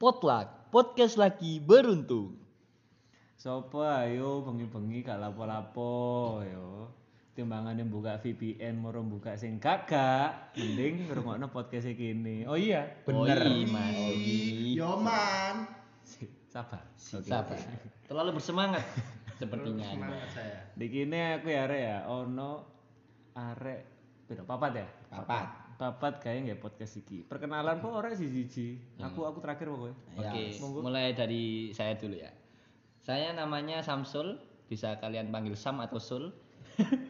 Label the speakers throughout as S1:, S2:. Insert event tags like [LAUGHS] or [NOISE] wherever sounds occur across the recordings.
S1: Potluck, podcast laki beruntung.
S2: Sopo ayo bengi-bengi gak lapo-lapo yo. Timbangan yang buka VPN moro buka sing kakak, mending ngrungokno podcast iki ini. Oh iya, bener.
S1: Oi, Mas. Oi.
S3: Yoman.
S2: Si- Sabar. Oke.
S1: Sabar. Terlalu bersemangat sepertinya. Anda.
S3: Semangat saya.
S2: Di kene aku ya arek ya ono arek piro papat ya?
S1: Papat.
S2: Papat kayak nggak podcast iki. Perkenalan kok orang sih siji. Aku aku terakhir pokoknya.
S1: Oke,
S2: Ya, monggo.
S1: mulai dari saya dulu ya. Saya namanya Samsul, bisa kalian panggil Sam atau Sul.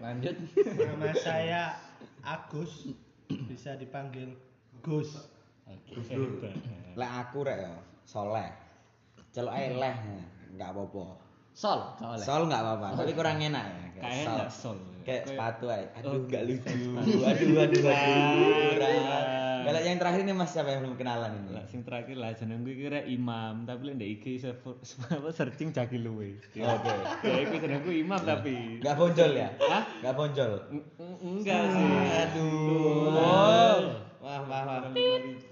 S1: Lanjut.
S3: Nama saya Agus, bisa dipanggil Gus.
S4: Lek aku rek yo, soleh. Celok ae leh, enggak apa-apa.
S1: Sol, Sol.
S4: Sol enggak apa-apa, tapi kurang enak ya. kayak
S2: Kayak
S4: sol.
S2: enggak sol.
S4: Kayak
S2: Kayak-
S4: sepatu ae. Aduh,
S2: Oh,
S4: enggak lucu.
S2: sepatu.
S4: Aduh, aduh, aduh.
S2: Kurang,
S4: kurang.
S2: kurang.
S4: Kalau yang terakhir ini Mas siapa yang belum kenalan ini?
S2: Lah sing terakhir lah jeneng gue kira Imam, tapi lek ndek IG [LAUGHS] server- apa searching jagi luwe. Oke. Ya iku jeneng gue Imam tapi.
S4: Enggak bonjol ya?
S2: Hah?
S4: Enggak bonjol.
S2: Eng- eng- Enggak sih.
S4: Aduh. Wah, wah, wah.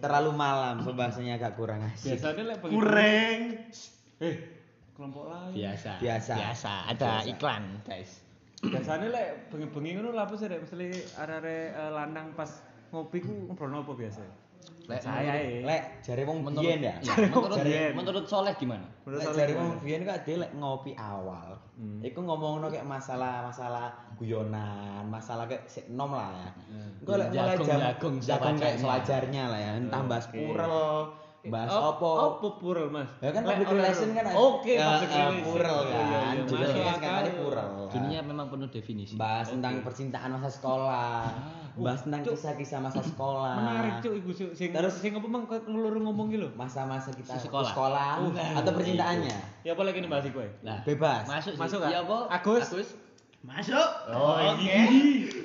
S4: Terlalu malam, pembahasannya agak kurang asik.
S2: Biasanya lek pengen-
S3: Kureng.
S2: Eh, kelompok lain.
S4: Iya.
S1: Biasa.
S4: Biasa.
S1: Biasa. Ada
S4: Biasa.
S1: iklan, guys.
S2: Biasanya lek bengi-bengi ngono lha apa sih rek mesti arek-arek eh, lanang pas ngopi ku ngobrol apa biasa?
S1: Lek
S2: Saya ya.
S4: Lek jare wong
S1: Menurut,
S4: biyen ya.
S1: Iya, menurut,
S2: Biyen.
S1: menurut Soleh gimana?
S2: Menurut
S4: Lek
S2: saya
S4: jari
S2: gimana?
S4: wong biyen kok dhewe lek ngopi awal.
S2: Hmm.
S4: Iku ngomongno kayak masalah-masalah guyonan, masalah kayak sik nom lah ya. Engko lek mulai
S1: Jagung-
S4: jam
S1: jagung
S4: jagung kayak
S1: sewajarnya.
S4: sewajarnya lah ya, entah bahas
S2: Oke.
S4: purel, bahas
S2: Op-
S4: opo.
S2: Opo purel, Mas?
S4: Ya kan
S2: Lek
S4: public
S2: oleh-
S4: relation kan ada-
S2: Oke,
S4: Ya,
S2: public
S4: eh,
S2: relation.
S4: purel
S2: Oh, iya, iya,
S4: kan.
S2: masuk
S4: Judulnya
S2: akal.
S4: sekarang purel. kan.
S1: Dunia memang penuh definisi.
S4: bahas tentang percintaan masa sekolah, bahas tentang kisah-kisah masa sekolah.
S2: Menarik cuk iku Cuk. sing
S4: Terus-
S2: sing apa mang kok ngeluru ngomong iki lho.
S4: Masa-masa kita
S1: Sekolah.
S4: sekolah, atau percintaannya.
S2: Ya apa lagi nih bahas iku ya?
S1: Nah,
S4: Bebas.
S1: masuk sih.
S2: Masuk nggak?
S1: Iya, apa?
S2: Agus?
S1: Agus.
S3: Masuk.
S5: Oh,
S3: Oke.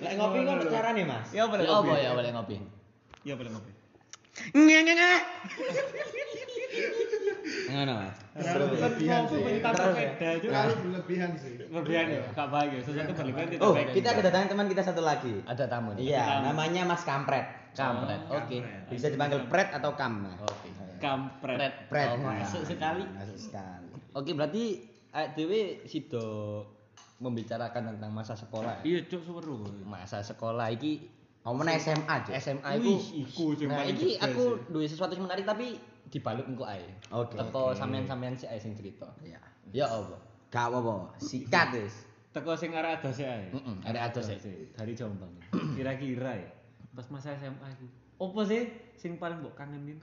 S4: Lek ngopi kok ada carane, Mas?
S2: Ya apa lagi?
S1: Ya apa ya boleh ngopi?
S2: Ya boleh ngopi.
S4: Ngono, Mas.
S3: Terlalu berlebihan
S2: Ngopi
S3: sih.
S2: menyita
S4: Terus ya?
S2: sepeda cuk.
S3: Terlalu berlebihan sih.
S2: Berlebihan ya, gak bahagia. Sesuatu berlebihan tidak
S4: Oh,
S2: baik.
S4: kita kedatangan teman kita satu lagi.
S1: Ada tamu nih.
S4: Iya, namanya Mas Kampret.
S1: Kampret.
S2: Oh,
S1: Oke.
S4: Bisa dipanggil Pret atau Kam.
S1: Oke.
S2: kampret.
S1: Pret.
S4: Pret.
S1: Oh,
S4: Nah,
S1: masuk sekali.
S4: Masuk sekali.
S1: Oke, berarti awake dhewe sido membicarakan tentang masa sekolah.
S2: Iya cuk seru.
S1: Masa sekolah iki
S4: Ngomongnya SMA aja.
S1: SMA Nah,
S2: Wih,
S1: iku
S2: iku sing
S1: Nah,
S2: paling
S1: iki
S2: detail
S1: aku duwe sesuatu yang menarik tapi dibalut engko ae.
S4: Oke,
S1: Teko
S4: oke.
S1: sampean-sampean sik ae sing cerita.
S4: Iya.
S1: Ya apa?
S4: Gak apa-apa. Sikat wis.
S2: Teko sing arek ados ya.
S4: Hmm,
S1: Heeh, ada atus sik.
S2: Dari Jombang. Kira-kira ya. Pas masa SMA iku. Apa sih sing paling mbok kangenin?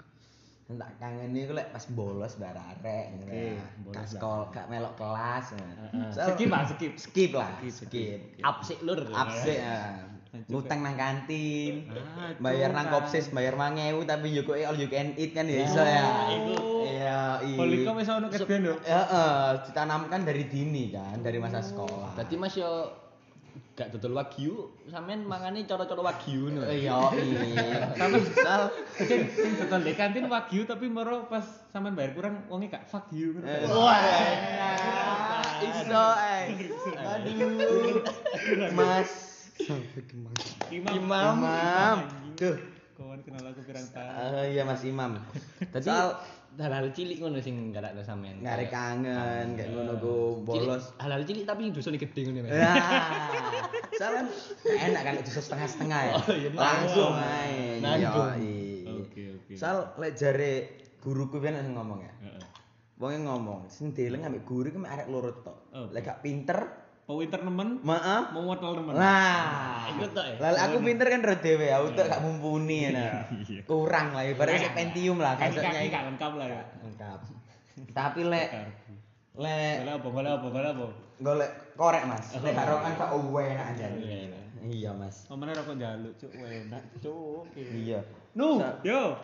S4: Tak kangen iku lek pas bolos bararek ngono.
S2: Oke,
S4: ya.
S2: bolos
S4: Gak sekolah, gak melok kelas. ngono.
S2: Heeh.
S4: Soal-
S2: Skip lah, skip.
S4: Skip lah.
S2: Skip,
S4: Skip.
S1: Up sik lur.
S4: Absik ah. Ngutang nang kantin.
S2: Ah,
S4: Bayar
S2: cuk,
S4: nang
S2: ah.
S4: kopsis, bayar mangewu tapi yo koe all you can eat kan ya iso ya. Iya,
S2: Holiko wis ono keben yo.
S4: Heeh, ditanamkan dari dini kan, dari masa sekolah.
S1: Dadi Mas yo gak dodol wagyu, sampean mangane cara-cara wagyu ngono.
S4: Iya,
S2: Tapi
S4: Sal.
S2: sing sing total di kantin wagyu tapi moro pas sampean bayar kurang wonge gak fuck you.
S4: Wah. Iso eh. Aduh. Mas.
S2: Imam.
S4: Imam. Imam. Duh.
S2: Kawan kenal aku pirang tahun.
S4: Eh, iya Mas Imam.
S1: Dadi
S4: Soal
S1: halal cilik ngono sing garakno sampean.
S4: narik kangen, kayak ngono ku bolos.
S1: Halal cilik tapi yang dosane gede ngono Mas.
S4: Ya. Soalnya enak kan itu setengah-setengah ya.
S1: Oh, iya,
S4: Langsung ae.
S1: Nanggung.
S2: Oke, oke.
S4: Soal lek jare guruku pian sing ngomong ya.
S2: Heeh.
S4: Wonge ngomong, sing deleng ambek guru ku mek arek loro tok.
S1: Oh.
S2: Oke.
S4: Lek gak pinter,
S2: Pewinter nemen,
S4: maaf
S2: mau modal nemen.
S4: Nah,
S1: Iku tok ya? Iya.
S4: Lah, aku pinter kan roh dhewe, aku tok gak mumpuni nah.
S2: Iya.
S4: Kurang lah ibaratnya kayak Pentium lah
S2: Kaki-kaki
S4: kasetnya
S2: gak
S4: ini.
S2: lengkap lah ya.
S4: Lengkap. Tapi lek lek
S2: Bola apa, bola apa, bola apa.
S4: golek korek Mas. Lek gak rokan kok enak jane. Iya Mas.
S2: Omane rokok njaluk, cuk, enak, cuk.
S4: Iya.
S2: Nu,
S4: Sa-
S2: yo.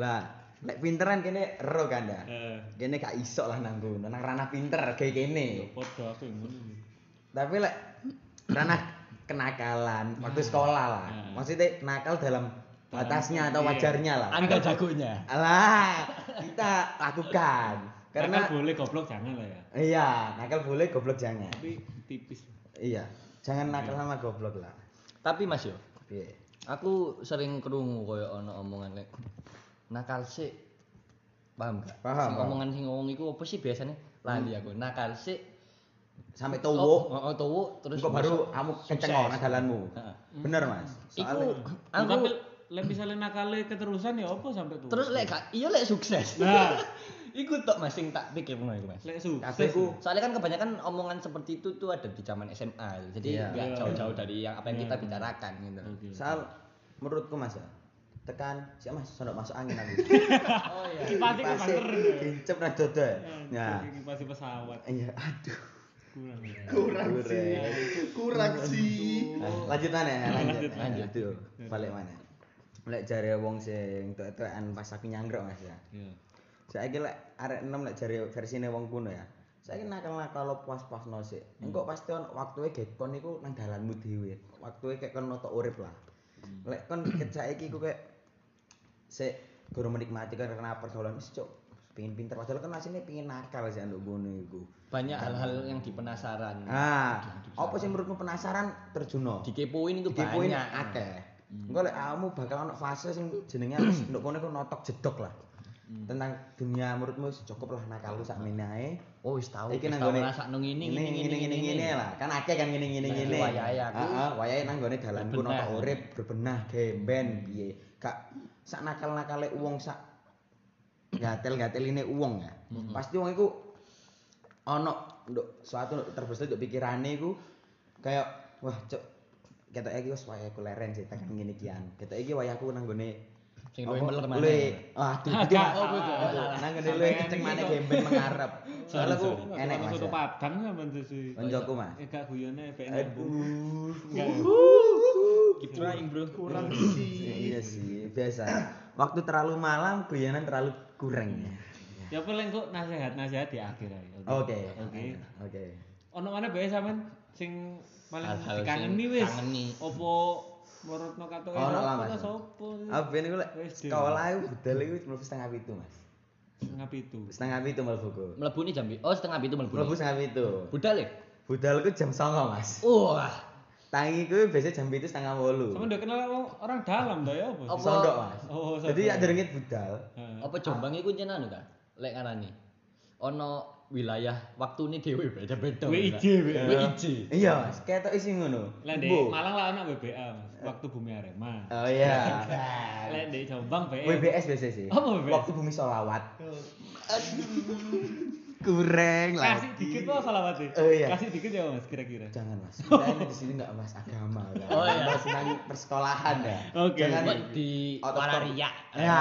S4: Lah, lek pinteran kene ero kan dah.
S2: Eh,
S4: Kene gak iso lah nanggung, nang ranah pinter kayak kene.
S2: podo aku yang ngono.
S4: Tapi lek ranah
S2: Hmm.
S4: kenakalan waktu sekolah lah.
S2: Nah.
S4: Maksudnya nakal dalam batasnya atau
S2: iya.
S4: wajarnya lah.
S1: Angka jagonya.
S4: Alah, kita lakukan. Karena
S2: Karena Kan boleh goblok jangan lah ya.
S4: iya, nakal boleh, goblok jangan.
S2: Tapi tipis.
S4: Iya, jangan nakal sama goblok lah.
S1: Tapi Mas yo,
S4: Piye?
S1: aku sering krungu koyo ana omongan nek nakal sik Paham gak?
S4: Paham,
S1: Sing
S4: paham.
S1: omongan sing ngomong iku apa sih biasanya? Lali aku. Nakal sik.
S4: Sampai
S1: Oh,
S4: tuwuk.
S1: oh, oh, tuwuk terus
S4: Engko baru kamu kecengon dalanmu.
S1: Heeh.
S4: Bener, Mas.
S1: Iku
S4: Soalnya
S1: aku
S2: Tapi lek misalnya nakale keterusan ya apa sampai tuh?
S1: terus lek gak iya lek sukses.
S2: Nah.
S1: [LAUGHS] iku tok Mas sing tak pikir ngono iku Mas.
S2: lek su.
S4: kabeh ku
S1: Soalnya kan kebanyakan omongan seperti itu tuh ada di zaman SMA. Jadi
S4: Iya.
S1: nggak
S2: Iya.
S1: jauh-jauh dari yang apa yang kita
S2: Iya.
S1: bicarakan gitu.
S2: Oke.
S4: Sal, menurutku mas ya, tekan siap mas sondok masuk angin aku
S2: [LAUGHS]
S1: Oh iya.
S2: Kipasnya
S4: Kipasnya
S2: kebanger.
S4: kincep nah dodo
S2: Ya.
S4: ya ya
S2: Kipasi pesawat.
S4: iya aduh
S2: Kurang. ya.
S5: kurang sih kurang sih
S4: Nah, lanjutan ya lanjut
S2: Lanjut, lanjut.
S4: aduh balik mana lek jare wong sing tuwek-tuwekan pas aku nyangkruk mas ya
S2: Iya.
S4: saiki lek arek enom lek jare versine wong kuno ya saiki nakal-nakal lo puas-puasno sik engko pasti on waktunya gekon niku nang dalanmu dhewe waktunya kayak kon noto urip lah lek kon ket saiki ku kayak sik guru menikmati kan karena pergaulan wis cuk pengin pinter padahal kan asline pengin nakal sih anduk ngono iku
S1: Banyak hal-hal yang dipenasaran.
S4: ah apa sih menurutmu penasaran terjuno
S1: Dikepoin itu
S4: dipoin
S1: banyak.
S4: akeh. Engko lek kamu bakal ono fase sing jenenge wis nduk kono iku notok jedok lah. Tentang dunia menurutmu wis cukup lah nakal lu sak menae.
S1: Oh wis tau.
S4: Iki
S1: Iki nang
S4: nang gone-
S1: ngrasakno ngene
S4: Ngene ngene ngene ngene lah. Kan akeh kan ngene ngene
S1: Nah,
S4: ngene.
S1: wayahe aku.
S4: Heeh, wayahe nang gone dalanku
S1: Berbenah.
S4: notok urip berbenah gemben piye. Gak sak nakal-nakale wong sak gatel-gateline wong ya. Pasti wong iku ono nduk suatu nduk terbesit nduk pikirane iku kayak wah cuk ketoke iki wis wayahku leren sih tekan ngene kian. Ketoke iki wayahku nang gone
S1: Sing luwih
S4: apa,
S1: meler mana?
S4: luwih- Waduh,
S2: Ah,
S4: gede
S2: [LAUGHS] gak,
S4: Mas.
S2: oh, gede.
S4: Aduh, nang gone luwih
S2: Sampean
S4: kenceng
S2: iki
S4: maneh
S2: kok.
S4: gemben
S2: [LAUGHS]
S4: mengarep. Soalnya aku enek Mas. ya.
S2: Soto padang sama susu.
S4: Konjoku Mas.
S2: Eh gak guyone pengen nyambung.
S4: Aduh.
S2: Enggak.
S1: Trying bro.
S5: kurang sih
S4: Iya sih, biasa. Waktu terlalu malam, guyonan terlalu kurang.
S2: Ya paling kok nasihat-nasihat di akhir ae.
S4: Oke.
S2: Oke.
S4: Oke.
S2: Ono mana bae sampean sing paling
S1: Hal-hal
S2: dikangeni
S1: sing
S2: wis.
S1: kangeni.
S2: Opo menurutno katoke
S4: Ono lah, Mas.
S2: sapa?
S4: Aben iku lek
S2: Wis, Dim.
S4: sekolah iku budal iku mlebu setengah pitu, Mas.
S2: Setengah pitu.
S4: Setengah pitu mlebuku.
S1: Mlebu ni jam pi- Oh setengah itu mlebu.
S4: Mlebu
S1: ni.
S4: setengah pitu.
S1: Budal ya?
S4: Budalku jam 09.00, Mas.
S1: Wah.
S4: Tangiku biasa jam pitu setengah
S2: Sama
S4: 8.00.
S2: udah kenal orang, orang dalam dah ya apa?
S1: Apa?
S4: Sondok, Mas.
S2: Oh,
S4: Jadi
S2: sondok.
S4: ada rengit budal.
S2: Heeh.
S1: Apa Jombang iku jeneng anu kah? Lek ngarani. Ono wilayah waktune dhewe beda-beda.
S2: WIJ, WIJ.
S1: WIJ.
S4: Iya, Mas. Ketok isi ngono.
S2: Lah di
S4: Mbo.
S2: Malang lah anak WBA Mas, waktu bumi Arema.
S4: Oh iya.
S2: Lah di Jombang PE.
S4: WBS biasa sih.
S2: Apa WBS?
S4: Waktu bumi solawat. Kurang
S2: Kasih
S4: lagi.
S2: dikit kok salawatnya.
S4: Oh, iya.
S2: Kasih dikit ya Mas kira-kira.
S4: Jangan mas,
S2: Oh.
S4: kita ini di sini nggak mas agama, kan?
S1: Oh, iya.
S4: Bahas tentang persekolahan ya.
S2: Oke.
S4: Jangan
S1: Buat di
S4: out of top-
S1: Wararia.
S4: Ya, kan,
S2: Iya,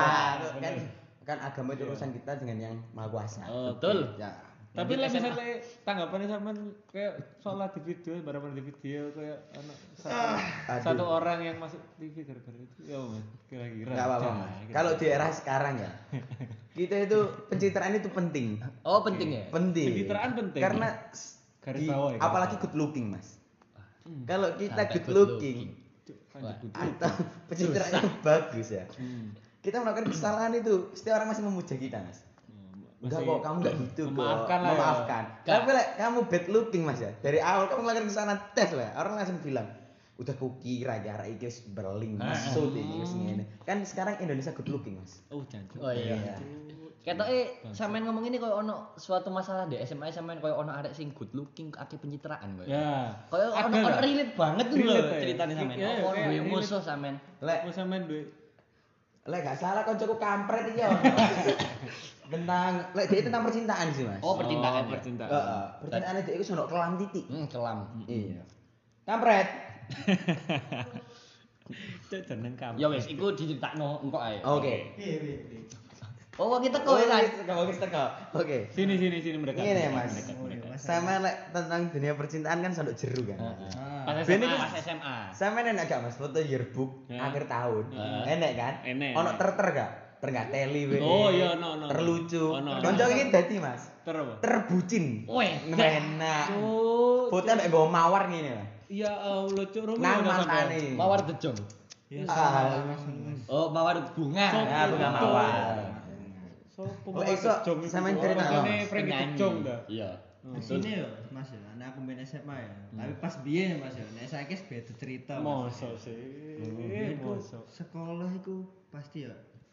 S2: bener.
S4: kan agama itu urusan kita dengan yang maha kuasa.
S1: Oh, betul.
S4: Ya.
S2: Tapi
S1: Lanjut
S2: lah
S1: SMA.
S2: misalnya tanggapannya sama kayak sholat di video, barang di video kayak anak satu,
S4: aduh.
S2: satu orang yang masuk TV gara-gara itu ya Mas, kira-kira.
S4: Nggak apa-apa
S2: Nah,
S4: mas.
S2: kira-kira.
S4: Kalau di era sekarang ya, kita itu pencitraan itu penting.
S1: Oh penting ya?
S4: Penting.
S2: Pencitraan penting.
S4: Karena
S2: Garis bawah
S4: di-
S2: ya, Hmm. garis
S4: apalagi good looking mas. Kalau kita
S1: Sampai
S4: good
S1: good
S4: looking,
S2: Cuk, lanjut dulu. [LAUGHS]
S4: atau pencitraannya bagus ya,
S2: Hmm.
S4: kita melakukan kesalahan itu, setiap orang masih memuja kita mas. Enggak
S2: Masih-
S4: kok, kamu enggak gitu kok.
S2: Memaafkan lah ya.
S4: Memaafkan.
S1: Enggak.
S4: Tapi lek kamu bad looking Mas ya. Dari awal kamu melakukan kesalahan tes lah. ya, Orang langsung bilang, udah kukira gara iki wis berling
S2: Ah.
S4: masuk iki wis ngene. Kan sekarang Indonesia good looking Mas.
S2: Oh, jancuk.
S1: Oh iya. Ketoke sampean ngomong ini koyo ono suatu masalah di SMA sampean koyo ono arek sing good looking akeh pencitraan koyo.
S2: Ya.
S1: Koyo ono
S2: Ada
S1: ono
S2: lah.
S1: relate banget tuh lho
S2: Relate, ya.
S1: ceritane sampean.
S2: Iya,
S1: Ono
S2: kayak
S1: duwe
S2: relate.
S1: musuh sampean.
S4: Lek
S2: Aku sama duit.
S4: lek gak salah koncoku kampret
S2: [LAUGHS]
S4: iki ya. Tentang lek dia tentang percintaan sih Mas.
S1: Oh percintaan. ya?
S2: percintaan.
S4: Heeh. Percintaane dia iku sono kelam titik.
S1: Hmm kelam.
S4: Iya. Kampret.
S2: Cuk, jeneng kamu.
S1: Ya wis iku diceritakno engko ae.
S4: Oke.
S5: Iya, iya, iya.
S1: Oh kita kowe
S4: Oh, wis
S1: kan.
S4: teko, wis teko. Oke.
S2: Sini sini sini mereka.
S4: Ngene,
S2: mereka,
S4: Mas.
S2: mereka, mereka.
S4: Sama lek tentang dunia percintaan kan sono jeru kan.
S1: Pas
S4: Ben
S1: SMA,
S4: iku-
S1: pas SMA.
S4: Sama enak gak mas foto yearbook
S2: Ya.
S4: akhir tahun,
S2: Ya.
S4: enak kan?
S2: Enak,
S4: Ono
S2: enak.
S4: terter gak? Tergateli we.
S2: Oh, iya, ono, ono.
S4: Terlucu.
S2: Ono, ono.
S4: Konco iki dadi mas.
S2: Ter apa?
S4: Terbucin.
S1: Weh,
S4: enak.
S2: Oh,
S4: Foto mek nggo mawar ngene lah.
S2: ya Allah, cuk Romi
S4: Nang
S2: udah
S4: mantane.
S1: Mawar dejong.
S2: Ya,
S4: Ah,
S1: Oh mawar bunga.
S2: Sok.
S4: ya, bunga
S2: Betul.
S4: mawar.
S2: Sopo
S4: Oh, iso, sampean cerita apa?
S2: Frank
S1: Penyanyi.
S2: Kecong Eh, dah.
S1: Iya.
S3: Sini ya, Mas ya, anak aku main SMA ya.
S5: Hmm.
S3: Tapi pas biyen Mas ya, nek saiki wis beda cerita. Mas.
S2: Mosok sih. Iya,
S3: Iku
S2: Hmm. Mosok.
S3: sekolah iku pasti ya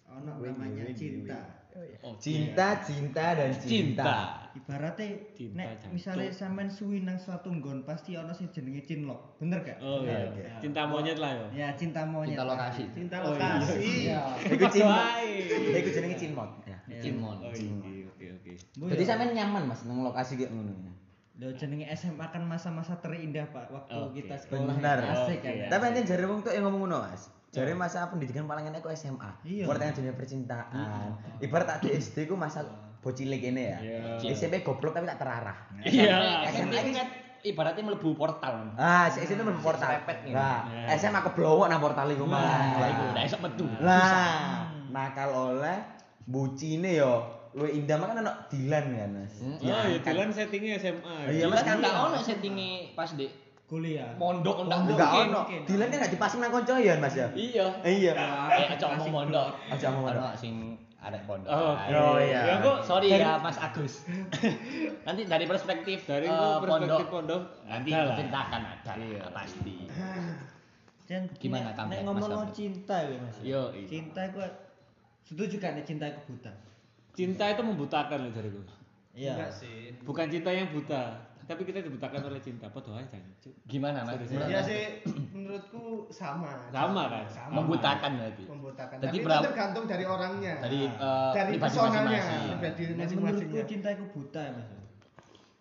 S3: ono namanya cinta.
S1: Oh,
S4: Cinta, cinta dan cinta.
S1: cinta.
S3: Ibaratnya
S2: Cinta
S3: nek
S2: jancuk.
S3: misalnya sampean suwi nang suatu nggon pasti ono sing jenenge cinlok. Bener gak?
S2: Oh iya.
S4: Oke.
S2: Cinta monyet lah yo.
S3: Ya cinta monyet.
S1: Cinta lokasi.
S3: Cinta
S2: Oh, iya.
S3: lokasi.
S6: Iya.
S4: Iku cinta.
S2: Baik.
S4: Iku jenenge cinmot. Ya.
S1: Eh, Cimon.
S2: Oh iya, oke oke.
S3: Bu,
S4: Jadi
S3: ya.
S4: sampean nyaman Mas nang lokasi kayak ngono. ya.
S3: Lho jenenge SMA kan masa-masa terindah Pak waktu
S2: Oke.
S3: kita sekolah.
S4: Bener.
S3: Asik kan.
S2: Oke.
S4: Tapi enten jare wong tuh yang ngomong ngono, Mas. Jare masa pendidikan paling enak ku SMA.
S3: Iya.
S4: Pertanyaan dunia percintaan. Ibarat tak di SD ku masa bocil ini ya.
S2: Iya.
S4: SMP goblok tapi tak terarah.
S2: Iya.
S1: SMA itu kan ibaratnya melebu portal.
S4: Ah, si SMP mlebu portal.
S1: serepet gitu.
S4: Nah,
S2: Iya.
S4: SMA keblowok nang portal iku malah.
S1: Nah, itu udah esok metu.
S4: Lah, nakal oleh bucine yo luwih indah makan anak Dilan kan, Mas.
S2: Oh iya, Dilan settingnya SMA.
S4: Oh, iya,
S1: Ya
S4: Mas,
S1: kan
S4: kan
S1: gak ono settinge pas di
S3: Kuliah.
S1: mondok ndak
S4: Enggak
S1: mungkin.
S4: ono.
S3: mungkin.
S4: Dilan kan gak dipasang nang konco ya, Mas ya.
S1: Iya.
S4: Iya.
S1: Eh, aja omong mondok.
S4: Aja omong mondok.
S1: Ono sing arek pondok.
S2: Oh,
S1: Ayo.
S4: Oh, iya.
S2: Ya kok
S1: Sorry ya Mas Agus. Nanti dari perspektif eh,
S2: dari gua perspektif pondok
S1: nanti
S2: ada lah.
S1: ceritakan ada lah, pasti.
S3: Jan,
S1: Gimana
S3: nek-
S1: comeback,
S3: Nek
S1: Mas
S3: ngomong
S1: Abdul?
S3: cinta ya Mas. ya.
S2: Yo, iya.
S3: Cinta gua setuju kan nek cinta iku buta.
S2: Cinta itu membutakan loh dari gua.
S3: Iya.
S6: sih.
S2: Bukan cinta yang buta, tapi kita dibutakan oleh cinta. Apa doa jancuk.
S1: Gimana Mas? Iya,
S2: Sorry,
S1: Menurut
S6: Ya
S1: Mas?
S6: sih menurutku sama.
S2: Sama, kan?
S6: Sama.
S1: Membutakan berarti.
S6: Membutakan.
S1: Jadi
S6: Tapi itu
S1: berapa-
S6: tergantung dari orangnya.
S1: Dari, eh,
S6: dari
S1: pribadi
S6: personanya,
S1: masing-masing.
S6: pribadi
S3: Nek menurutku
S6: masing-masingnya.
S3: cinta iku buta ya Mas.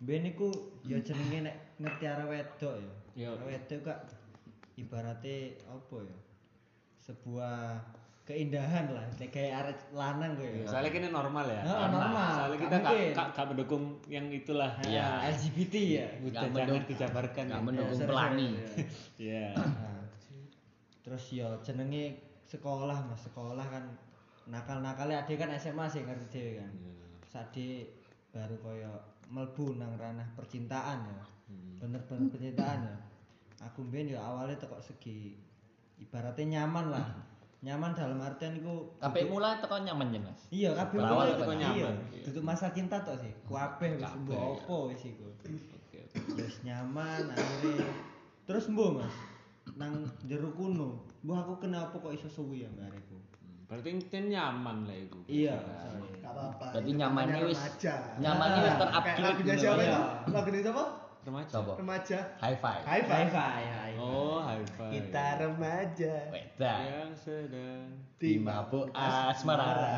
S3: Ben iku ya jenenge nek ngerti arah wedok ya.
S2: Iya.
S3: Arah wedok kak ibaratnya apa ya? Sebuah keindahan lah kayak arek lanang gue ya.
S2: Iya. Soalnya kini normal ya.
S3: Nah, normal.
S2: Soalnya
S3: Gak
S2: kita gak,
S3: mungkin.
S2: gak, gak mendukung yang itulah.
S3: Nah,
S1: Iya.
S3: LGBT ya.
S2: Udah
S1: Gak
S2: jangan
S1: mendukung.
S2: dijabarkan.
S1: Gak
S2: ya.
S1: mendukung
S3: sorry,
S1: pelani.
S3: sorry, iya.
S2: Iya.
S3: Nah, terus ya jenenge sekolah mas sekolah kan nakal nakalnya ade kan SMA sih ngerti dhewe kan
S2: Iya.
S3: sade baru koyo melbu nang ranah percintaan ya bener-bener percintaan ya aku mbien ya awalnya tekok segi ibaratnya nyaman lah nyaman dalam artian iku
S1: Kabeh mulai tekan nyaman ya Mas.
S3: iya kabeh
S1: Berawal
S3: mulai
S1: teko
S3: iya.
S2: nyaman.
S3: duduk masa cinta tok sih kuabeh wis
S1: Kabeh,
S3: mbok
S1: iya.
S3: opo wis iku
S2: Oke, oke.
S3: terus nyaman akhirnya terus mbo mas nang jero kuno mbo aku kenapa kok iso suwi ya mbak Areku
S2: Hmm, Berarti kan nyaman lah itu.
S3: iya
S6: Gak apa-apa.
S1: Berarti
S6: itu
S1: nyamannya
S6: namanya
S1: wis
S6: remaja. Nah,
S1: nyamannya wis
S6: Kayak lagunya siapa
S1: terupdate.
S6: itu?
S1: gitu.
S3: iya.
S6: Lagunya siapa?
S2: Remaja.
S1: Sopo?
S6: Remaja.
S1: High five.
S6: High
S3: hai
S6: five.
S3: hai hai
S2: Oh, high
S3: iya.
S2: five.
S6: Kita remaja.
S1: Wedah.
S2: yang sedang
S1: Di mabuk asmara.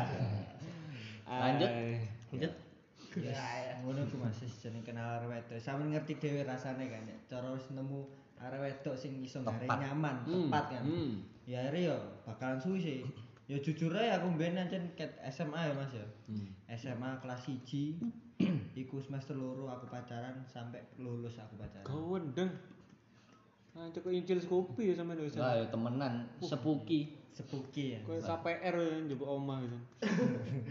S1: Lanjut.
S2: Ay.
S3: lanjut Yes, iya. ngono ku mas Yes, jeneng kenal arek wedok. Sampe ngerti dhewe rasane kan ya. Cara wis nemu arek wedok sing iso nggawe
S1: Tepat.
S3: nyaman,
S2: Hmm,
S3: tepat kan.
S2: hmm.
S3: Ya akhirnya ya bakalan suwi sih. Ya jujur ae aku mbiyen ancen ket SMA ya Mas ya.
S2: Hmm.
S3: SMA kelas 1
S6: Hmm.
S3: iku semester loro aku pacaran sampai lulus aku pacaran.
S2: Kau wendeng. Nah, kok incil kopi ya sama
S1: Lah
S2: dosen.
S1: ya temenan sepuki.
S3: Sepuki ya.
S2: Kau KPR ya njupuk omah gitu.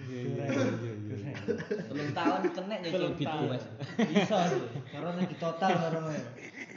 S2: Iya, iya, iya, iya.
S1: Telung tahun kena nyicil
S2: Telung
S1: bitku
S2: tahun.
S1: Mas.
S3: Iso sih. Karena di total karena ya.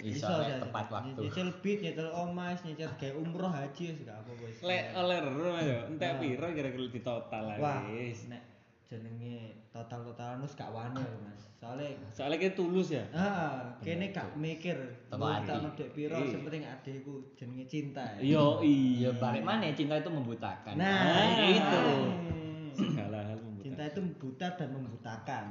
S1: Iso, nek
S3: sih.
S1: tepat waktu.
S3: Nyicil beat, nyicil omas, nyicil kayak umroh haji wis gak apa-apa wis.
S2: Lek oleh ro ya, entek
S3: Nah.
S2: piro kira-kira di total lah
S3: Wah,
S2: wis.
S3: nek jenenge total-totalan wis gak wani ya, Mas. Soale
S2: Soalnya kita tulus
S3: [COUGHS]
S2: ya.
S3: ah, kene gak mikir
S1: Teko
S3: mau
S1: ati.
S3: ditano dek piro,
S2: Iya.
S3: sing penting adekku jenenge cinta. ya.
S2: Yo
S1: Ya
S2: iya
S1: Hmm. balik mana cinta itu membutakan.
S3: Nah,
S2: itu.
S3: Hmm.
S2: Segala hal membutuhkan.
S3: Cinta itu buta dan membutakan.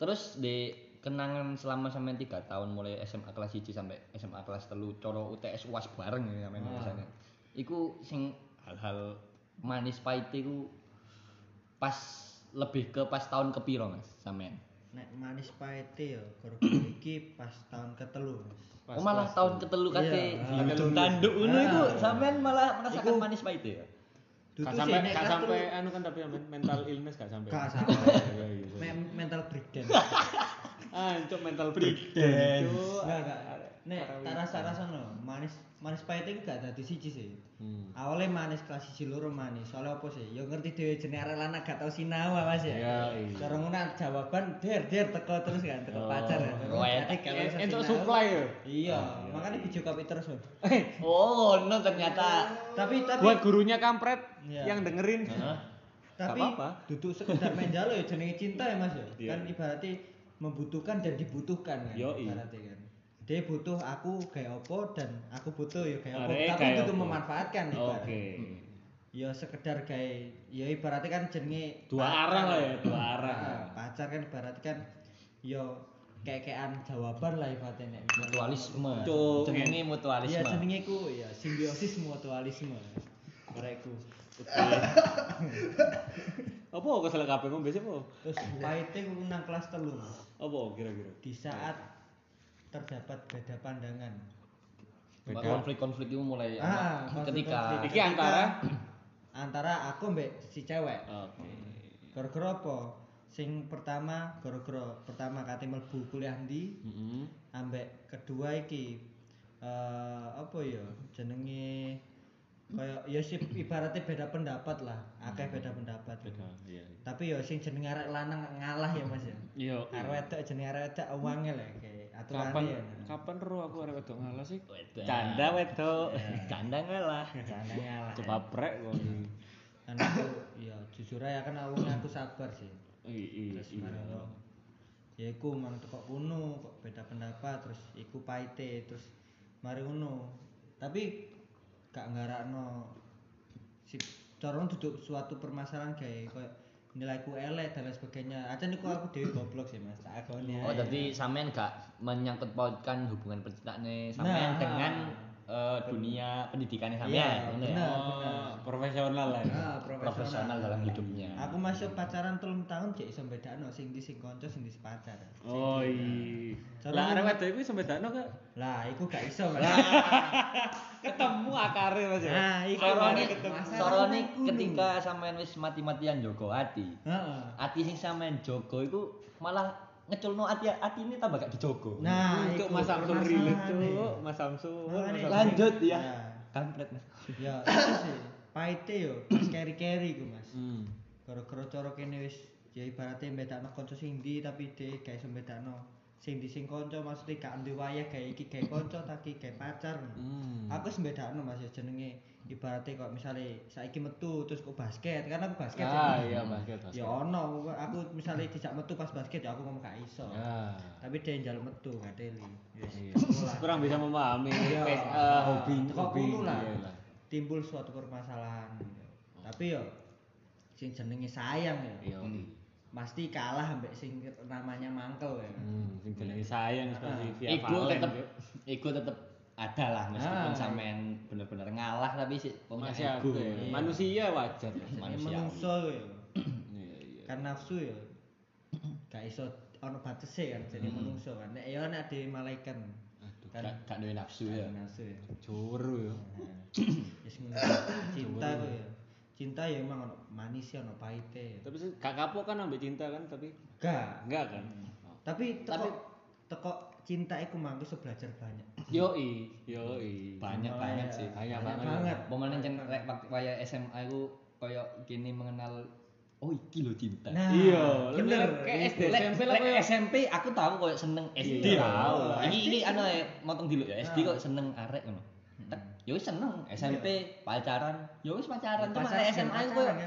S1: Terus di kenangan selama sampean 3 tahun mulai SMA kelas 1 sampai SMA kelas 3 coro UTS UAS bareng ya sampean
S3: Ah.
S1: biasanya. Iku sing hal-hal manis pahit iku pas lebih ke pas tahun kepiro Mas sampean?
S3: Nek manis pahite ya gara-gara iki pas tahun ketelu, Mas.
S1: oh malah tahun ketelu kate
S3: Iya,
S1: di
S3: ketelu.
S1: ujung tanduk ngono
S3: Ah.
S1: iku sampean malah merasakan
S3: Iku-
S1: manis pahit ya.
S3: Dudu
S2: Gak
S3: sih,
S2: sampai
S3: nek
S2: gak
S3: kelas
S2: sampai
S3: telu-
S2: anu kan tapi men- mental illness gak sampai. [LAUGHS]
S3: Gak sampai.
S2: Iya iya. iya.
S3: Me- mental
S2: [LAUGHS]
S3: breakdown.
S2: Ah, cuk mental breakdown. Cuk.
S3: Enggak, enggak. Nek tak rasa-rasa no, manis manis pahite iku gak dadi siji sih.
S2: Hmm.
S3: Awalnya manis kelas siji loro manis. Soalnya apa sih? Ya ngerti dhewe jenenge arek lanang gak tau sinau Mas ya.
S2: Ya, iya.
S3: Cara ngono jawaban der der teko terus kan
S2: Oh.
S3: teko pacar ya.
S1: Oh, iya.
S3: Jadi kalau
S2: Eh,
S3: iso
S2: Entuk
S3: sinau-
S2: supply ya.
S3: Iya,
S2: Ah, iya,
S3: makanya
S2: iya.
S3: video kopi terus. Mas.
S1: Oh, no ternyata
S3: Tapi tapi
S2: Buat gurunya kampret
S3: Iya.
S2: yang dengerin.
S3: tapi
S2: Gak apa-apa.
S3: duduk sekedar main jalo ya jenenge cinta ya mas ya
S2: Iya.
S3: kan ibaratnya membutuhkan dan dibutuhkan kan
S2: Yoi.
S3: ibaratnya kan dia butuh aku kayak opo dan aku butuh ya kayak opo
S2: Arek
S3: tapi
S2: kayak
S3: itu
S2: opo.
S3: memanfaatkan
S2: Oke. Hmm.
S3: ibaratnya. ya sekedar gay ya ibaratnya kan jenenge
S2: Dua arah lah ya, dua arah.
S3: Nah, pacar kan ibaratnya kan ya kekean jawaban lah ibaratnya nek misalnya.
S1: mutualisme
S2: Cuk,
S1: jenenge
S3: Iya
S1: mutualisme
S3: jenenge ku ya simbiosis mutualisme. Mereku.
S2: Apa kesel kabeh kok biasa apa?
S3: Terus pahitnya ku nang kelas telu Mas.
S2: Apa kira-kira?
S3: Di saat terdapat beda pandangan.
S1: Mbak, konflik-konflik itu mulai
S3: Ah,
S1: ana- ketika
S3: konflik-konflik.
S2: Iki antara
S3: Antara aku mbek si cewek.
S2: Oke.
S3: Gara-gara apa? Sing pertama gara-gara pertama kate mlebu kuliah ndi
S2: Heeh.
S3: ambek kedua iki eh apa ya jenenge kaya ya sih ibaratnya beda pendapat lah akeh beda pendapat
S2: Beda, iya.
S3: tapi ya sing jenenge arek lanang ngalah ya Mas ya.
S2: Iya.
S3: Arek wedok jenenge arek wedok wangel ya kayak aturan
S2: Kapan
S3: ya.
S2: kapan ro aku arek wedok ngalah sih?
S1: Wedok.
S2: Canda wedok.
S1: canda ngalah
S3: Jangan ngalah.
S2: Coba prek kok.
S3: Kan aku ya jujur aja kan awalnya aku sabar sih.
S2: Iya,
S3: Terus bareng
S2: iya.
S3: dong. Ya iku mang tekok kuno kok beda pendapat terus iku paite terus mari ngono. Tapi gak ngarakno si corong duduk suatu permasalahan kayak kayak nilaiku elek dan lain sebagainya. Aja niku aku dewi goblok sih Mas. Tak agoni
S1: oh
S3: ae.
S1: jadi sampean gak menyangkut pautkan hubungan percintaannya sampean
S3: Nah.
S1: dengan eh, dunia pendidikannya sampean
S3: Iya,
S1: ngono ya?
S3: bener.
S2: Oh, profesional lah ya.
S3: Ah,
S1: profesional dalam hidupnya
S3: Aku masuk pacaran telung tahun cek iso bedakno sing di sing kanca sing di pacar.
S2: Oh iya.
S3: Cara
S2: Lah arek
S3: ngomong-
S2: wedok iku sampe dakno kok
S3: Lah, iku gak iso. Mas.
S2: ketemu akare Mas ya.
S3: Nah, iku
S1: Sorone,
S3: makanya ketemu.
S1: sorone
S3: Masalahnya kudu.
S1: ketika sampean wis mati-matian jogo ati.
S3: Heeh.
S1: Ati sing sampean jogo iku malah ngeculno ati ati ini tambah gak dijogo.
S3: Nah,
S2: Untuk
S3: iku
S2: Mas Samsul relate
S3: permasalahannya.
S2: tuh, Mas Samsul.
S3: Makanya.
S2: Mas Samsul.
S1: Lanjut ya.
S3: Nah.
S1: Kampret Mas.
S3: Ya, itu sih. Pahite yo pas keri-keri iku, Mas.
S2: Hmm.
S3: Gara-gara cara kene wis ya ibaratnya bedakno kanca sing ndi tapi dhek gak iso bedakno sing di sing kanca maksudnya gak duwe wayah kayak iki kayak kanca tak iki kayak pacar.
S2: Hmm.
S3: Aku wis bedakno Mas ya jenenge ibaratnya kok misalnya saiki metu terus kok basket karena aku basket
S2: Ah,
S3: ya.
S2: iya basket basket.
S3: Ya ono aku misalnya dijak metu pas basket ya aku ngomong gak iso.
S2: Ya.
S3: Tapi dia njaluk metu ngateli. Wis.
S2: Iya.
S3: mulai.
S2: [LAUGHS] kurang bisa memahami
S3: Iya.
S2: pes- eh, hobi
S3: Teko
S2: hobi
S3: kuno lah.
S2: iya lah.
S3: timbul suatu permasalahan tapi yo sing jenenge sayang ya
S2: Iya.
S3: pasti kalah ambek sing namanya mangkel ya
S2: Hmm, sing jenenge sayang seperti
S3: Nah.
S2: via
S1: Ego
S2: Valen,
S1: tetep
S2: ya.
S1: ego tetep ada lah meskipun
S3: Ah.
S1: sampean bener-bener ngalah tapi sih punya
S2: masih
S1: ego. iya.
S2: aku ya. manusia wajar.
S3: jenenge
S1: Manusiawi.
S3: menungso ya
S2: Iya, iya.
S3: kan nafsu ya gak iso ono batese kan jadi menungso kan nek yo nek di malaikat
S2: Hmm. Aduh,
S3: kan
S1: Gak gak duwe nafsu
S3: gak
S1: ya.
S3: nafsu ya
S2: juru ya.
S3: Nah, wis ngono. cinta ku ya cinta ya emang ono manis ya ono pahite
S2: Tapi sih, gak kapok kan ambek cinta kan tapi
S3: gak
S2: enggak kan.
S3: tapi teko
S1: Tapi-
S3: teko cinta iku mangke iso belajar banyak
S2: Yoi, yoi.
S1: Banyak
S3: Ah.
S1: banget sih.
S2: Banyak
S3: banget.
S2: banget.
S1: Pemanen jen rek waktu waya SMA iku koyo gini mengenal oh iki lho cinta.
S3: Nah,
S2: Iya, bener.
S3: bener. Iya.
S2: Kayak SD
S1: Lek-
S2: SMP lah
S1: lek
S2: kayak
S1: SMP aku tahu kok seneng SD
S2: Iya,
S1: tahu.
S2: iya.
S1: Ini
S3: SD
S1: ini anu ya, motong dulu ya. SD
S3: Ah.
S1: kok seneng arek ngono. Tek, Ya wis seneng SMP pacaran. Ya wis pacaran cuma
S3: Pacaran,
S1: lek SMA
S3: pacaran
S1: kok
S3: kan.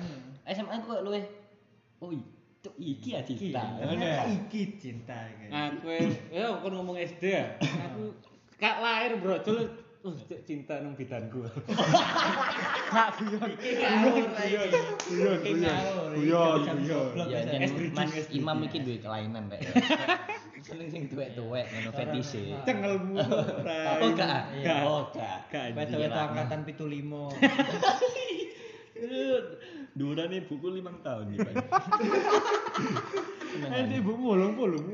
S1: SMA kok luwe oh itu iki ya cinta.
S3: Ternyata iki kan cinta kan. kayak.
S2: Aku ya kon ngomong SD ya. Aku kak lahir bro, dulu uh, cek cinta nang
S3: [LAUGHS]
S2: bidanku. Kak guyon.
S3: ngawur lah iki.
S2: Guyon,
S3: Iki
S2: guyon.
S3: ngawur, iki
S2: Guyon,
S3: jam
S2: guyon.
S3: goblok
S1: Ya
S3: bisa.
S1: jen
S2: SD,
S1: Mas
S2: SD.
S1: Imam iki duwe kelainan [LAUGHS] rek. Seneng sing tuwek-tuwek ngono fetise.
S2: Cengelmu ora.
S1: Oh gak, ah?
S3: Iya.
S1: oh gak.
S2: Gak,
S3: Wedo-wedo
S1: iya.
S3: angkatan 75.
S1: Durane buku 5 tahun ya. Pak. Seneng,
S2: Nanti ibu mulung pulung.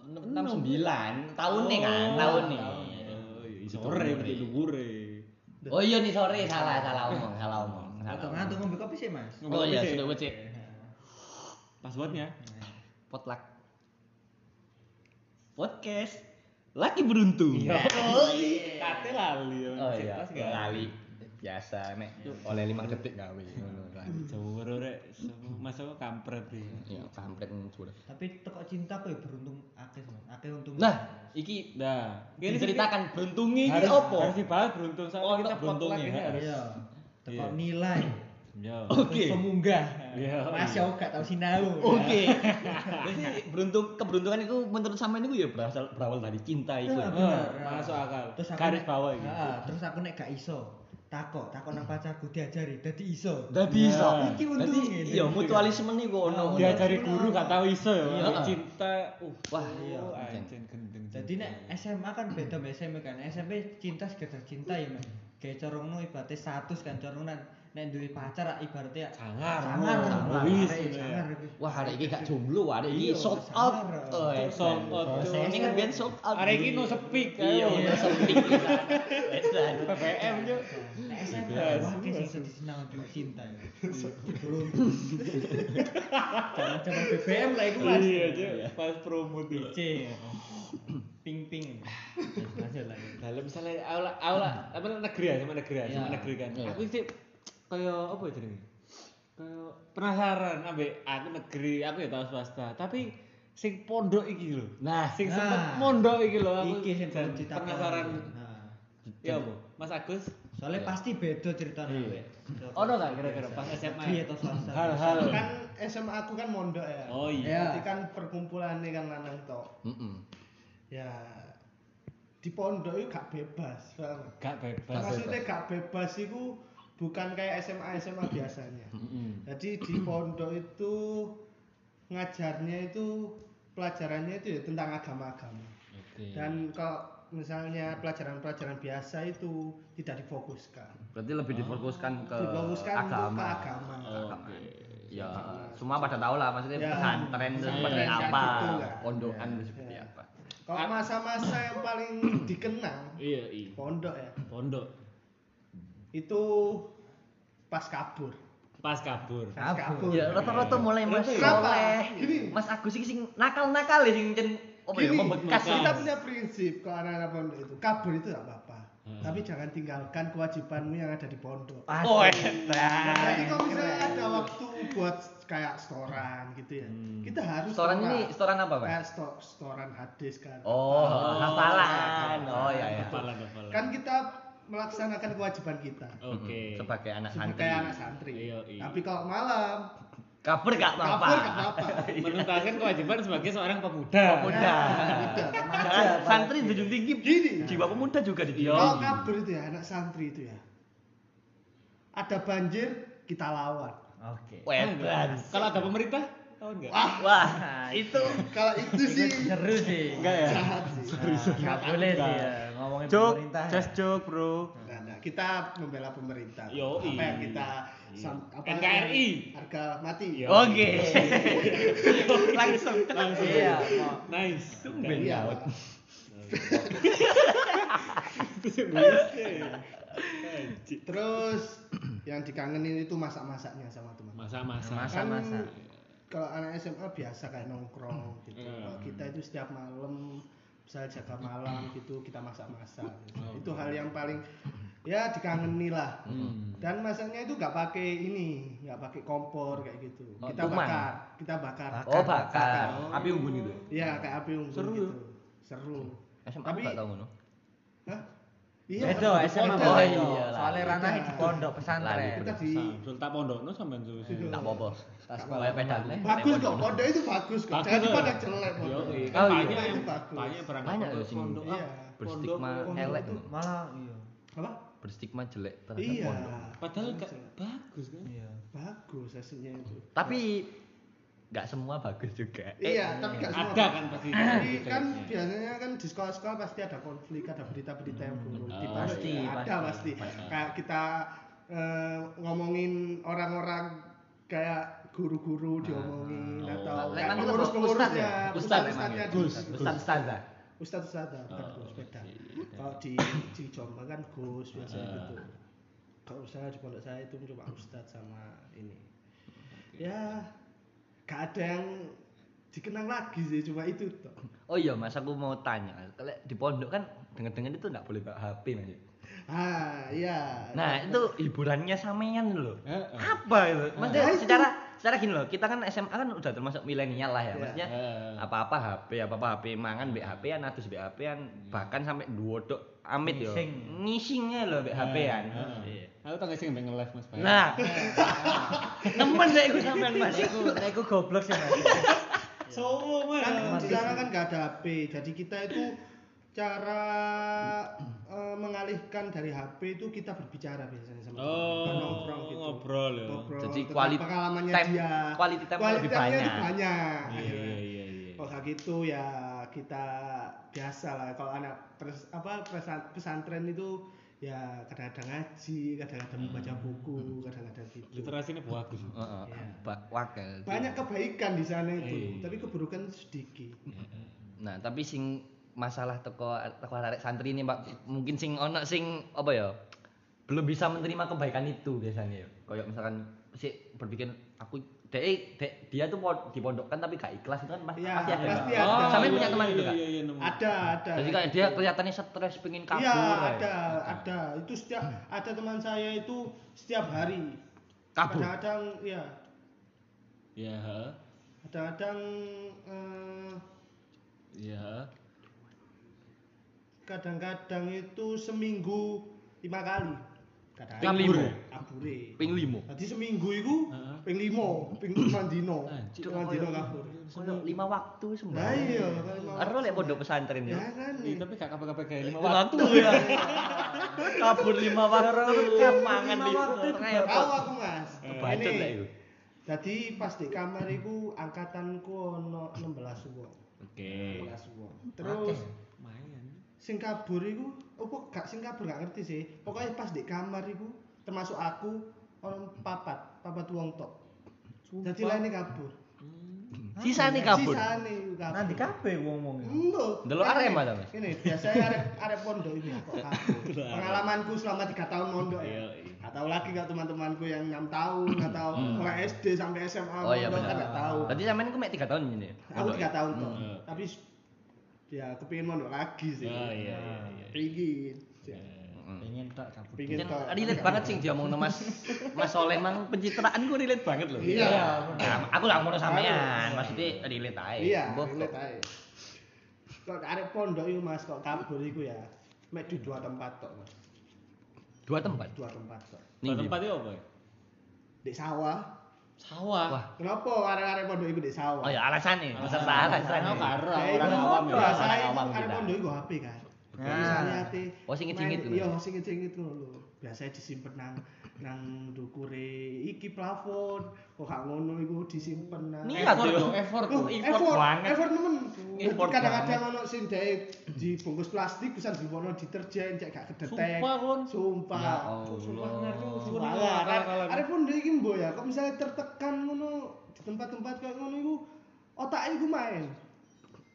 S1: 69 tahun nih kan,
S2: Oh,
S1: tahun nih.
S2: iya, Sore berarti luhure.
S1: Oh iya nih sore salah salah omong, salah omong. Salah
S3: Atau
S1: omong.
S3: ngantuk ngombe kopi sih, Mas. Nah,
S1: Oh iya sudah gue cek
S2: Passwordnya?
S1: potluck. Podcast laki beruntung.
S2: Iya. Kate lali. ya.
S1: Oh
S2: Cek
S1: iya,
S2: pas gak?
S1: lali biasa mek oleh 5 detik gawe ngono kan.
S2: Jawara rek, sama- masuk kampret ya.
S1: Ya kampret ngono.
S3: Tapi tekok cinta kok ya beruntung akeh, Mas. Akeh untung.
S1: Nah, iki
S2: Nah, ini
S1: diceritakan beruntungnya iki
S2: harus,
S1: opo?
S2: harus dibahas beruntung soalnya
S1: Oh,
S2: kita
S1: untuk
S2: beruntung
S1: potluck
S2: ya Oh,
S1: ini
S2: harus.
S3: iya. Tekok
S2: Iya. [LAUGHS]
S3: nilai.
S2: Yo.
S1: Oke.
S3: Terus Pemunggah.
S2: Iya.
S3: Mas yo gak tau sinau.
S1: Oke.
S4: [LAUGHS]
S1: Berarti beruntung keberuntungan itu menurut sama ini ya berasal berawal dari cinta itu.
S3: Nah,
S2: Oh,
S3: bener.
S2: masuk akal.
S3: Terus aku
S2: Garis
S3: nek-
S2: bawah ini.
S3: Ah, terus aku nek gak iso.
S4: takok, takok nang pacarku diajari dadi iso.
S1: Dadi iso.
S2: Nah,
S4: iki
S1: Dadi
S4: untungnya, ini.
S1: iya mutualisme niku ono.
S2: Dia cari guru gak tahu iso
S1: Iya.
S2: ya. Cinta uh
S1: Wah,
S2: iya
S1: iya.
S2: anjing gendeng.
S4: Jadi nek SMA kan beda sama SMP kan. SMP cinta sekedar cinta ya, Mas. Kayak corongno ibaratnya status kan corongnan nek duwe pacar ibaratnya
S2: Sangar,
S4: sangar
S2: no.
S4: sangar,
S2: Wis,
S4: arek
S2: gitu ya.
S4: sangar iki.
S1: Wah, hari ini gak jomblo, hari ini
S4: Iya,
S1: sold out.
S4: sangar, bro.
S1: Eh,
S2: Sold out,
S1: Sold
S2: cuy.
S1: Ini kan biar sold out.
S2: Hari ini no speak,
S1: Iya,
S2: ayo.
S1: no speak. Wedan.
S2: PPM yo.
S4: Nek SMP
S2: Bebas,
S4: wah ki sing disenang duwe cinta. ya. Jangan-jangan BBM lah iku, Mas.
S2: Iya, Cuk. pas promo tuh.
S4: PC ya. ping ping lanjut lanjut
S2: Nah, lah misalnya aula aula apa negeri ya sama negeri ya, sama
S1: Iya.
S2: negeri kan.
S1: Iya.
S2: Aku sih kaya apa ya jenenge? Kaya penasaran ambek aku negeri, aku ya tau swasta, tapi sing pondok iki lho.
S1: Nah,
S2: Sing
S4: Nah.
S2: sempet pondok iki lho aku.
S4: iki sing
S2: jan-
S4: cerita
S2: penasaran.
S4: nah.
S2: Ya apa? Mas Agus
S4: soalnya
S1: Iya.
S4: pasti beda ceritanya
S2: Iya. Ono gak kira-kira pas SMA?
S4: Negeri atau swasta?
S2: Hal-hal.
S3: kan SMA aku kan mondok ya
S2: Oh iya.
S4: Ya.
S3: berarti kan perkumpulannya kan lanang tok
S1: Mm-mm.
S3: ya di pondok itu gak bebas paham?
S2: Gak bebas.
S3: maksudnya gak bebas itu bukan kayak SMA SMA biasanya
S2: Heeh.
S3: jadi
S2: [CLEARS THROAT]
S3: di pondok itu ngajarnya itu pelajarannya itu ya tentang agama-agama
S1: Oke.
S2: Iya.
S3: dan kalau misalnya pelajaran-pelajaran biasa itu tidak difokuskan
S1: Berarti lebih difokuskan ke
S3: difokuskan untuk ke
S1: agama.
S3: agama
S1: Agama. Ya, semua pada tahu lah maksudnya
S3: Ya.
S1: pesantren itu
S2: Pesantren
S1: seperti
S2: kayak
S1: apa,
S3: gitu lah.
S1: pondokan itu seperti
S3: Ya.
S1: apa.
S2: Ah.
S3: kalau masa-masa yang paling
S2: [CLEARS THROAT]
S3: dikenang
S2: Iya, iya.
S3: pondok ya
S2: Pondok
S3: itu pas kabur
S2: pas kabur.
S3: pas kabur
S1: Ya, rata-rata mulai Mas
S3: Kenapa?
S1: Soleh,
S3: Gini.
S1: Mas Agus iki sing nakal-nakal ya, sing cen apa ya,
S3: Gini,
S1: membekas.
S2: Mas.
S3: kita punya prinsip kalau anak-anak pondok itu kabur itu gak apa-apa
S2: Hmm.
S3: tapi jangan tinggalkan kewajibanmu yang ada di pondok
S2: Oh,
S1: eh.
S2: iya,
S3: jadi kalau misalnya ada waktu buat kayak setoran gitu ya
S2: Hmm.
S3: kita harus
S1: Restoran
S3: tolak.
S1: ini restoran apa, Pak?
S3: kayak sto- setoran hadis kan
S1: Oh, hafalan.
S3: hafalan.
S1: Oh ya ya.
S2: Kepala, kepala.
S3: kan kita melaksanakan kewajiban kita
S2: Oke.
S1: Hmm, Sebagai anak
S3: sebagai
S1: santri.
S3: anak santri
S2: Iya, iya.
S3: tapi kalau malam
S1: Kabur gak apa-apa.
S3: kabur gak apa-apa
S2: [LAUGHS] menuntaskan kewajiban sebagai seorang pemuda.
S1: Pemuda.
S3: Udah, remaja.
S1: Jangan santri dijunjung tinggi.
S3: Gini.
S1: Jiwa pemuda juga
S3: kalau
S1: dijunjung.
S3: kabur
S2: Eh,
S3: itu ya anak santri itu ya ada banjir kita lawan
S4: oke
S1: Wedan.
S2: Kalau ada pemerintah, tahu enggak?
S3: wah
S1: Wah, Nah, itu
S3: kalau itu sih
S4: seru sih
S2: Enggak ya?
S3: jahat sih
S4: Nah, nggak boleh sih ya ngomongin pemerintah ya.
S2: joke, Bro.
S3: Nah, nah, kita membela pemerintah
S2: Yoi.
S3: apa yang kita sam- apa
S2: NKRI.
S3: yang harga mati
S2: Yo.
S1: oke.
S3: [LAUGHS]
S1: Langsung
S2: Langsung.
S4: iya kok.
S2: Nice.
S1: Tumben
S3: Iya.
S1: nyaut.
S3: Iya. terus yang dikangenin itu masak-masaknya sama teman
S2: Masa-masa.
S3: kan
S4: Masa-masa.
S3: kalau anak SMA biasa kayak nongkrong gitu
S2: Iya.
S3: kalau kita itu setiap malam bisa jaga malam gitu kita masak-masak gitu. itu hal yang paling ya dikangeni lah
S2: Hmm.
S3: dan masaknya itu nggak pakai ini nggak pakai kompor kayak gitu
S1: Oh,
S3: kita
S1: tuman.
S3: bakar kita bakar
S1: Oh, bakar.
S3: Oh.
S1: Api unggun itu. ya?
S3: Iya, kayak api unggun
S2: Seru
S3: gitu. Seru.
S1: SMA
S3: Tapi-
S1: gak tau ngono.
S3: Hah? Iya,
S4: beda SMA
S1: Oh,
S4: beda.
S1: iya lah. kan
S4: soalnya ranahnya di pondok
S1: Lah,
S4: pesantren
S3: Kita di
S2: Sultan Pondokno sampean suwe.
S3: Iya.
S1: Gak apa-apa.
S4: Tas
S1: Kayak pedal.
S3: bagus kok, pondok Ya, kan itu bagus kok.
S2: Bagus,
S3: Jadi
S2: loh.
S3: pada jelek
S2: Yo,
S3: pondok.
S2: iya.
S1: Oh,
S2: Kan
S1: iya.
S2: banyak yang
S3: Itu bagus.
S2: banyak berangkat
S1: Banyak
S2: pondok,
S1: loh sing
S2: pondok,
S3: iya.
S2: ah,
S1: Berstigma
S2: pondok.
S1: elek
S3: itu.
S1: ngono.
S4: malah iya
S3: Apa?
S1: Berstigma jelek terhadap
S3: Iya.
S1: pondok.
S2: Padahal gak bagus kan.
S4: iya
S3: bagus hasilnya itu.
S1: Tapi nggak semua bagus juga. Eh,
S3: Iya, tapi nggak semua.
S2: Ada kan pasti.
S3: Jadi kan
S7: Iya.
S3: biasanya kan di sekolah-sekolah pasti ada konflik, ada berita-berita yang buruk. Di
S2: Oh,
S3: pondok
S4: pasti,
S3: ya ada pasti. Kayak kita eh, ngomongin orang-orang kayak guru-guru diomongin
S2: oh.
S3: atau
S1: Lek nang ngono ustaz ya?
S3: pengurus-pengurusnya,
S1: Ustaz
S3: ustaz-ustaznya
S1: emang ya?
S3: diomongin.
S1: Ustaz Ustaz.
S3: Ustadz Ustadz lah, bukan
S2: Oh,
S3: Gus beda.
S2: iya,
S3: Kalau di di Jombang kan Gus biasanya
S2: Ah.
S3: gitu. Kalau misalnya di pondok saya itu cuma Ustadz sama ini. Ya, gak ada yang dikenang lagi sih cuma itu toh.
S1: Oh iya mas aku mau tanya. Kalau di pondok kan dengar-dengar itu nggak boleh bawa HP mas.
S3: Ah, iya.
S1: Nah itu hiburannya sampean loh.
S2: Heeh.
S1: Apa itu? Maksudnya
S3: Nah, itu.
S1: secara secara gini loh. Kita kan SMA kan udah termasuk milenial lah ya.
S3: Iya.
S1: Maksudnya
S2: Heeh.
S1: apa-apa HP, apa-apa HP mangan mbek HP an atus mbek HP an bahkan sampai duodok amit yo.
S4: Ngising.
S1: Ngisingnya loh mbek HP an. Iya.
S2: Heeh. Aku tak sing mbeng live Mas. Pak. [LAUGHS]
S1: Nah, nemen saya iku sampean Mas.
S4: aku aku goblok sih mas
S2: Sopo, Mas.
S7: kan
S3: kan di sana kan gak ada HP, jadi kita itu [CLEARS THROAT]
S7: cara eh, mengalihkan dari HP itu kita berbicara biasanya sama
S8: Oh,
S7: teman, nongkrong gitu.
S8: ngobrol ya.
S7: Ngobrol
S1: Jadi
S7: tentang
S1: quality
S7: pengalamannya
S1: time-
S7: dia.
S1: quality time-nya
S7: Quality
S1: lebih
S7: time-nya
S1: banyak.
S7: lebih banyak.
S8: Iya
S7: akhirnya.
S8: iya iya. iya.
S7: Kalau kayak gitu ya kita biasa lah kalau anak pres- apa pesan- pesantren itu ya kadang-kadang ngaji, kadang-kadang membaca buku, kadang-kadang gitu.
S8: Literasinya bagus.
S1: Heeh.
S7: Iya.
S1: Ba- Wakil.
S7: Banyak kebaikan di sana
S8: Iya.
S7: itu, tapi keburukan sedikit.
S1: Nah, tapi sing masalah teko teko arek santri ini, Pak, mungkin sing ono sing apa ya? Belum bisa menerima kebaikan itu biasanya ya. Kayak misalkan si berpikir aku dek dek dia tuh pod- di pondok kan tapi gak ikhlas itu kan pasti,
S7: Iya,
S1: pasti ada.
S7: pasti ada.
S1: Oh, Sampean
S7: iya,
S1: punya teman itu
S8: iya,
S1: kan?
S8: iya, iya, nemu.
S7: Ada, ada.
S1: Jadi kayak dia kelihatannya stres pengen kabur. Hmm.
S7: Iya,
S1: ya.
S7: ada, ada. Itu setiap ada teman saya itu setiap hari.
S1: Kabur.
S7: Kadang-kadang ya,
S8: Ya. ha.
S7: kadang-kadang eh,
S8: Ya. ha.
S7: kadang-kadang itu seminggu lima kali.
S1: Ping
S7: Kadang-kadang
S1: limo.
S7: kabure.
S1: Ping limo.
S7: Tadi seminggu itu
S8: Heeh.
S7: ping limo, ping lima dino.
S1: Ah,
S8: Anjir,
S7: Lima dino kabur.
S1: Koyo lima waktu sembah.
S7: Nah, iya,
S1: Ero lek pondok pesantren ya.
S7: Ya kan.
S8: Ih, Iya, tapi gak kabeh-kabeh kayak lima
S1: Lima waktu
S7: iya.
S1: ya. Kabur lima waktu, Iya, mangan di
S7: Tahu aku, Mas.
S1: Kebacot Eh, lah
S7: Ini.
S1: itu.
S7: Tadi pas di kamar iku angkatanku ono 16 wong.
S8: Oke.
S7: 16 wong. Terus sing kabur iku opo gak sing kabur gak ngerti sih. Pokoknya pas di kamar iku termasuk aku ono papat, papat wong tok. Jadi lainnya kabur.
S1: Sisa nih kabur.
S7: Sisane iku kabur.
S3: Nanti kabeh wong-wong iku.
S7: Enggak.
S1: Delok Arema ta, Mas?
S7: Ini biasanya arep arep pondok ini kok kabur. Pengalamanku selama 3 tahun mondok
S8: Iya,
S7: ya.
S8: iya.
S7: Gak tahu lagi gak teman-temanku yang 6 tahun atau orang SD sampai SMA
S1: Oh iya
S7: mondok kan
S1: benar.
S7: gak tahu.
S1: Tadi sampean ku mek 3 tahun ini.
S7: Aku
S1: Pondok ya?
S7: 3 tahun tuh.
S8: Hmm.
S7: Tapi ya kepingin mondok lagi sih.
S8: Oh iya iya iya.
S7: Pingin.
S8: Eh,
S3: Pengen tak kabur.
S7: Pingin
S1: Mungkin
S7: kok.
S1: relate banget sing diomongno Mas Mas Soleh mang pencitraan ku relate banget loh.
S7: Iya.
S1: Nah, aku lah ngono sampean, maksudnya relate ae.
S7: Iya,
S1: Mbah,
S7: relate ae. Kok arek pondok iku Mas kok kabur iku ya. Mek di dua tempat tok, Mas.
S1: Dua tempat.
S7: Dua tempat tok.
S1: Ning ndi?
S8: Tempatnya apa ya?
S7: Di sawah.
S8: Sawah.
S1: Wah.
S7: Kenapa arek-arek pondok iku di sawah?
S1: Oh ya alasane, beserta
S7: Ah,
S1: alasane.
S8: Aku karo
S7: Ya,
S8: orang
S7: iku
S8: awam ya. Ah.
S7: Biasanya
S1: Orang awam
S7: arek
S1: kita.
S7: pondok iku HP kan.
S3: Nah.
S7: Nah,
S1: Oh, sing ngecingit
S7: itu.
S1: itu.
S7: Iya, sing ngecingit itu lho. Biasanya disimpen nang nang dukure iki plafon. Kok gak ngono iku disimpen nang. Eh,
S1: Niat
S8: Effort
S1: yo.
S8: dong, effort
S7: Loh,
S8: dong.
S1: effort banget.
S7: Hmm, Effort nemen. Jadi
S1: Effort
S7: kadang-kadang ono sing dhek dibungkus plastik bisa diwono deterjen cek gak kedetek.
S8: Sumpah, Kon.
S7: Sumpah.
S1: Ya
S7: Sumpah,
S1: Allah.
S7: arek- Arek pun dhek iki mbok ya, kok misalnya tertekan ngono di tempat-tempat kayak ngono iku otak iku main.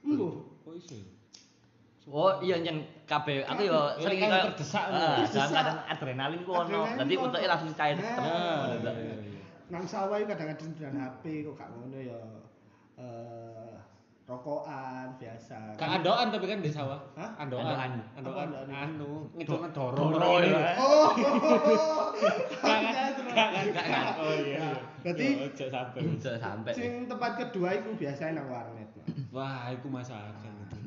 S7: Embo.
S8: Kok iso? ya?
S1: Oh iya nyen kabeh aku yo sering
S8: kan
S1: kayak-
S8: terdesak,
S1: Ah,
S7: terdesak.
S1: dalam keadaan adrenalin ku ono.
S7: Adrenalin
S1: Dadi
S7: ku ono.
S1: uteknya langsung cair.
S7: Nah.
S1: Tep.
S8: Ya.
S7: Nang sawah iku kadang-kadang dengan HP kok gak ngono ya eh rokokan biasa.
S8: Kak Andoan tapi kan di sawah.
S7: Hah?
S1: Andoan.
S8: Andoan.
S7: Apa
S8: Andoan.
S7: Andoan?
S8: Anu, itu ngedoro.
S1: Doro ya.
S7: Oh.
S8: Kak kan, kak kan. Oh iya. iya.
S7: Berarti-
S8: Yo, ojo sampe.
S1: Bisa sampai.
S7: Sing tempat kedua iku biasanya nang warnet. Mas.
S8: Wah, iku masakan itu.
S7: Nang warnet.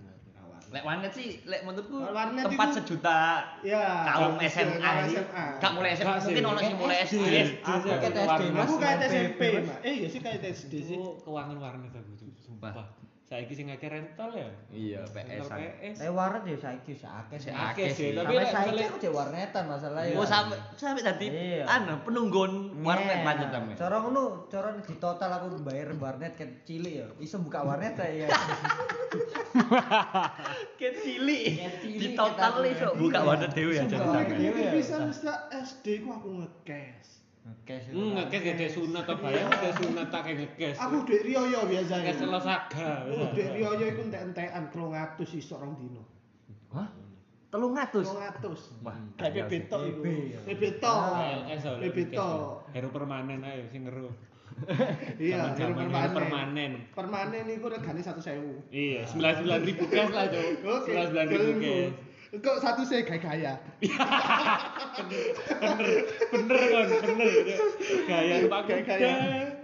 S1: Lek warnet sih, lek menurutku
S7: Lek warnet
S1: tempat
S7: itu-
S1: sejuta
S7: Ya.
S1: kaum SMA.
S7: kaum
S1: ini.
S7: SMA.
S1: Gak mulai SMA,
S8: Gak sih.
S1: mungkin orang sih mulai SD.
S3: Aku
S8: Aku
S3: kayak SD,
S7: Aku
S3: Mas.
S7: kayak
S3: SMP,
S7: SMP,
S3: Mas.
S7: Mas. Eh, iya sih kayak SD sih.
S8: Itu keuangan warnet aku tuh,
S1: Wah.
S8: sumpah. Saiki sing akeh rental ya.
S1: Iya,
S8: Rental
S1: PS.
S8: PS.
S3: Eh warnet ya saiki wis akeh
S1: Sik
S3: sih.
S8: Akeh
S1: akeh
S8: sih,
S1: sih.
S8: tapi
S3: Sampai
S8: lek
S3: saiki
S8: misalnya-
S3: aku di warnetan masalahnya.
S1: Oh sampai sampai tadi
S3: Iya.
S1: anu penunggun warnet lanjut sampe.
S3: Cara ngono, cara di total aku bayar warnet kan cilik ya. Iso buka warnet ta
S2: [LAUGHS]
S3: ya.
S1: Kecili.
S3: Kecilik,
S1: Di total
S3: kita
S1: iso
S3: tuh.
S1: buka warnet dhewe ya
S3: Sumpah.
S1: jadi
S7: Kalau
S3: Sampai.
S1: sampe.
S7: itu
S3: Iya.
S7: bisa sejak SD ku aku nge-cash.
S3: Oke sih.
S8: Hmm, ngekes gede sunat apa ya? Gede sunat tak kayak ngekes.
S7: Aku dek riyoyo biasanya.
S8: ngekes lo saga.
S7: Oh, dek riyoyo iku entek-entekan 300 iso rong dino.
S1: Hah? 300.
S7: 300.
S1: Wah,
S7: Kayak PB tok iku.
S3: PB, ya.
S7: PB tok.
S8: LS lo.
S7: PB tok.
S8: Hero permanen ayo sing ngeru.
S7: Iya,
S8: Zaman-zaman
S7: permanen.
S8: hero permanen.
S7: Permanen iku regane 1.000.
S8: Iya, 99.000 cash lah, Cuk.
S7: Oke.
S8: 99.000 cash.
S7: Kok satu saya kayak kaya.
S8: Bener kan, bener. Gaya Pak
S7: Kayak kaya.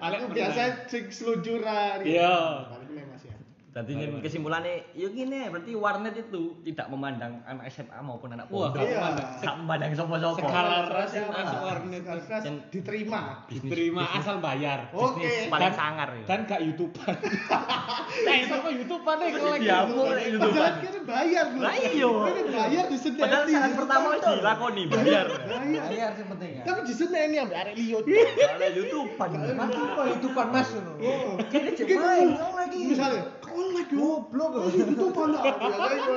S8: Kuda.
S7: Aku biasa sing seluncuran.
S8: Iya.
S7: Paling memang sih. ya.
S1: Jadi ini kesimpulannya, ya gini berarti warnet itu tidak memandang anak SMA maupun anak
S2: Wah,
S1: pondok.
S7: Iya.
S1: Tak memandang sopo-sopo.
S2: Sekali. Skala
S7: Skala
S2: rasio
S7: apa?
S2: masuk warnet.
S7: Skala rasio
S1: Dan-
S7: diterima.
S2: Terima asal bayar.
S3: Oh.
S7: Oke.
S1: Paling
S2: Dan-
S1: sangar ya.
S2: Dan gak YouTuber. Nah, sama YouTuber nih
S1: Terus
S2: kalau lagi.
S1: diamuk, lek, YouTuber.
S7: Padahal kira bayar loh.
S1: Lah iya.
S7: Kira bayar diseneni.
S1: Padahal saat pertama wis dilakoni bayar.
S3: Nah,
S7: Bayar.
S3: Bayar sing penting ya.
S7: Tapi oh. diseneni ambek arek liyo.
S1: Soalnya YouTuber.
S3: Mati apa hidupan Mas ngono.
S7: Oh.
S9: Kene jek
S7: Gitu.
S9: main ngomong lagi.
S7: Misalnya, kau lagi goblok. Oh, itu pala. Ya, lah, iya.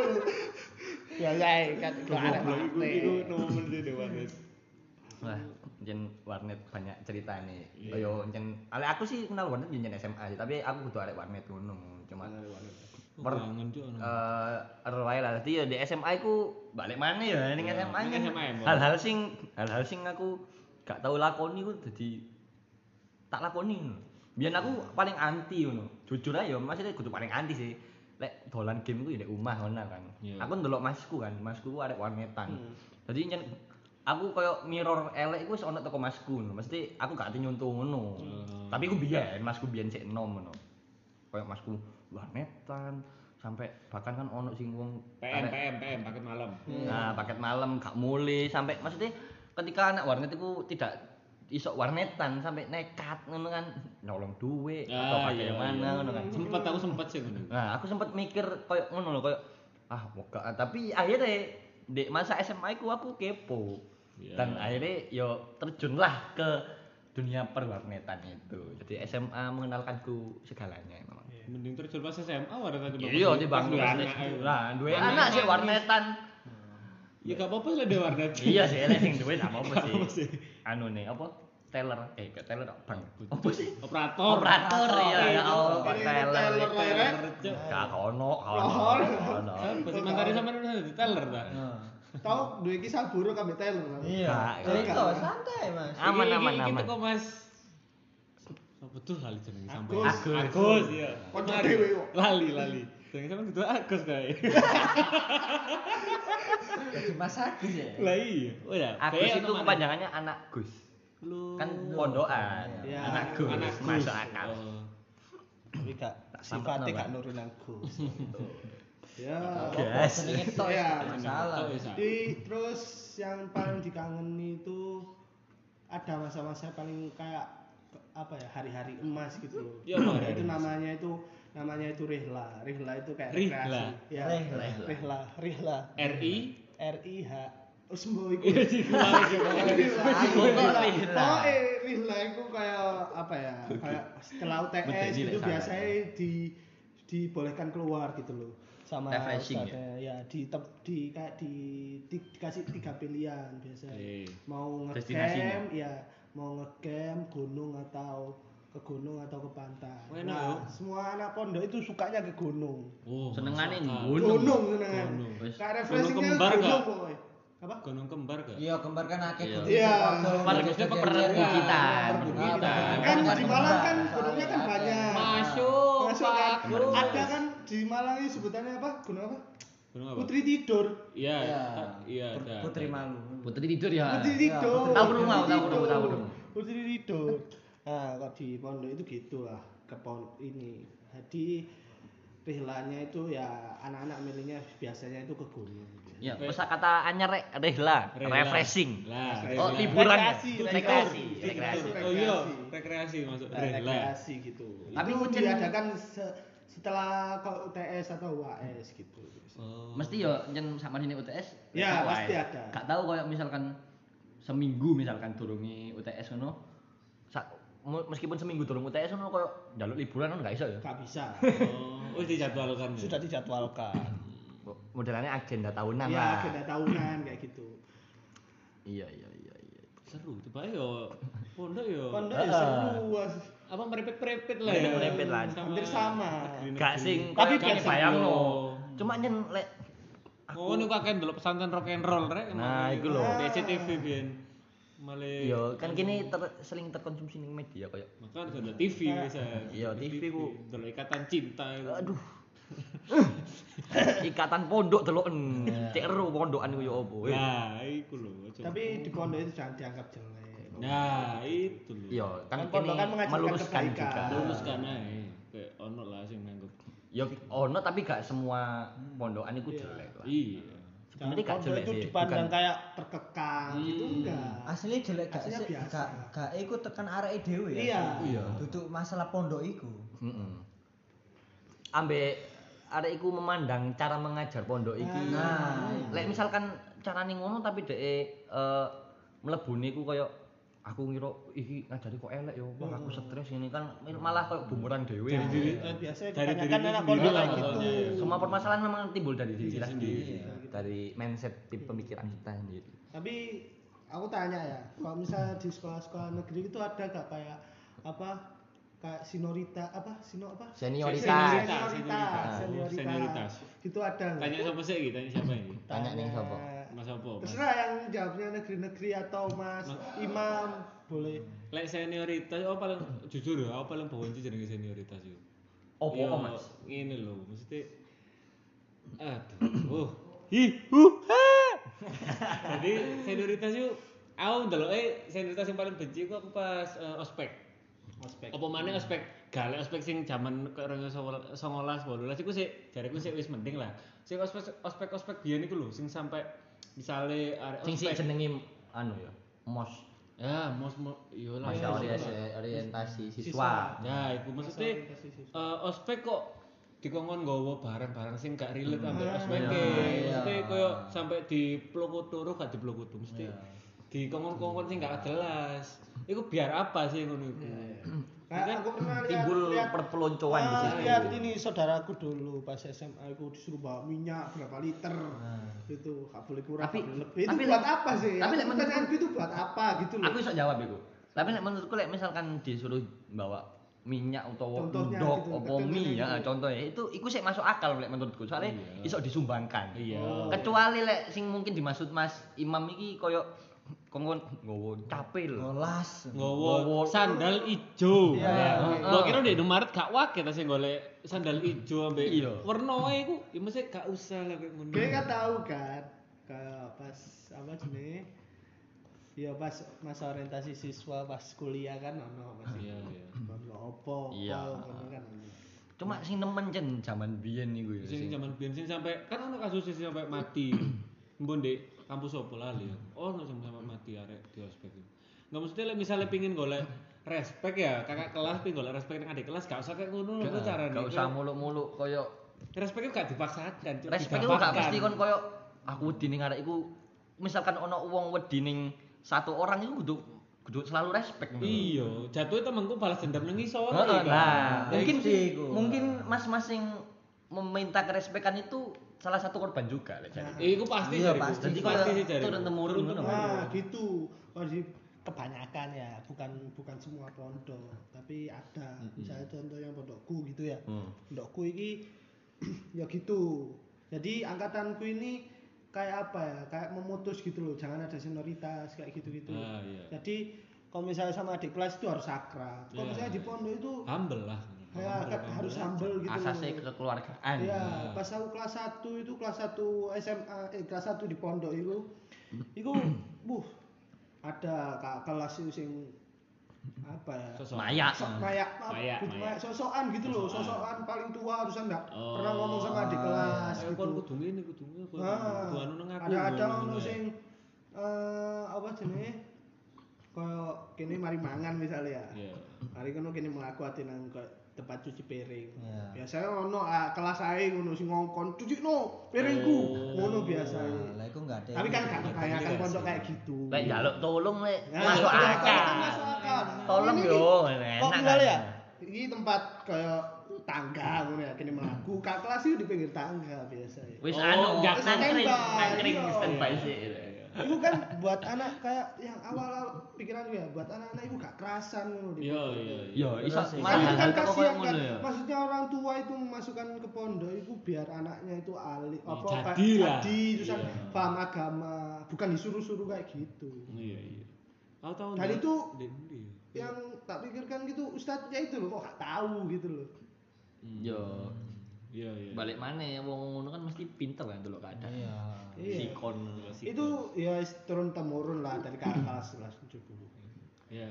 S7: Ya lah, kan kok arek mati.
S2: nomen sih dewa guys.
S1: Wah, jen warnet banyak cerita nih. Yo jen, ale aku sih kenal warnet jen SMA sih, tapi aku kudu arek warnet ngono. Cuma Per-
S2: Kangen cuk.
S4: Iya.
S1: eh ero wae lah. Dadi ya di SMA ku balik mana ya ning
S2: Ya,
S1: SMA
S2: ning
S1: kan
S2: SMA, Mbak.
S1: hal-hal sing hal-hal sing aku gak tau lakoni ku dadi tak lakoni. ngono. Biyen aku paling anti ngono. Jujur ae ya, maksudnya kudu paling anti sih. Lek dolan game ku ya di omah ngono kan.
S2: Iya.
S1: Aku ndelok masku kan, masku ku arek warnetan.
S2: Hmm.
S1: Jadi nyen aku koyo mirror elek iku wis ana teko masku ngono. Mesti aku gak ati nyuntung ngono.
S2: Hmm.
S1: Tapi aku biyen, masku biyen sik enom ngono. Koyo masku warnetan sampai bahkan kan ono sing wong
S2: PM
S1: arek-
S2: PM PM paket malam.
S1: Nah, paket malam gak mulai sampai maksudnya ketika anak warnet itu tidak isok warnetan sampai nekat ngono kan nyolong duit atau
S2: Ah,
S1: pakai
S2: iya,
S1: Eh, yang mana
S2: iya.
S1: ngono kan.
S2: Sempet aku sempet sih ngono.
S1: Nah, aku sempat mikir koyo ngono lho koyo ah moga ah." tapi akhirnya di masa SMA ku aku kepo.
S2: Iya.
S1: Dan akhirnya yo terjunlah ke dunia perwarnetan itu. Jadi SMA mengenalkanku segalanya memang.
S2: Mending terjun pas SMA warna tadi
S1: Iya, di bang
S2: Pas anak.
S1: Lah, duwe anak sih warnetan.
S2: Ya gak apa-apa lah ada warna.
S1: iya sih lek sing duwe gak apa-apa
S2: Gak apa
S1: sih
S2: sih.
S1: anu nih apa teller eh gak teller kok bang apa sih
S2: Operator.
S1: operator kan? ya ya Allah kok
S7: Ini
S1: teller
S7: teller,
S2: Teller, cuk.
S1: gak ono gak
S7: Lor.
S1: ono
S2: Apa sih mantari sama di teller ta?
S3: Nah.
S7: Tahu duwe kisah buruk ambek Taylor. kan?
S3: Iya.
S1: Nah,
S3: [LAUGHS] Cerita
S7: iya.
S3: santai Mas.
S1: aman
S2: Iki- iki-
S1: aman
S2: iki
S1: aman
S2: teko Mas. Apa tuh lali jenenge sampe?
S7: Agus.
S2: Agus
S3: iya.
S2: ya.
S7: Kocok dhewe kok.
S2: Lali lali. Jenenge sampe gitu Agus kae.
S3: Jadi Mas Agus ya.
S2: Lah iya. Oh ya.
S1: Agus itu kepanjangannya anak Gus kan pondokan
S3: Iya.
S1: anak Gus
S2: Anak Gus.
S1: masuk akal
S2: Oh.
S7: Tapi
S2: Iya.
S7: gak
S1: sifatnya gak
S7: nurun aku. Ya.
S1: guys
S3: Jenenge tok
S7: Iya.
S3: ya masalah.
S2: Tok bisa.
S7: Di terus yang paling dikangeni itu ada masa-masa paling kayak ke- apa ya hari-hari emas gitu loh.
S2: Iya, apa hari-hari
S7: itu
S2: emas?
S7: namanya itu namanya itu rihla. Rihla itu kayak
S2: Rihla.
S7: rekreasi. Ya,
S3: Rihla.
S7: Rihla. Rihla.
S3: [LAUGHS]
S2: RI
S7: R I H. Terus mbok iku.
S2: Iya sih kemarin juga.
S7: Rihla.
S1: Rihla.
S7: Oh, eh, Rihla itu kayak apa ya? Kayak setelah UTS
S1: Medeni
S7: itu
S1: lek
S7: gitu biasanya
S1: santai.
S7: di dibolehkan keluar gitu loh sama
S1: Refreshing ya?
S7: ustadznya. ya di tep- di kayak di, di- dikasih tiga pilihan biasanya
S2: Eh.
S7: mau
S1: Destinasinya.
S7: ngecamp ya mau ngecamp gunung atau ke gunung atau ke pantai
S2: Wah, enak
S7: nah,
S2: ya.
S7: semua anak pondok itu sukanya ke gunung
S2: Oh,
S1: senengane
S2: masuk akal.
S1: gunung
S7: gunung kan? senengan
S2: Gunung.
S7: kayak refreshingnya
S2: kembar
S7: gunung
S2: nggak?
S7: pokoknya apa
S2: Gunung kembar gak?
S3: Iya, kembar kan akeh
S1: Iya.
S3: kudu.
S7: Iya.
S1: Malah maksudnya perbukitan perbukitan
S7: kan
S3: Kan
S7: di
S3: ada
S7: Malang kan
S3: kembar,
S7: gunungnya kan
S3: ada.
S7: banyak
S2: Masuk,
S7: Masuk
S2: Pak
S7: kan?
S2: Gus.
S7: ada kan di Malang ini sebutannya apa gunung apa
S2: Gunung apa?
S7: Putri tidur
S2: Iya,
S3: Iya.
S2: iya,
S3: Put-
S2: ada,
S3: Putri
S2: ada.
S3: Malu.
S1: putri tidur ya
S7: Putri Rido.
S3: Putri
S1: Tahu belum,
S7: Putri
S1: tahu belum,
S7: Rido.
S1: tahu belum.
S7: Putri Rido. Nah, kalau di pondok itu gitulah ke pondok ini. Jadi rihlanya itu ya anak-anak milihnya biasanya itu ke gunung.
S1: ya kata anyar rek rehla
S2: Rela.
S1: refreshing
S2: Lah,
S1: Oh,
S2: rela.
S1: liburan ya?
S7: Rekreasi,
S1: Rekreasi,
S7: rekreasi.
S1: rekreasi. Eh,
S2: Oh iya, rekreasi masuk
S7: Nah,
S2: rela.
S7: rekreasi gitu.
S1: Tapi
S7: Tapi itu
S1: mungkin-
S7: diadakan se- setelah ke UTS atau UAS gitu.
S2: Oh.
S1: mesti ya yen sama ini UTS
S7: Ya,
S1: tetep
S7: pasti
S1: wae.
S7: ada.
S1: gak tahu kayak misalkan seminggu misalkan durungi UTS ngono sa- mu- meskipun seminggu durung UTS ngono kayak njaluk liburan ngono gak iso ya
S7: Gak bisa.
S1: [LAUGHS]
S2: Oh, wis dijadwalkan. ya?
S7: Sudah dijadwalkan.
S1: modelannya agenda tahunan lah
S7: ya, agenda tahunan kayak gitu.
S1: iya iya iya iya
S2: seru, tiba yo pondok yo.
S7: Pondok ya
S1: Heeh.
S7: seru. wah.
S2: Apa merepet-merepet lah.
S1: Merepet-merepet Iya, lah.
S7: Hampir sama.
S1: gak sing
S2: Tapi
S1: kayak Iya.
S2: gak
S1: gak bayang
S2: sing-
S1: lo cuma nyen lek
S2: Oh, ini kakek dulu pesantren rock and roll rek. ya.
S1: Nah, iku lho.
S2: Di CTV biyen. Male.
S1: yo kan kini ter, seling terkonsumsi ning media kayak
S2: Makan sudah TV biasa.
S1: Iya, TV ku.
S2: Dulu ikatan cinta itu. [LAUGHS]
S1: aduh ikatan pondok deloken cek ero pondokan ku yo opo eh.
S2: Nah, iku lho. Coba.
S7: Tapi di pondok itu jangan dianggap jelek.
S2: Nah, itu lho.
S1: yo kan
S7: Kan pondok
S1: kini
S7: kan mengajarkan
S1: meluruskan
S7: kebaikan.
S1: juga
S2: Lulus kan ae. Kayak ono lah sing nanggep.
S1: Ya ono tapi gak semua pondokan iku jelek lah.
S2: Iya.
S1: Sebenarnya gak jelek
S7: itu
S1: sih.
S7: dipandang
S1: bukan-
S7: kayak terkekang gitu
S2: Hmm.
S7: enggak.
S3: Asli jelek gak
S7: Aslinya
S3: sih?
S7: biasa.
S3: Gak gak iku tekan arek dhewe ya.
S7: Iya.
S2: Iya.
S3: Duduk masalah pondok iku.
S1: Heeh. Ambek arek iku memandang cara mengajar pondok iki.
S3: Nah,
S1: Lek misalkan carane ngono tapi dhek eh mlebune iku koyo aku ngira iki ngajari kok elek ya wah aku stres ini kan malah koyo bumerang dhewe.
S7: Eh, biasanya
S2: Dari diri
S7: kebanyakan anak
S2: sendiri
S7: pondok
S2: lah
S7: kayak gitu.
S2: masalahnya, ya.
S1: Semua permasalahan memang timbul Iya, dari diri kita sendiri. iya. Dari mindset di pemikiran kita sendiri.
S7: Tapi aku tanya ya, kalau misalnya di sekolah-sekolah negeri itu ada gak kayak apa kayak sinorita apa sino apa
S1: Senioritas.
S7: senioritas
S2: Senioritas.
S7: senioritas,
S2: Senioritas.
S7: itu ada nggak? Nah,
S2: Tanya siapa sih? iki? Tanya siapa ini?
S1: Tanya nih sapa?
S2: Mas apa? Mas?
S7: terserah yang jawabnya negeri-negeri atau mas imam boleh
S2: Lek senioritas, oh paling jujur ya, aku paling benci jenenge senioritas yo.
S1: Opo
S2: Yo,
S1: kok, Mas?
S2: Ngene lho, mesti aduh. Oh. Hi, hu, ha. [LAUGHS] Jadi senioritas yo aku ndeloke senioritas yang paling benci ku aku pas eh, ospek.
S7: ospek
S2: Apa maneh ospek galak ospek sing jaman 2019 18 iku sik jareku sik wis mending lah. Sing ospek ospek ospek biyen iku lho sing sampai misale arek
S1: Sing sing
S2: ospek.
S1: jenenge anu ya, mos.
S2: Ya, mos mos yo lah.
S1: Masa
S4: Iya.
S2: mos-
S1: orientasi, orientasi siswa.
S2: Nah, iku maksudnya
S7: orientasi siswa.
S2: eh, ospek kok dikongkon nggawa barang-barang sing gak relate ambek ospek e.
S3: iya.
S2: Mesti koyo sampe dipluku turu gak dipluku turu mesti dikongkon-kongkon sing gak jelas. Iku biar apa sih ngono iku?
S7: kayak Nah, aku pernah lihat
S1: Timbul
S7: lihat-
S1: perpeloncoan di
S7: Ah,
S1: situ.
S7: lihat ini saudaraku dulu pas SMA aku disuruh bawa minyak berapa liter gitu gak boleh kurang
S1: Hmm. Tapi-
S7: gak boleh lebih itu
S1: tapi
S7: buat
S1: lek-
S7: apa sih
S1: tapi lek
S7: aku
S1: menurutku-
S7: pertanyaanku itu buat apa gitu loh
S1: Aku iso jawab iku. Tapi nek menurutku lek misalkan disuruh bawa minyak utawa
S7: Contohnya
S1: endok
S7: gitu,
S1: apa
S7: contohnya
S1: mie ya
S7: gitu.
S1: contohnya itu iku sik masuk akal lek menurutku soalnya iso disumbangkan.
S2: Iya.
S1: Oh. Kecuali lek sing mungkin dimaksud Mas Imam iki koyo kongkon nggowo capil.
S3: Ngolas.
S2: Nggawa
S1: Nggawa-
S2: sandal ijo.
S7: Iya,
S2: Ya.
S1: oke.
S2: Mbok kira di Indomaret gak wake ta sing golek sandal ijo ambek
S1: Iya.
S2: wernoe iku ya mesti gak usah lah kayak ngono.
S7: Kayaknya gak tahu kan kayak pas apa jenis ya pas masa orientasi siswa pas kuliah kan ono masih
S2: Iya, iya.
S7: ono opo
S1: Iya.
S7: opo ngono kan ono.
S1: Cuma sing nemen jen jaman biyen iku ya.
S2: sing
S1: sing-
S2: zaman biyen sing sampai kan ono kasus sing sampai
S1: [CLEARS THROAT]
S2: mati. Mbon Dek, kampus opo lali ya. Ono sing sampai mati arek di ospek. iku. Nggak mesti lek misale pengin golek respek ya, kakak kelas pengin golek respek nang adik kelas gak usah kayak ngono lho carane.
S1: Gak usah muluk-muluk koyo
S2: Respek itu gak dipaksakan, cuma
S1: respek iku gak
S2: didapatkan.
S1: mesti kon koyo aku wedi ning arek iku misalkan ono wong wedi ning satu orang iku kudu kudu selalu respek ngono.
S2: Iya, jatuhnya temanku balas dendam nang isore.
S1: Heeh,
S2: kan.
S1: nah,
S3: Ya,
S1: mungkin
S3: itu sih, gua.
S1: mungkin mas-mas yang meminta kerespekan itu salah satu korban juga lah jadi.
S2: Eh, iku pasti
S3: Iya,
S2: jariku.
S3: pasti.
S1: Jadi
S3: Itu
S1: kalau
S2: pasti sih jariku.
S1: turun temurun itu namanya.
S7: nah Ah, gitu kalau di kebanyakan ya bukan bukan semua pondok tapi ada misalnya contoh yang pondokku gitu ya
S1: Hmm.
S7: pondokku ini [CLEARS THROAT] ya gitu jadi angkatanku ini kayak apa ya kayak memutus gitu loh jangan ada senioritas kayak gitu gitu
S2: Ah, iya.
S7: jadi kalau misalnya sama adik kelas itu harus sakral kalau
S2: Iya.
S7: misalnya di pondok itu
S2: Humble lah.
S7: kayak
S2: Humble,
S7: kan-
S2: humble
S7: harus
S2: aja.
S7: humble gitu
S1: Asasnya
S7: loh.
S1: kekeluargaan.
S7: Iya, pas aku kelas 1 itu kelas 1 SMA eh kelas 1 di pondok
S2: [CLEARS THROAT]
S7: itu. Iku buh ada kak kelas itu sing apa ya?
S2: Sosok.
S1: Maya.
S7: Sok kayak
S2: Mayak, mayak.
S7: sosokan gitu loh,
S2: Sosokan.
S7: sosokan paling tua harusnya enggak
S2: Oh.
S7: pernah ngomong sama adik kelas
S2: Ayo
S7: gitu.
S2: kon kudu ngene kudu ngene kon.
S7: Ah,
S2: Tuan nang aku.
S7: ada ada
S2: ngono, ya.
S7: ono
S2: ngono,
S7: sing eh apa jenenge? Kayak kene mari mangan misalnya ya.
S2: Iya.
S7: Hari kono kene mlaku ati nang ke- tempat cuci piring.
S3: Iya.
S7: Biasanya ono ah, kelas ae ngono sing ngongkon cuci no piringku. Ngono biasa.
S3: Lah iku enggak ada.
S7: Tapi kan gak kebanyakan pondok kayak gitu.
S1: Lek jaluk tolong lek
S7: Nah,
S1: masuk
S7: iya,
S1: akal.
S7: kan masuk akal.
S1: Tolong
S7: Ini
S1: yo,
S7: ki-
S1: enak.
S7: Kok
S1: kan.
S7: misalnya ya? Ini tempat kayak tangga ngono ya kene mlaku. Kak kelas itu di pinggir tangga biasanya.
S1: Wis
S2: Oh,
S1: anu
S2: nggak
S1: nangkring,
S7: standby,
S1: nangkring
S7: iya.
S1: standby sih.
S7: itu kan buat anak kayak yang awal-awal pikiran gue ya, buat anak-anak itu gak kerasan ngono di
S2: Iya, iya, iya.
S1: Yo, iso
S3: Terus sih.
S7: Kan
S1: malah
S7: itu kan
S1: hal-hal kok koyo
S7: kasihan kan.
S1: ngono ya.
S7: Maksudnya orang tua itu memasukkan ke pondok itu biar anaknya itu alih apa
S2: Hmm, jadi
S7: kayak
S2: lah.
S7: jadi terus
S2: Iya.
S7: paham agama, bukan disuruh-suruh kayak gitu.
S2: Iya, iya. Aku tahu.
S7: Dan
S2: Ndek.
S7: itu-
S2: Ndek ndi ya?
S7: Yang tak pikirkan gitu ustadznya itu loh kok gak tahu gitu loh.
S1: Yo,
S2: Hmm. Iya, iya.
S1: balik maneh wong ngono kan mesti pinter kan dulu keadaan.
S3: Iya.
S7: Iya.
S1: Sikon sikon.
S7: Itu ya turun temurun lah dari kakak kelas kelas 70.
S2: Iya.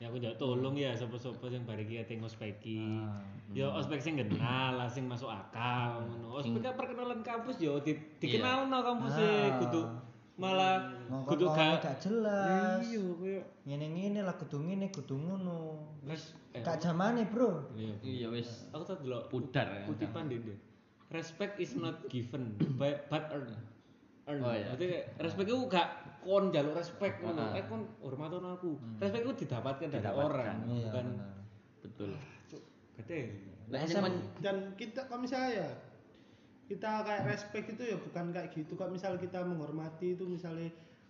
S2: ya aku ndak tolong ya sapa-sapa sing bariki ate ngospeki. Ya ospek sing kenal, lah sing masuk akal ngono. Ospek kan perkenalan kampus ya di, dikenalno kampus e
S3: Ah.
S2: kudu malah kudu
S3: ngomong-ngomong
S2: gak
S3: gak jelas
S2: Iya, koyo
S3: ngene-ngene lah kudu ngene kudu ngono
S2: wis eh,
S3: gak zamane bro
S2: iya.
S1: Iya wis
S2: Aku tak delok
S1: pudar ya.
S2: kutipan deh deh. Respect is not given but, but earned. Earned.
S1: Oh, iya.
S2: Maksudnya respect itu gak kon jaluk respect ngono.
S1: Ah.
S2: Eh kon hormaton aku. Respect itu didapatkan dari
S1: Didapatkan.
S2: orang,
S3: Iya,
S2: bukan ya.
S3: benar.
S1: Betul.
S2: gede.
S1: Lek sing men
S7: dan kita kalau misalnya ya kita kayak respect itu ya bukan kayak gitu kalau misalnya kita menghormati itu misalnya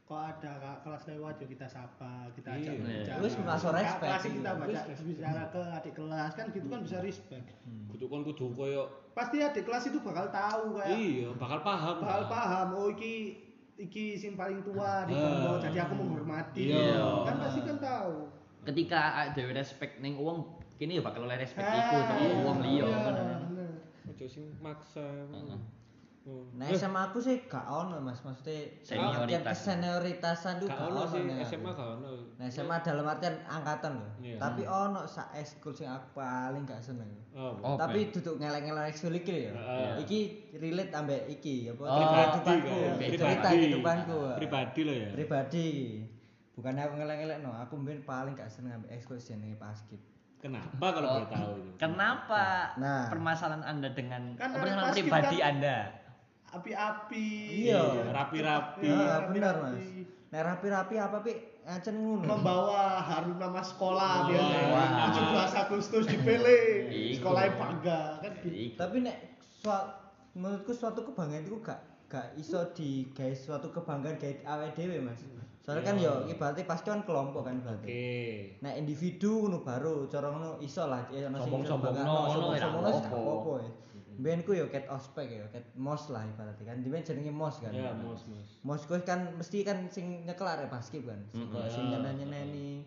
S7: kok ada kak kelas lewat ya kita sapa kita ajak
S2: Iya.
S7: berbicara
S3: Terus masuk
S7: Kak
S3: respect. gitu. Hmm.
S7: kelas kita
S3: Terus
S7: baca
S2: respect.
S7: bicara ke adik kelas kan gitu kan bisa respect
S2: kudu kon kudu koyo
S7: pasti adik kelas itu bakal tahu kayak
S2: iya bakal paham.
S7: bakal
S2: lah.
S7: paham oh iki iki sing paling tua di
S2: Ah.
S7: pondok jadi aku menghormati
S2: Iya.
S7: kan pasti kan tahu
S1: ketika awake dhewe respect ning wong kene ya bakal oleh respect iku
S7: Ah,
S1: teko wong liya
S7: iya,
S1: ngono.
S7: bener.
S2: Ojo sing maksa.
S1: Heeh.
S2: Oh.
S3: Nah SMA aku sih gak ono mas, maksudnya
S1: Senioritas.
S3: dalam artian kesenioritasan tuh
S2: Gak
S3: gak
S2: ono
S3: ono
S2: sih
S3: nih aku.
S2: SMA gak ono.
S3: Nah SMA dalam artian angkatan loh,
S2: Iya. Hmm.
S3: tapi ono sa eskul sing aku paling gak seneng.
S2: Oh.
S1: Oh,
S3: Tapi duduk ngeleng-ngeleng ekskul iki ya.
S2: Heeh.
S3: Iki relate ambek iki apa
S1: Oh,
S3: kehidupanku,
S1: iya.
S3: cerita
S2: Pribadi.
S3: kehidupanku.
S2: Pribadi lo ya.
S3: Pribadi. Bukan aku ngeleng-ngeleng no, aku mungkin paling gak seneng ambek ekskul jenenge paskib.
S2: Kenapa kalau boleh tahu itu?
S1: kan Kenapa
S3: Nah.
S1: permasalahan Anda dengan
S7: Kan ada
S1: permasalahan
S7: basket,
S1: pribadi
S7: kan?
S1: Anda?
S7: api-api
S3: Iya.
S2: Rapi-rapi.
S3: Nah,
S7: rapi-rapi.
S3: benar mas. Nah rapi-rapi apa pi ngacen ngono.
S7: membawa harum nama sekolah
S2: Hmm. Wah.
S7: biasanya 17 Agustus dipilih
S1: Iku.
S7: sekolahnya bangga kan
S2: Iya.
S7: gitu
S1: Iku.
S3: tapi nek suat, menurutku suatu kebanggaan itu gak gak iso di guys suatu kebanggaan gawe awake dhewe Mas. Soalnya kan yo ibaratnya pasti kan kelompok kan berarti.
S2: Oke.
S3: Nah individu ngono baru cara ngono iso lah ya ono iso
S1: Sombong-sombongno,
S3: dibanggakan,
S1: ngono ya,
S3: sombong-sombongno
S1: gak
S3: sih gak
S1: apa-apa.
S3: apa-apa ya. Mbiyen ku yo cat ospek ya, cat mos lah ibaratnya kan. Dhewe jenenge mos kan.
S2: Ya, Mas, Mas.
S3: Mos ku kan mesti kan sing nyekel arek basket kan. Sing
S1: Mm-mm.
S3: sing nyeneni.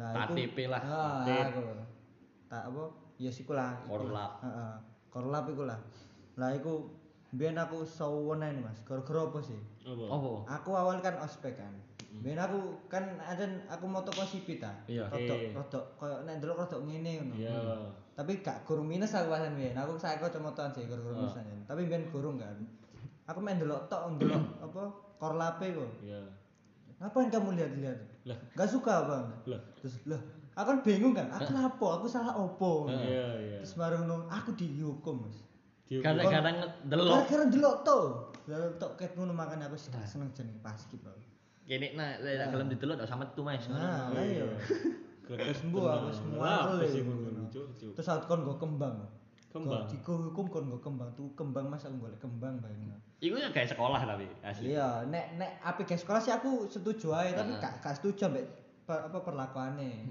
S3: Nah, iku-
S1: KTP lah.
S3: Ah,
S2: KTP.
S3: aku. Tak apa? Ya siku lah. iku.
S1: Korlap.
S3: Heeh. Korlap iku lah. Lah iku biyen aku sowenan Mas. Gara-gara apa sih?
S2: Apa?
S1: Opo?
S3: Aku awal kan ospek kan. Biyen aku kan ajen aku mau toko sipit ta.
S1: Iya.
S3: Rodok
S2: Oke.
S3: rodok koyo nek ndelok rodok ngene ngono.
S2: Ya.
S3: Tapi gak gurung minus aku pasan biyen. Aku saya kacamataan sih
S2: Ah.
S3: gurung minus aja. Tapi biyen gurung kan. Aku main delok tok
S2: [COUGHS]
S3: ndelok apa korlape kok.
S2: Ya.
S3: Ngapain kamu lihat-lihat?
S2: Lah.
S3: Gak suka bang.
S2: Lah.
S3: Terus lah, aku kan bingung kan. Aku
S2: Ah.
S3: lapo, aku salah opo.
S2: Ya, ya.
S3: Oh, iya. Terus baru nung, aku dihukum mas.
S2: Diukur.
S3: kan-
S1: Gara-gara ngedelok
S3: Gara-gara delok to. Delok to ket ngono makan aku sih gak
S2: Ah.
S3: seneng jeneng paskib bang.
S1: kene nah lek gak gelem didelok gak sama tu Mas.
S3: Nah, lah yo.
S2: Gara-gara
S3: Sembuh aku semua
S2: Iya. Lah,
S3: aku
S2: apa sih,
S3: lho.
S2: Mas? Cuk, cuk.
S3: Terus aku kon go kembang.
S2: Kembang.
S3: Dihukum kon go kembang tuh kembang mas aku golek kembang bayangno.
S1: Iku ya kayak sekolah tapi asli.
S3: Iya, nek nek api ke sekolah sih aku setuju aja, tapi
S1: Heeh.
S3: gak gak setuju ambek per- apa perlakuannya.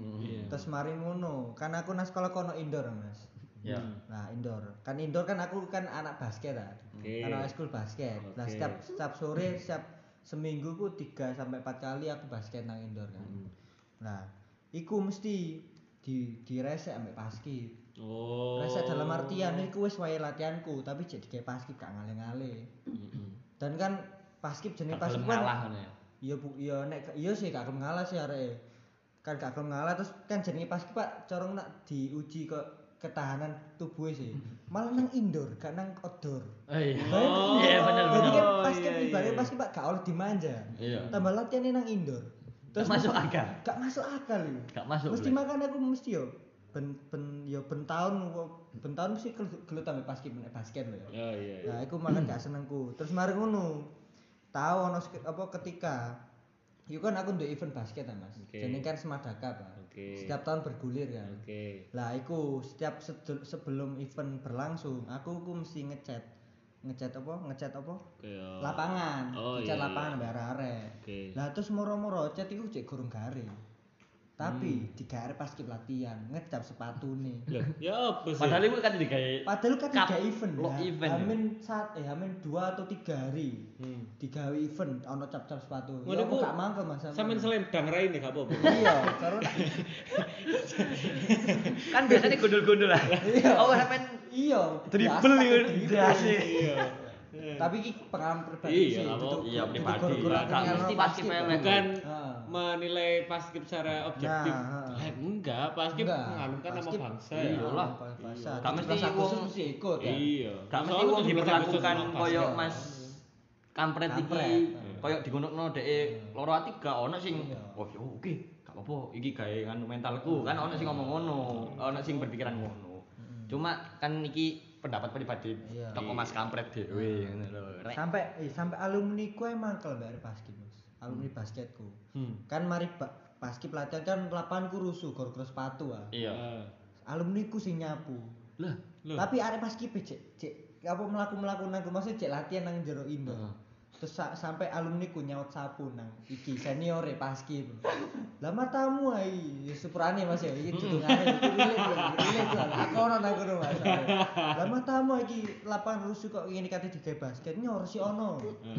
S1: Hmm.
S2: Iya.
S3: Terus mari ngono, karena aku nang sekolah kono indoor, Mas.
S1: Ya.
S3: Nah, indoor. Kan indoor kan aku kan anak basket ah.
S2: Oke.
S3: Anak school basket. Nah,
S2: Oke.
S3: setiap setiap sore, setiap seminggu ku 3 sampai 4 kali aku basket nang indoor kan.
S2: Hmm.
S3: Nah, iku mesti di diresek ambek paskib.
S2: Oh.
S3: Resek dalam artian iku wis wayahe latihanku, tapi jadi kayak paskib gak ngale-ngale. Dan kan paskib jenenge
S1: Gak gelem
S3: paskib
S1: ngalah
S3: kan.
S1: ngono ya.
S3: Iya Bu, iya nek iya sih gak gelem ngalah sih areke. Kan gak gelem ngalah terus kan jenenge paskib Pak corong nak diuji ke ketahanan tubuhnya
S1: [LAUGHS]
S3: sih. Malah nang indoor, gak nang outdoor.
S1: Oh iya.
S3: Oh,
S1: Iya bener
S3: Jadi
S1: bener.
S3: kan
S2: Oh,
S3: paskib
S2: iya,
S3: ibaratnya
S2: iya.
S3: paskib Pak gak oleh dimanja.
S1: Iya.
S3: Tambah latihannya nang indoor.
S1: Terus masuk akal.
S3: gak masuk akal lho.
S1: Gak masuk,
S3: Mesti
S1: Blek.
S3: makan aku mesti yo ben ben yo ben tahun ben tahun mesti kel- gelut ambek basket nek basket lho. ya.
S2: Ya, iya. iya.
S3: Nah, aku makan gak senengku. Terus mari ngono. Tahu ono sk- apa ketika Iku kan aku untuk event basket ta, Mas.
S2: Oke.
S3: Jeneng kan Semadaka, Pak.
S2: Oke.
S3: Setiap tahun bergulir kan.
S2: Oke.
S3: Lah iku setiap sedel- sebelum event berlangsung, aku ku mesti ngechat ngechat apa? Ngechat apa?
S2: Kayak
S3: lapangan
S2: Oh,
S3: dicat
S2: iya,
S3: lapangan mbak arek
S2: Oke.
S3: lah terus moro-moro cat itu cek gurung garing
S2: Hmm.
S3: tapi digare pas kip latihan ngecap sepatu nih
S2: Loh, ya apa sih?
S1: Padahal iku kan digawe
S3: padahal kan
S1: Cup,
S3: tiga event
S1: lo
S3: ya
S1: event ya.
S3: hamin saat eh hamin dua atau tiga hari
S2: Hmm.
S3: digawe event ono cap-cap sepatu
S2: Ngono
S3: ya aku
S2: ku-
S3: gak mangkel mas sampean.
S2: Sampeyan selendang rai ini gak apa-apa.
S3: [LAUGHS] iya karena
S1: kan biasanya gundul-gundul lah.
S3: Iya.
S1: Oh sampean
S3: iya
S1: Dribble
S3: biasa
S1: iku.
S3: pakai dribble.
S1: Biasa.
S2: Iya.
S3: tapi ini pengalaman pribadi
S2: Iya,
S3: sih
S2: apa-
S3: duduk-
S1: iya,
S3: duduk
S1: pribadi.
S3: gor-goran
S1: Gak
S3: dengan
S1: mesti
S3: orang
S1: basket
S3: basket.
S1: mewek.
S2: Bukan
S3: Ah.
S8: menilai paskib secara objektif.
S3: Nah,
S8: Lah, enggak, paskib mengharumkan nama
S3: Paskip-
S8: bangsa
S3: iya,
S8: ya.
S1: Iyalah.
S3: nama bangsa.
S1: Gak mesti
S3: 17 Agustus
S1: wong-
S3: mesti ikut ya.
S8: Iya.
S1: Gak mesti
S8: Soalnya
S1: wong
S8: 17 Agustus
S1: diperlakukan
S8: nama bangsa.
S1: koyo Mas kampret iki
S3: Kampret.
S1: koyo digunokno dhek loro ati gak ono sing
S3: Iya.
S1: oh yo oke gak apa-apa iki gawe nganu mentalku kan ono sing ngomong ngono ono sing berpikiran ngono cuma kan iki pendapat pribadi
S3: Iya.
S1: toko Mas kampret dhewe ngono lho Rek.
S3: Sampai eh, sampai alumni ku emang kalau dari basket mas. Alumni basketku.
S8: Hmm.
S3: Kan mari ba- basket pelatihan kan lapanganku rusuh gor-gor sepatu ah.
S1: iya
S8: Ah.
S3: Alumni ku sing nyapu.
S1: lah
S8: Loh.
S3: Tapi arek basket cek cek apa melaku-melaku nang maksudnya cek latihan nang jero indo. Terus sa- sampai alumni ku nyaut sapu nang iki senior e basket. Lah matamu ai supurane Mas ya iki dudungane iki relate lah. Aku ora nang kono Mas. Lah matamu iki lapangan rusuh kok ngene kate digawe basket nyor si ono.
S8: Ah.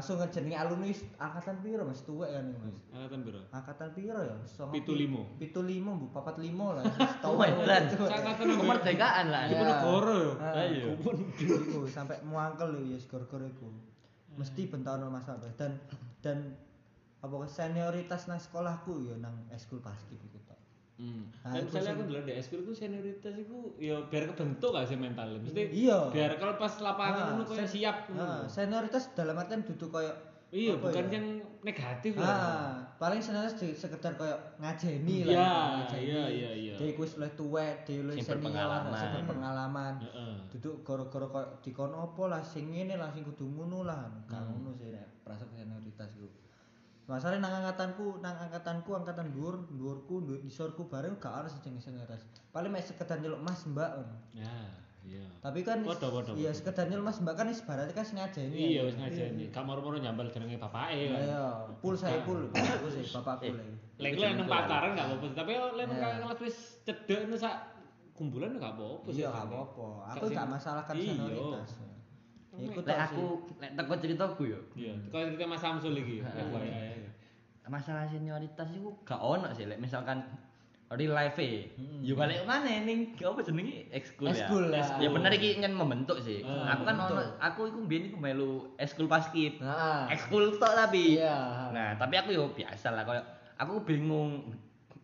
S3: Langsung kan jenenge alumni angkatan piro Mas tuwek kan Mas.
S2: Hmm.
S8: Angkatan piro?
S3: Angkatan piro ya? Songo-
S8: 75.
S3: 75 Bu, 45 lah.
S1: Wedan.
S8: Angkatan
S1: kemerdekaan lah
S3: Iya.
S8: Diponegoro ya?
S3: Ah,
S8: Iya.
S3: Iku sampai muangkel lho ya gor-gor iku. Mesti
S8: Hmm.
S3: bentar ono masalah dan dan apa senioritas nang sekolahku ya nang eskul basket iku tok.
S8: Hmm.
S3: Ah,
S8: Nah,
S3: itu
S8: misalnya
S3: sing-
S8: aku dulu di eskul itu senioritas itu ya biar kebentuk gak sih mentalnya mesti
S3: Iya.
S8: biar kalau pas lapangan itu
S3: Ah,
S8: kayak
S3: sen-
S8: siap
S3: Ah, senioritas dalam artian duduk koyo
S8: iya
S3: apa
S8: bukan
S3: ya?
S8: yang negatif lah
S3: Ah, paling senioritas di- sekedar koyo
S8: Iya,
S3: ngajeni lah.
S8: iya, iya, iya.
S3: Dhewe kuwi luwih tuwek, dhewe luwih
S1: Sing
S3: senior,
S1: berpengalaman.
S3: sing berpengalaman.
S8: Heeh.
S3: duduk gara-gara kok dikon apa lah sing ngene lah sing kudu ngono lah
S1: Hmm.
S3: gak ngono sih nek perasa senioritas iku masalahe nang angkatanku nang angkatanku angkatan dhuwur dhuwurku dhuwur isorku bareng gak ana sing jenenge senioritas paling mek sekedar nyeluk mas mbak ngono.
S8: nah iya
S3: tapi kan
S8: Padha, padha,
S3: iya
S8: padha.
S3: sekedar nyeluk mas mbak kan is barate kan sengaja ini
S8: iya wis ngajeni gak moro-moro nyambal jenenge bapake kan
S3: iya pul saya pul
S1: [COUGHS]
S3: bapakku sih bapakku
S1: Eh.
S3: lah
S8: lek
S1: Itu
S8: lek nang
S1: jeneng
S8: pacaran gak apa-apa tapi lek nang
S3: Iya.
S8: kelas wis cedek nu sak kumpulan gak apa-apa sih
S3: iya
S8: jenenge.
S3: gak apa-apa aku
S8: sing-
S3: gak masalah kan
S8: Iya.
S3: senioritas
S1: lek
S3: Iku tok
S1: aku lek teko ceritaku yo
S8: iya kalau cerita Mas Samsul iki ya FYI.
S1: masalah senioritas itu gak ono sih lek misalkan real life e
S3: Hmm.
S1: yo balik mana ning apa jenenge ekskul ya
S3: Ekskul lah.
S1: ya bener iki nyen membentuk sih
S8: Hmm,
S1: aku kan ono
S3: membentuk.
S1: aku iku mbiyen iku melu ekskul paskib
S3: sih. nah
S1: ekskul tok tapi
S3: iya
S1: nah tapi aku yo biasa lah koyo aku bingung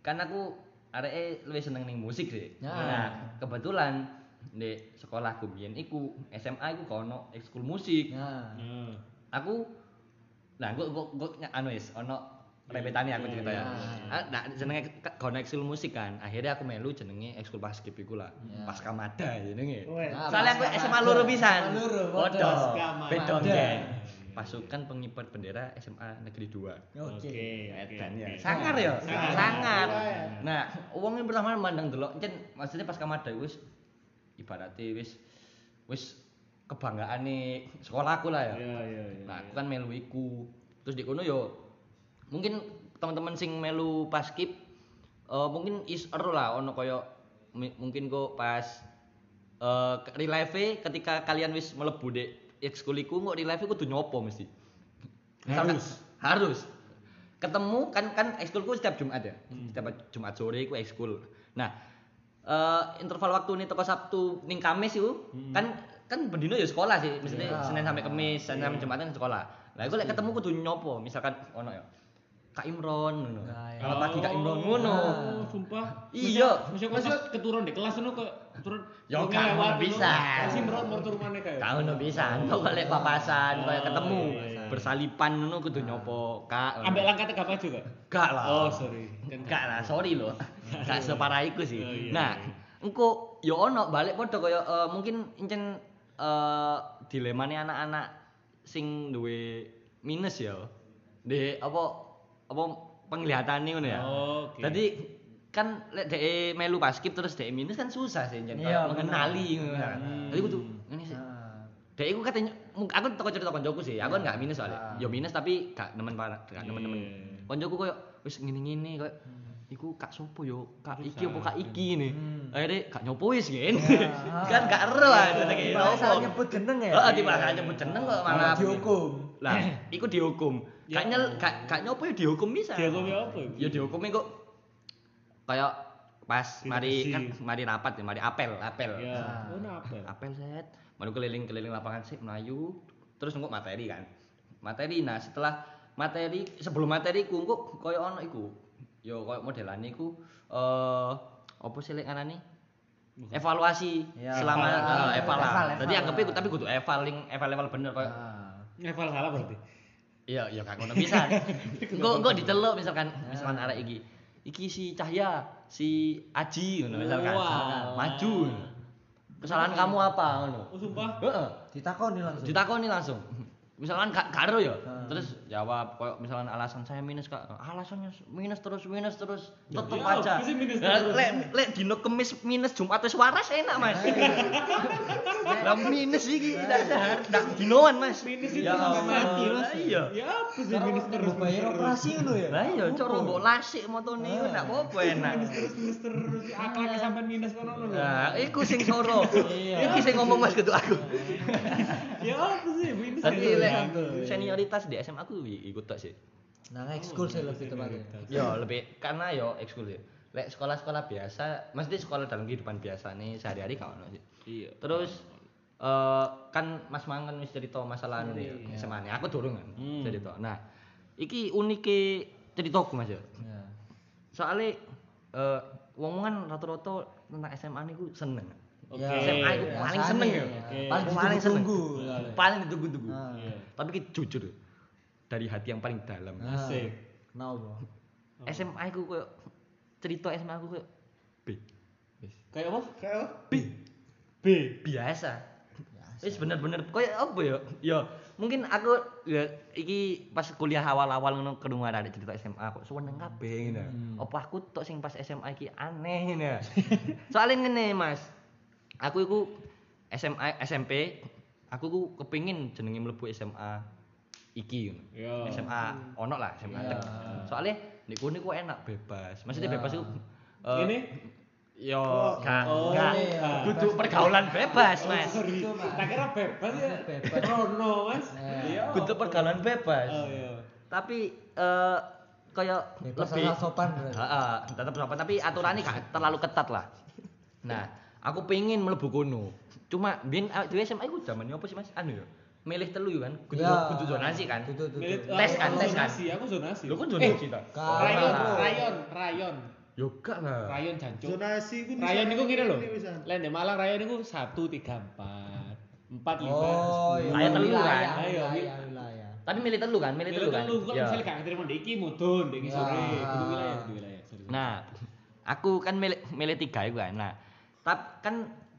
S1: kan aku areke luwih seneng ning musik sih
S3: Ya.
S1: nah kebetulan di sekolahku biyen iku SMA iku kono ekskul musik
S3: nah
S8: Nah.
S1: aku nah gua gua gua ny- anu is ono repetannya aku
S8: Iya,
S1: cerita ya.
S3: iya, iya.
S1: Ah, Nah, jenenge ke- kono ekskul musik kan. Akhirnya aku melu jenenge ekskul basket iku lah.
S3: Iya.
S1: Pasca Mada jenenge.
S7: Weh.
S3: Nah,
S1: Soalnya aku
S3: Pasca
S1: SMA
S3: Mada.
S1: loro pisan.
S3: SMA loro,
S1: Waduh.
S3: Pasca
S8: Mada.
S1: Beda
S3: Mada.
S1: geng.
S3: iya.
S1: Pasukan pengibar bendera SMA Negeri 2.
S3: oke
S1: Edan ya.
S8: oke.
S1: Sangar ya,
S8: Sangar.
S1: sangar.
S7: Iya.
S1: Nah, wong yang pertama mandang delok encen maksudnya Pasca Mada wis ibaratnya wis wis kebanggaane sekolahku lah ya.
S8: Iya iya iya.
S1: Nah, aku kan melu iku. Terus di kono yo mungkin teman-teman sing melu paskib eh mungkin is ero lah ono koyo mi- mungkin kok pas eh relive ketika kalian wis melebu dek ekskul iku kok relive e kudu nyopo mesti. Misalkan-
S8: Harus.
S1: harus. Ketemu kan kan ekskulku setiap Jumat ya.
S8: Hmm.
S1: Setiap Jumat sore iku ekskul. Nah, eh interval waktu ini toko Sabtu ning Kamis itu
S8: Hmm.
S1: kan kan bendino ya sekolah sih, maksudnya
S3: Iya.
S1: Senin sampai Kamis, Senin sampai Jumat kan sekolah. Lah iku lek ketemu kudu nyopo, misalkan ono ya. Kak Imron ngono.
S3: Nah, iya.
S1: Kalau pagi Kak Imron ngono.
S8: Oh, sumpah.
S1: Iya.
S8: Masih masih keturun di kelas ngono kok turun.
S1: Ya,
S8: turun
S1: gak
S8: lewat
S1: ngono
S8: ngono.
S1: bisa.
S8: Kasih merot merot rumane kayak.
S1: Kau no bisa, kau kalo lek papasan, kau ketemu,
S8: Oh, iya, iya.
S1: bersalipan ngono kudu nyopo, Kak. ngono.
S8: Ambek langkah tegak maju kok.
S1: Gak lah.
S8: Oh, sorry. Kan
S1: Enggak lah, sorry
S8: [LAUGHS]
S1: loh. Enggak separah iku sih.
S8: Oh, iya,
S1: Nah, engko yo ono balik padha kaya eh, mungkin encen eh dilemane anak-anak sing duwe minus ya. Di apa apa penglihatane ngono ya.
S8: Oh, Oke.
S1: Jadi kan lek dhek melu paskib terus dhek minus kan susah sih encen kaya
S3: Iya,
S1: mengenali ngono kan.
S8: Hmm.
S1: Jadi kudu ngene sih. Dhek iku katanya mung- aku teko cerita koncoku sih, aku kan gak minus soalnya.
S3: Ah.
S1: Yo minus tapi gak nemen parah, gak nemen-nemen.
S8: Iya.
S1: Koncoku koyo wis ngene-ngene koyo iku kak sopo yo, kak
S8: Susah.
S1: iki opo kak iki ne.
S3: Hmm.
S1: Akhirnya kak nyopo wis ngene.
S3: Ya.
S1: [LAUGHS] Kan gak ero ah jenenge
S3: Bahasa
S1: opo.
S3: nyebut jeneng ya.
S1: Heeh, tiba gak nyebut jeneng kok malah
S3: Malah dihukum.
S1: Lah, iku dihukum.
S8: Ya.
S1: Gak nyel gak gak nyopo yo dihukum bisa.
S8: Dihukumnya apa iku?
S1: Yo dihukumnya kok kayak pas
S8: Tidak
S1: mari
S8: bersih.
S1: kan mari rapat ya, mari apel, apel.
S8: Ya.
S3: Nah.
S8: Oh, apa?
S1: apel set baru keliling keliling lapangan sih melayu terus nunggu materi kan materi nah setelah materi sebelum materi ku engko koyo ono iku. Yo koyo modelane iku eh apa sih lek ngarani? Evaluasi
S3: Ya,
S1: selama
S3: eval.
S1: eh, eval. lah. Jadi
S3: Eval, eval. Ah.
S1: anggapnya ku- tapi kudu eval link eval-eval bener koyo
S2: Level salah berarti.
S1: Iya, iya gak ngono
S3: [LAUGHS]
S1: pisan. Engko engko diceluk
S3: Iya.
S1: misalkan misalkan arek iki. Iki si Cahya, si Aji ngono misalkan.
S2: Wah.
S1: Misalkan, Maju. Kesalahan kamu apa ngono?
S2: Oh sumpah.
S1: Heeh.
S3: Ditakoni langsung.
S1: Ditakoni langsung. Misalkan gak gak ero ya.
S2: Hmm.
S1: Terus jawab koyo misalkan alasan saya minus Kak. Alasannya minus terus minus terus tetep
S2: iya,
S1: aja.
S2: mesti minus
S1: Lah,
S2: terus.
S1: Lek lek dino Kamis minus Jumat wis waras enak, Mas. [LAUGHS] Lah minus iki ndak sehat, ndak dinoan, Mas.
S2: Minus itu
S1: Ya
S2: sampai mati
S1: Allah.
S2: Mas.
S1: Iya.
S2: Ya apa sih
S3: Terus
S2: minus terus
S3: bayar
S2: minus terus.
S3: operasi ngono ya.
S1: Lah iya cok rombok lasik motone iku ndak apa-apa enak.
S2: Minus terus minus terus. Akhlaknya sampai minus kono lho.
S1: Nah, iku
S2: [LAUGHS]
S1: sing soro.
S3: Iya.
S1: Iki sing ngomong Mas Geduk aku.
S2: Ya apa sih minus
S1: Tapi
S2: terus.
S1: lek
S3: betul.
S1: senioritas di SMA aku i- ikut tak sih.
S3: Nah, ekskul sih lebih tepatnya.
S1: Ya lebih karena yo ekskul ya. Lek sekolah-sekolah biasa, mesti sekolah dalam kehidupan biasa nih sehari-hari kau ono sih.
S2: Iya.
S1: Terus eh kan Mas Mangan wis cerita masalah anu ya, SMA nih. Aku durung kan cerita. Nah, iki unike ceritaku Mas ya.
S3: Ya.
S1: Soale eh wong kan rata-rata tentang SMA niku seneng.
S2: Oke.
S3: Iya,
S1: SMA iku paling
S3: Biasanya,
S1: seneng ya.
S3: ya.
S1: Paling paling seneng.
S3: ditunggu-tunggu.
S1: Paling ditunggu-tunggu.
S3: Nah,
S2: Iya.
S1: Tapi ki jujur dari hati yang paling dalam.
S3: Nah.
S2: Asik.
S3: Nah, apa?
S2: Oh.
S1: SMA aku koyo cerita SMA aku koyo B.
S2: Kayak apa?
S7: Kayak
S1: B.
S2: B.
S1: Biasa. Wis bener-bener koyo apa ya? Ya, mungkin aku ya iki pas kuliah awal-awal ngono kerungan ada cerita SMA kok seneng kabeh ngene. Apa aku tok sing pas SMA iki aneh ngene. [LAUGHS] Soalnya ngene, Mas. Aku iku SMA SMP aku ku kepingin jenenge mlebu SMA iki ngono.
S8: Iya.
S2: Ya.
S1: SMA ono lah SMA
S3: Iya.
S1: tek. Soalnya di kono ku enak bebas. Maksudnya
S3: Iya.
S1: bebas iku eh,
S2: Ini
S1: yo
S7: Oh,
S1: gak
S2: oh,
S1: gak
S3: iya.
S1: duduk pergaulan bebas,
S8: Oh,
S1: Mas.
S2: sorry.
S3: Itu, Mas.
S2: Tak kira bebas ya.
S3: Bebas.
S2: Rono Mas.
S3: Eh.
S1: Bentuk pergaulan bebas.
S2: kan? Oh iya.
S1: Tapi eh kayak
S3: Bebas
S1: lebih
S3: asal sopan berarti.
S1: Heeh, tetap sopan tapi aturannya gak terlalu ketat lah. Nah, aku pengen melebu kono. Cuma biyen awake dhewe SMA iku zamannya apa sih Mas? Anu ya. Milih telu ya kan. Kudu
S3: Ya.
S1: kudu zonasi kan.
S3: Kudu kudu.
S2: Milih-
S1: Tes kan,
S2: oh, aku
S1: tes kan.
S2: zonasi, Aku zonasi. Eh,
S1: Lho kan zonasi ta?
S3: Kalau-
S2: Rayon,
S1: Ora.
S2: rayon, rayon.
S1: Yo gak lah.
S2: Rayon jancuk.
S7: zonasi ku
S2: Rayon niku ngene lho.
S7: wisan.
S2: Lain di Malang rayon niku 1 3 4 4
S3: Oh,
S2: 5
S3: iya.
S1: Ayo telu kan.
S3: Wilayah,
S2: Ayo.
S3: wilayah, wilayah.
S1: Tapi milih telu kan, milih telu kan.
S2: lu kok
S1: Ya.
S2: misalnya gak keterima di iki mudun, di iki sore,
S3: Ya.
S2: kudu wilayah, kudu wilayah. Sorry, sorry.
S1: Nah, aku kan milih milih tiga iku kan. Nah, tap kan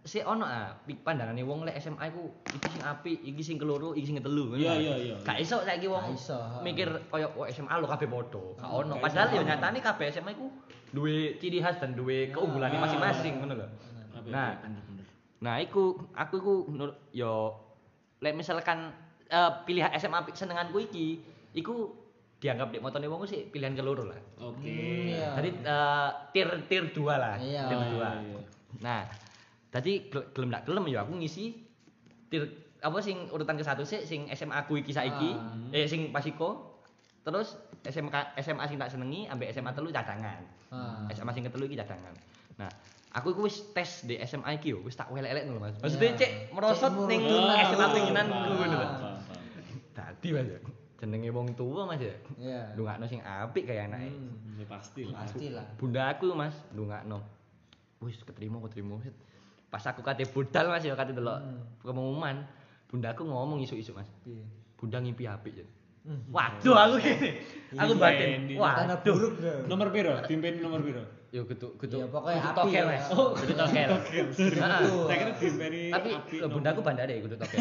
S1: si ono ah pik- pandangane wong lek SMA iku iki sing apik, iki sing keloro, iki sing ketelu. ngono
S2: Iya,
S1: kan.
S2: iya, iya.
S1: Gak iso saiki wong
S3: Gak iso, ha.
S1: mikir koyo "Oh, SMA lo kabeh padha. Gak ono.
S2: Hmm, gak
S1: Padahal
S2: iso.
S1: yo nyatane kabeh SMA iku duwe ciri khas dan duwe keunggulannya
S2: Ah.
S1: masing-masing ngono lho.
S2: Apa ya,
S1: Nah,
S2: bener-bener.
S1: nah iku aku iku nur yo lek misalkan eh, pilihan SMA pi- senenganku iki iku dianggap dek motone wong ku sih pilihan keloro lah.
S2: Oke.
S3: Iya.
S1: Jadi eh, tier tier 2 lah.
S3: Ah. Iya.
S1: Tier
S2: Ah,
S1: dua.
S2: iya.
S1: Nah, tadi gel- gelem gak gelem ya aku ngisi tier apa sing urutan ke satu sih sing SMA aku iki saiki
S3: Ah.
S1: eh sing pasiko terus SMK SMA sing tak senengi ambek SMA telu cadangan
S3: Ah.
S1: SMA sing ketelu iki cadangan nah aku iku wis tes di SMA iki yo wis tak welek-elek ngono Mas maksudnya
S3: Iya.
S1: cek merosot
S3: Cek
S1: ning
S3: murah.
S1: SMA pinginan
S2: Ah,
S1: ku ngono lho.
S2: paham, paham, paham.
S1: dadi Mas ya, jenenge wong tuwa Mas ya
S3: Iya. Hmm.
S1: ndongakno sing apik kaya anake
S2: Hmm, ya pasti lah.
S3: Pastilah.
S1: bunda aku mas ndongakno wis keterima keterima Set. pas aku kate budal mas ya kate delok
S3: Hmm.
S1: pengumuman bunda aku ngomong isu-isu mas
S3: Piye?
S1: bunda ngimpi apik ya
S3: Hmm.
S1: waduh aku gini
S3: Iya,
S1: aku batin
S2: ini
S3: Tanda
S1: waduh
S3: buruk dong.
S2: Nomor piro? Pimpin nomor piro?
S1: yo getuk getuk
S3: Ya, pokoknya
S1: getuk
S3: apik
S1: tokel
S3: ya.
S1: mas
S3: Oh.
S1: getuk
S3: [LAUGHS]
S1: tokel Nah,
S3: Betul.
S2: Saya kira pimpin
S1: tapi
S2: api
S1: lo
S2: nomor-
S1: bunda aku bandar deh getuk tokel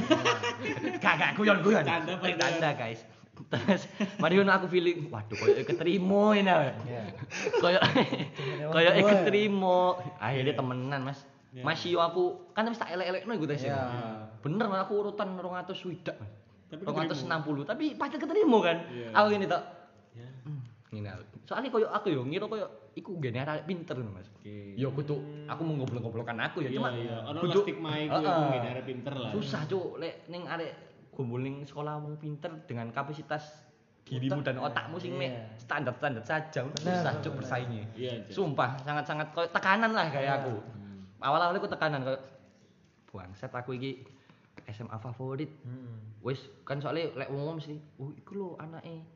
S1: gak gak guyon guyon
S2: Canda,
S1: Ini
S2: bandar.
S1: tanda guys terus mari ngono aku feeling waduh koyo keterima ini koyo koyo
S3: Tua ya.
S1: keterima akhirnya temenan mas masih yo aku kan wis tak elek-elekno iku tes
S3: Iya.
S1: bener malah aku urutan 200 swidak mas
S2: Tapi
S1: 260 tapi pasti keterima kan
S2: Iya.
S1: aku gini tok
S2: Ya.
S1: ngene aku. soalnya koyo aku yo ngira koyo iku gene arek pinter ngono mas
S2: Oke.
S1: yo kudu aku mau ngoblok-goblokan aku ya
S2: Iya,
S1: cuma
S2: iya. Ono lah
S1: kudu-
S2: stigma iku
S1: Heeh.
S2: iku ngene arep pinter lah.
S1: susah cuk lek ning arek gombol ning sekolah wong pinter dengan kapasitas dirimu dan otakmu sing mek
S3: Iya.
S1: standar-standar saja
S3: Benar,
S1: susah cuk
S3: benar.
S1: bersaingnya
S2: Iya, Cuk.
S1: sumpah sangat-sangat koyo tekanan lah kayak aku awal-awal aku tekanan koyo buangset aku iki SMA favorit
S3: Hmm.
S1: wis kan soalnya lek wong mesti oh iku lho anake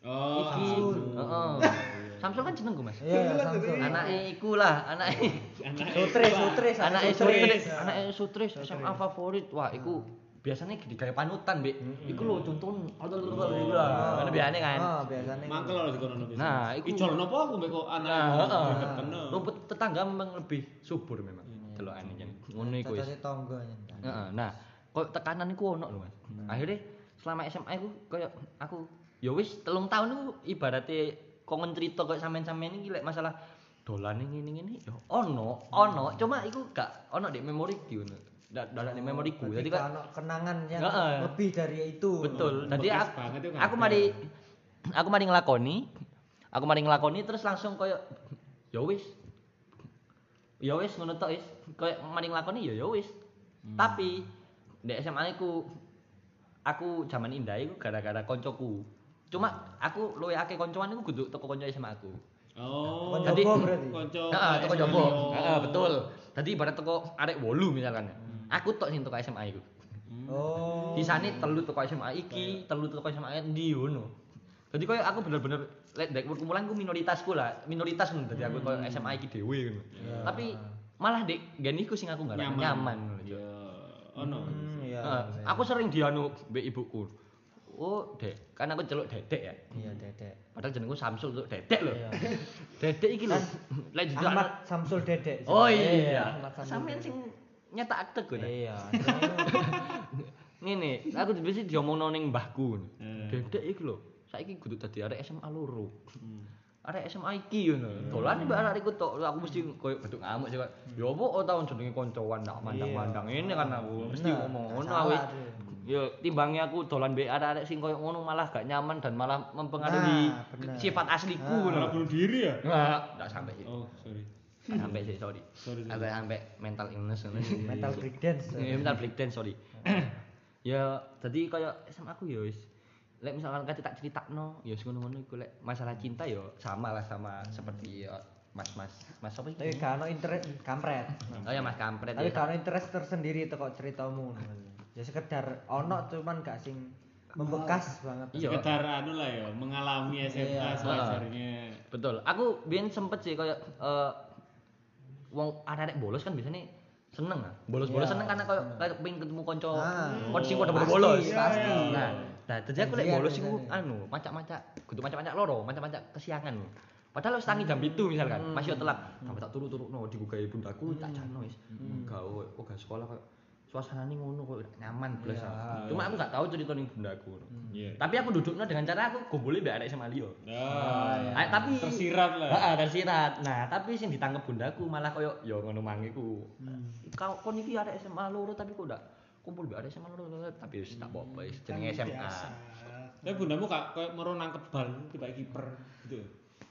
S2: Oh,
S1: Iki.
S2: Samsul. [LAUGHS]
S1: Heeh. Samsul kan jenengku, Mas.
S3: Iya,
S7: Dulu lah,
S3: Samsul.
S7: dulu.
S1: Anake iku lah, anake
S2: Anake.
S3: Sutris, sutris,
S1: anake
S3: sutris.
S1: sutris, anake sutris SMA favorit. Wah, iku biasanya digawe panutan, Mbak. Iku lho contoh iku lah. Kan biasane kan.
S3: Oh, biasanya.
S2: Mangkel lho dikono nopo.
S1: Nah, iku-
S2: ijol nopo aku mbek kok anak.
S1: Nah, heeh.
S2: Ketemu.
S1: Rumput tetangga memang lebih subur memang. Delokane jan. Ngono iku wis.
S3: Cocoknya tonggo nyentak.
S1: Heeh. Nah, kok tekanan iku ono lho, Mas. Akhirnya selama SMA iku koyo aku ya wis telung tahun iku ibarate kongen cerita kok sampean-sampean iki lek masalah dolan ini ini ini ya ono ono cuma iku gak ono di memoriku ngono. Da- Dadak di memoriku.
S3: Oh,
S1: Jadi
S3: Berarti
S1: kan
S3: kalau kenangan yang
S1: Heeh.
S3: lebih dari itu.
S1: betul
S2: Bekas
S1: tadi aku,
S2: banget itu kan
S1: aku
S2: ada.
S1: mari aku mari ngelakoni aku mari ngelakoni terus langsung koyo ya wis ya wis ngono tok wis koyo mari ngelakoni ya ya wis
S2: Hmm.
S1: tapi di SMA aku aku zaman indah iku gara-gara koncoku cuma aku luwe akeh koncoan iku kudu teko konco SMA aku
S2: Oh.
S3: Konco
S1: Jadi-
S3: Jopo berarti.
S2: Konco.
S1: Heeh, teko jopo.
S2: Senior.
S1: Heeh, betul. Tadi ibarat teko arek 8 misalkan.
S2: Hmm.
S1: Aku tok sing teko SMA iku.
S3: Oh.
S1: Sisane telu teko SMA iki, telu teko SMA endi ngono. Dadi koyo aku bener-bener lek ndek umurku mulan ku minoritasku lah, minoritas ngono dadi aku koyo
S3: Hmm.
S1: SMA iki dhewe ngono. iya. Tapi malah dek geniku sing aku nggak
S2: Iya. Nyaman.
S1: nyaman. ngono, Cuk.
S2: Iya. Ono.
S3: Hmm, iya.
S1: Heeh, aku sering dianu mbek ibuku. Oh, Dek, kan aku celuk Dedek ya.
S3: Iya, Dedek.
S1: Padahal jenengku Samsul tuh Dedek lho.
S3: Iya.
S1: [LAUGHS] Dedek iki lho. Lek jujur
S3: Ahmad Samsul Dedek.
S1: Oh
S3: Iya,
S1: iya.
S3: Ahmad Samsul.
S1: Sampeyan sing nyetak akte gue. Nah.
S3: Iya.
S1: Ngene, aku dibisi diomongno ning mbahku.
S2: Eh.
S3: Hmm.
S1: Dedek iki lho, saiki kudu dadi arek SMA loro.
S3: Hmm.
S1: Arek SMA iki ngono. Dolan mbak arek iku tok aku mesti koyo bentuk ngamuk sih Pak.
S3: Hmm.
S1: Ya apa oh tahun jenenge koncoan tak mandang-mandang ngene kan aku mesti
S3: Bener,
S1: ngomong
S3: gak
S1: ngono
S3: salah
S1: aku.
S3: tuh.
S1: Ya timbangnya aku dolan mbek arek-arek sing koyo ngono malah gak nyaman dan malah mempengaruhi
S3: Nah, bener. Ah.
S1: sifat asliku
S2: Malah
S1: ngono.
S2: bunuh diri ya?
S1: Nah, enggak sampai sih.
S2: Oh, sorry.
S1: sampai sih sorry
S2: Sorry, sorry.
S1: sampai sampai mental illness ngono.
S3: Metal Eh, break dance.
S1: Ya, mental breakdown sorry [COUGHS] ya jadi kayak sama aku ya wis lek misalkan kate tak critakno ya wis ngono-ngono iku lek masalah cinta ya sama lah sama seperti ya, mas-mas mas apa
S3: Tapi
S1: sih
S3: gak ada interest kampret.
S1: oh ya mas kampret ya
S3: Tapi gak ada interest tersendiri tuh kok ceritamu. Ya sekedar ono cuman gak sing membekas banget.
S1: iya
S2: Sekedar anu lah ya, mengalami SMA
S3: Iya.
S2: sewajarnya.
S1: betul aku biyen sempet sih kayak eh wong arek-arek bolos kan biasanya seneng ah bolos-bolos
S3: Iya,
S1: seneng karena kayak
S3: seneng.
S1: kayak pengen ketemu konco
S3: Ah.
S1: konco sing padha
S3: Pasti,
S1: bolos
S3: pasti.
S1: nah nah jadi aku lek
S3: Janjian
S1: bolos iku
S3: biasanya.
S1: anu macak-macak kudu macak-macak loro macak-macak kesiangan padahal wis tangi jam 7 misalkan masih telat sampai tak turu-turukno digugahi bundaku tak jano wis Hmm, gawe oga sekolah kayak suasanane ngono kok nyaman blas
S3: Iya.
S1: aku. cuma aku gak tahu cerita ning bundaku
S2: Iya.
S1: tapi aku duduknya dengan cara aku gomboli mbak arek sama liyo
S2: Nah,
S1: Ah, tapi
S2: tersirat lah.
S1: Heeh, tersirat. Nah, tapi sing ditangkep bundaku malah koyo ya ngono mang iku.
S2: Hmm.
S1: Kau kon iki arek SMA loro tapi kok ndak kumpul mbek arek SMA loro tapi wis tak apa-apa
S2: Hmm.
S1: wis jenenge SMA.
S7: Biasa.
S2: Tapi bundamu kak kayak moro nangkep bal tiba kiper gitu.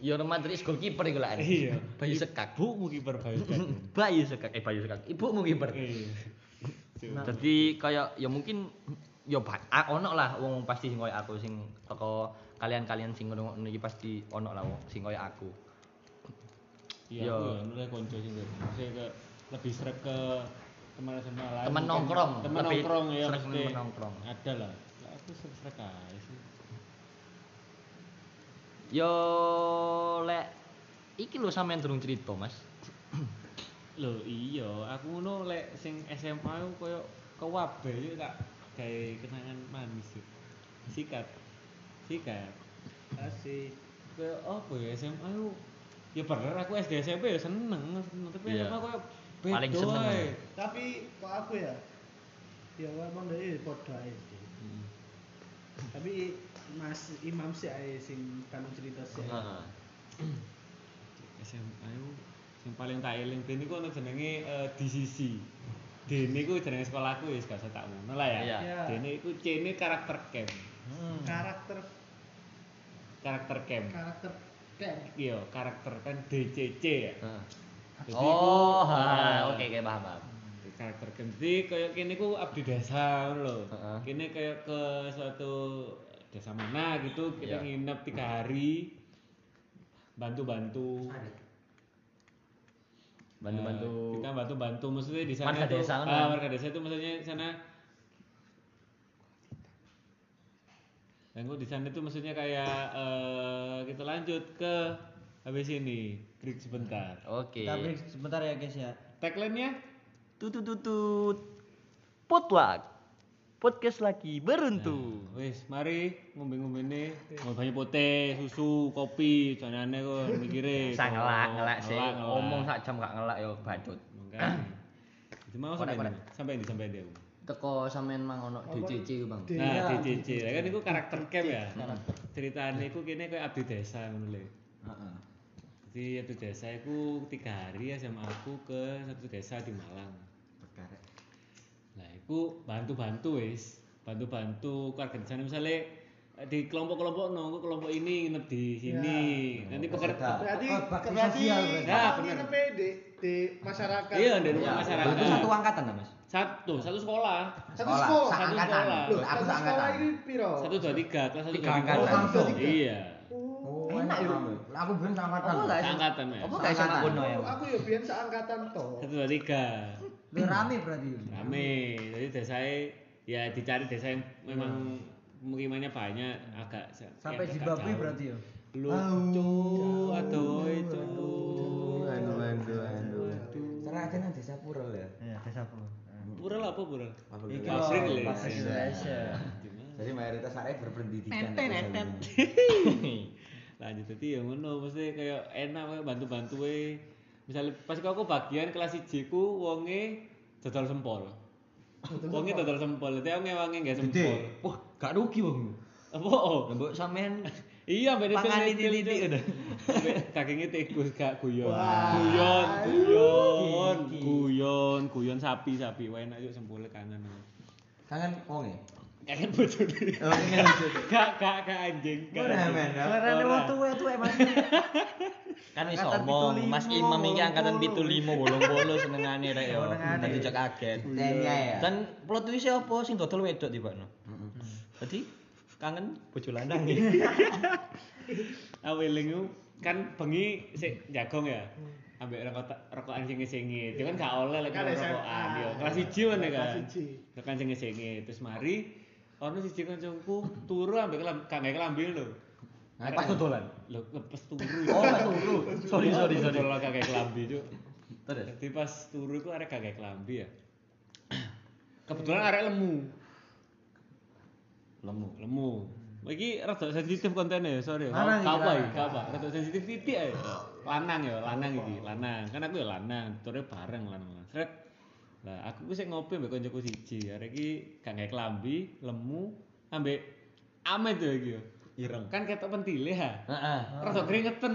S1: Ya Madrid is goalkeeper iku lah.
S2: Iya.
S1: Bayu
S2: [LAUGHS]
S1: sekak.
S2: Ibumu kiper bayu [LAUGHS] kan.
S1: Bayu sekak. Eh Bayu sekak. Ibumu kiper.
S2: Iya.
S1: Jadi kayak ya mungkin ya ba- a- ono lah wong pasti sing koyo aku sing teko kalian-kalian sing ngono iki pasti ono lah wong sing koyo aku.
S2: Iya,
S1: Iya.
S2: aku ya, nulai konco juga. Maksudnya ke lebih srek ke teman SMA lain.
S1: Teman
S2: mungkin.
S1: nongkrong,
S2: Teman
S1: lebih
S2: nongkrong ya.
S1: srek
S2: maksudnya.
S1: teman nongkrong.
S2: Ada lah. Lah, Aku srek srek aja sih.
S1: Yo lek iki lho sampean durung cerita, Mas.
S2: Loh iya, aku ngono lek sing SMA aku koyo kewabe yo tak gawe kenangan manis. yo. Sikat. Sikat.
S7: Asik.
S2: Kayak apa ya SMA aku ya bener aku SD SMP ya seneng tapi
S1: Iya.
S2: SMA kayak
S1: Paling seneng.
S2: wae.
S7: Tapi kok aku ya ya ngomong dari podo ae. sih.
S2: Hmm.
S7: Tapi Mas Imam sih ae sing kan cerita sih.
S2: Hmm. SMA aku yang paling tak eling dene ku ono jenenge eh, DCC Dene ku jenenge sekolahku ya gak usah tak ngono lah ya
S1: Iya.
S7: Iya.
S2: Dene iku cene karakter camp
S3: Hmm.
S7: Karakter
S2: karakter camp
S7: karakter kayak
S2: iya karakter kan DCC ya
S1: Heeh.
S2: Jadi
S1: Oh,
S2: ku, eh,
S1: ha, oke oke paham paham.
S2: karakter camp jadi kayak kene ku abdi desa ngono lho
S1: Heeh.
S2: kene kayak ke suatu desa mana gitu kita
S1: Iya.
S2: nginep tiga hari bantu-bantu
S1: Bantu-bantu.
S2: Eh, kita bantu-bantu maksudnya di sana
S1: Warga
S2: tuh,
S1: desa kan,
S2: ah,
S1: Bang?
S2: warga desa itu maksudnya di sana Ganggu di sana itu maksudnya kayak eh, kita lanjut ke habis ini break sebentar.
S1: Oke.
S3: Kita break sebentar ya guys ya.
S2: Tagline-nya
S1: Tutut tutut. Potluck. Podcast lagi beruntung.
S2: Wis, mari ngombe-ngombe ini, mau banyak pote, susu, kopi, jangan aneh kok mikire.
S1: [LAUGHS] Saya ngelak, Eh, ngelak sih.
S2: Ngelak, ngelak.
S1: Ngomong sak jam gak ngelak yo badut.
S2: Makanya. Itu
S1: Korek,
S2: mau sampai ini,
S1: korek.
S2: sampai ini, sampai ini aku.
S10: teko sampean mang ono DCC ku, Bang.
S7: Iya.
S2: Nah, DCC, lah kan itu karakter camp ya. Ceritanya itu kini kayak abdi desa ngono lho.
S10: Heeh.
S2: Jadi abdi desa itu tiga hari ya sama aku ke satu desa di Malang.
S10: Perkarek.
S2: Nah, aku bantu-bantu wis, bantu-bantu keluarga di sana misalnya eh, di kelompok-kelompok no, aku kelompok ini nginep di sini.
S10: Iya.
S2: Nanti pekerja
S7: Berarti
S3: Bakti
S7: berarti
S3: sosial berarti.
S2: Nah,
S7: ini
S2: bener.
S7: ngepe di di masyarakat.
S2: Iya, di rumah
S10: Iya,
S2: masyarakat.
S10: itu satu angkatan ta, Mas?
S2: Satu, satu sekolah.
S7: Satu sekolah.
S2: Satu
S10: Seangkatan.
S2: sekolah.
S10: Loh,
S7: Loh,
S10: aku
S7: satu sekolah
S10: seangkatan.
S7: ini piro?
S2: Satu dua tiga, kelas satu
S10: Tiga
S2: dua tiga.
S10: angkatan.
S7: Langsung.
S2: Iya.
S7: Oh,
S10: Oh, enak Oh, yo. Lah aku ben seangkatan.
S1: Apa lah?
S2: Angkatan ya.
S1: Apa gak sama
S10: Seangkatan.
S1: kono ya?
S7: aku ya biyen seangkatan to.
S2: Satu dua tiga.
S10: Lu rame berarti.
S2: Rame. Jadi desa ya dicari desa yang memang pemukimannya banyak agak se-
S10: Iya. Sampai
S2: yang agak
S10: Zimbabwe
S2: jauh.
S10: berarti yo.
S2: Lucu, aduh itu.
S4: Aduh, aduh, aduh. Cara aja nang desa Purel ya.
S3: Iya, desa pulau. Nah.
S2: Pural apa pural?
S4: Alhamdulillah.
S3: Iki loh,
S2: Pasir lho,
S3: Pasir
S2: ya.
S3: Indonesia.
S4: Jadi mayoritas arek berpendidikan.
S1: [LAUGHS]
S2: Lanjut tadi ya ngono, mesti kayak enak kayak bantu-bantu we. Misalnya pas aku bagian kelas 1 ku wonge dodol sempol. Wonge dodol sempol, dia ngewangi gak sempol.
S10: Wah, gak rugi wong.
S2: Apa? oh?
S10: Mbok sampean
S2: Iya, mbak
S10: Pangan titik-titik
S2: [LAUGHS]
S10: udah.
S2: Dagingnya tikus gak guyon.
S7: Wah.
S2: Guyon, guyon, guyon, guyon sapi sapi. Wah enak yuk sempol kangen.
S4: Kangen wong e.
S2: Kangen bocor. Gak gak gak anjing. Gak
S4: Ora,
S2: anjing.
S4: men, ora.
S10: Lerane
S2: Ora.
S10: wong tuwa-tuwa Mas.
S1: Kan wis
S10: Angkatan
S1: omong,
S10: 75,
S1: Mas Imam iki angkatan 75 80 senengane rek yo.
S10: Senengane.
S1: Dadi cek kaget.
S4: Tenya ya.
S1: Dan plot twist apa sing dodol wedok tibakno? Dadi kangen bojo lanang
S2: [LAUGHS]
S1: iki.
S2: Aweling kan bengi sik jagong ya. Ambek rokok rokokan sing ngesingi. Itu kan gak oleh lek
S7: Hmm. Kan SMA.
S2: rokokan yo. Kelas 1 kan ya kan.
S7: Kelas siji.
S2: Rokokan sing ngesingi. Terus mari ono siji kancungku turu ambek kelam gak gawe kelambi lho.
S1: Pas dodolan.
S2: Lho lepas turu.
S1: Oh, pas turu. Sorry, sorry, sorry.
S2: Kalau kakek kelambi cuk.
S1: Terus?
S2: Jadi pas turu itu arek kakek kelambi ya. Kebetulan arek lemu. Lemu. Lemu. Iki rada sensitif kontennya, ya, sorry. Kau
S10: Lanang iki,
S2: apa
S10: lanang.
S2: iki? Kau apa? Rada sensitif titik ae. Lanang ya, lanang iki, lanang. Kan aku ya lanang, turu bareng lanang. Sret. Lah aku ku sik ngopi mbek koncoku siji. Arek iki gak nggae kelambi, lemu, ambek amet ya iki. ya.
S1: Ireng.
S2: Kan ketok pentile ha.
S1: Heeh.
S2: Rada keringetan.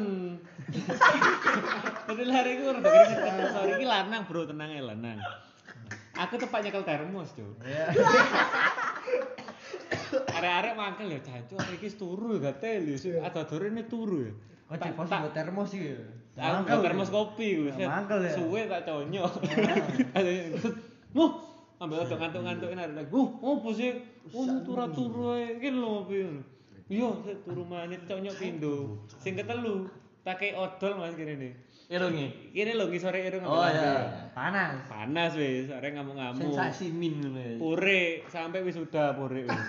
S2: [LAUGHS] Padahal hari itu rada keringetan. Sorry iki lanang, Bro, tenang ae lanang. Aku tepat nyekel termos, Cuk. Arek-arek mangkel ya jancuk, arek iki turu ya, gatel ya. Adadore ini turu ya.
S3: Oh,
S2: Tak-
S3: Jepos
S2: tak-
S3: buat termos iki.
S2: Aku
S3: Mangkel.
S2: nggak termos kopi gue.
S3: Ya, mangkel ya.
S2: Suwe tak
S3: [LAUGHS]
S2: conyok. Ada yang, Muh, ambil otak ngantuk-ngantukin ada lagi. Muh, apa sih? Oh, turu turu ae. Iki lho ngopi. Yo, set, turu manit conyok pindo. Sing ketelu, pakai odol Mas kene nih.
S1: Irunge.
S2: Kene lho ngisore irung
S1: Oh
S2: ambil
S1: iya.
S2: lambe.
S3: Panas.
S2: Panas wis, arek ngamuk-ngamuk.
S1: Sensasi
S4: Oh.
S1: min ngono ya.
S2: Pure, sampai wis sudah pure. wis.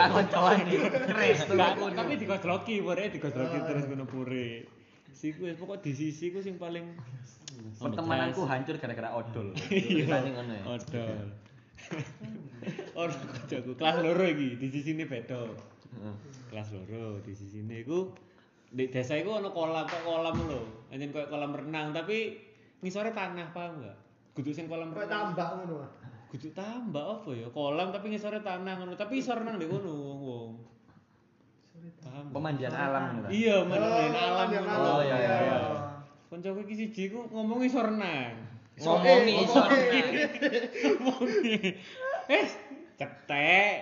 S1: Gak koncoan iki. Kres
S2: Nggak, tapi digosroki pure digosroki terus ngono pure. Siku wis pokok di sisi ku sing paling
S1: Pertemananku hancur gara-gara [LAUGHS] odol. Ceritane ngono ya.
S2: Odol. [LAUGHS] Ono kancaku kelas loro iki, di sisine beda. Kelas loro di sisine iku di desa iku ono kolam, kok kolam lho. Anjen koyo kolam renang tapi ngisore tanah paham enggak? Kudu sing kolam
S7: Kok
S2: renang.
S7: tambak ngono. ah.
S2: Kudu tambah apa ya? Kolam tapi ngisore tanah ngono, tapi iso renang di kono wong-wong. Paham? nggak?
S1: Pemandian alam ngono.
S2: Iya, main
S7: Oh,
S2: alam.
S7: main
S2: ngono.
S1: alam, iya, iya, iya.
S2: Kancaku iki siji ku ngomongi iso
S3: [LAUGHS]
S2: renang.
S1: Ngomongi
S7: Soe,
S1: iso.
S7: ngomongi.
S2: Ngomongi. Eh, cetek.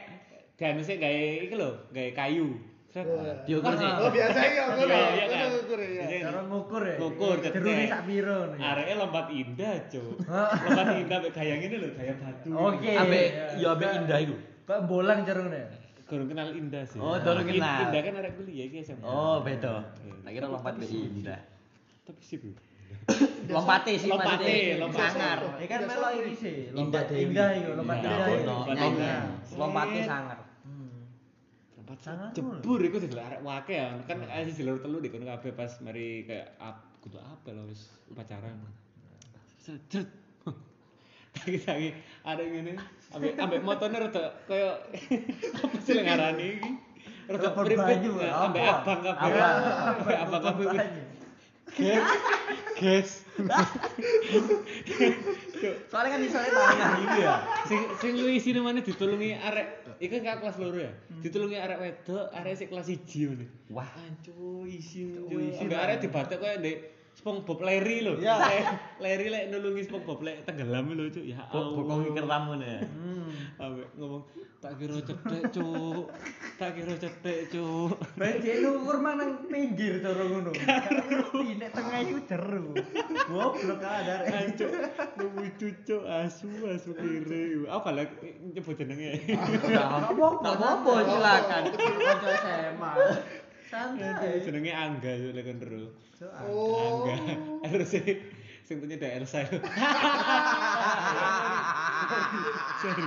S2: Dan sik gawe iki lho, gawe kayu. Set.
S1: Diukur sih.
S7: Oh, biasa iki
S2: Iya,
S7: aku lho.
S2: iya kan?
S7: Ukur ya.
S2: Jadi,
S3: Cara ngukur ya.
S2: Ngukur, cetek.
S3: Jerune sak piro nih.
S2: Areke lompat indah,
S3: [LAUGHS]
S2: Cuk. lompat indah mek gaya ngene lho, gaya batu.
S3: Oke.
S1: Abe, ya abe indah iku.
S3: Pembolang jerune.
S2: Kurang kenal indah sih.
S1: Oh, durung
S2: In-
S1: kenal.
S2: Indah kan arek kuliah iki SMA.
S1: Oh, beda. Tak kira lompat ke indah.
S2: Tapi sih, Bu.
S1: [COUGHS] Lompate sih
S2: Lompate,
S1: maksudnya.
S2: lompate.
S1: Sangar.
S3: Ya kan melo iki sih, lompat
S10: Dewi.
S3: indah iku, lompat
S1: Nah,
S3: indah.
S1: ono.
S3: iku.
S2: Lompate.
S1: Lompate sangar.
S3: Hmm.
S2: tempat
S10: Sangat
S2: jebur iku didelok arek wake ya. Kan asih jalur telu di kono kabeh pas mari kayak ap, kudu apa lho wis upacara. Sedret. Tangi-tangi arek ngene ambek ambek motone rada kaya [LAUGHS] apa sih yang ngarani iki? Rada
S10: Rada
S2: pripit
S10: berbanyu,
S2: nah,
S10: apa?
S2: ambek abang kabeh. Ambek abang kabeh. wis. Guys. Guys. Cuk,
S4: Soalnya kan misalnya tangan gitu ya.
S2: sing sing lu isine mana ditulungi arek iku kan kelas loro ya ditulungi arek wedok arek sik kelas 1 ngene
S1: Wah.
S2: ancu isin
S10: Oh,
S2: yo
S10: isin,
S2: ambek
S10: ah.
S2: arek dibatek koyo ndek SpongeBob Larry lho
S4: Iya.
S2: [LAUGHS] Le- Larry lek nulungi SpongeBob lek tenggelam lho cuk ya
S10: Kok bokongi
S2: Allah
S10: kertam ngono ya.
S2: ambek ngomong tak kira cetek cuk tak kira cetek cuk [LAUGHS]
S10: Bae lukur manang pinggir cara ngono. Ngerti nek tengah iku jeru. Goblok ada.
S2: ancu nunggu cuk asu asu kiri apa lah nyebut jenenge [LAUGHS]
S4: Enggak apa-apa silakan.
S10: Kanca SMA. Santai.
S2: jenenge Angga cuk lek ndro
S7: Oh.
S2: Angga. Terus sih sing punya Dek [LAUGHS] Elsa. Sorry.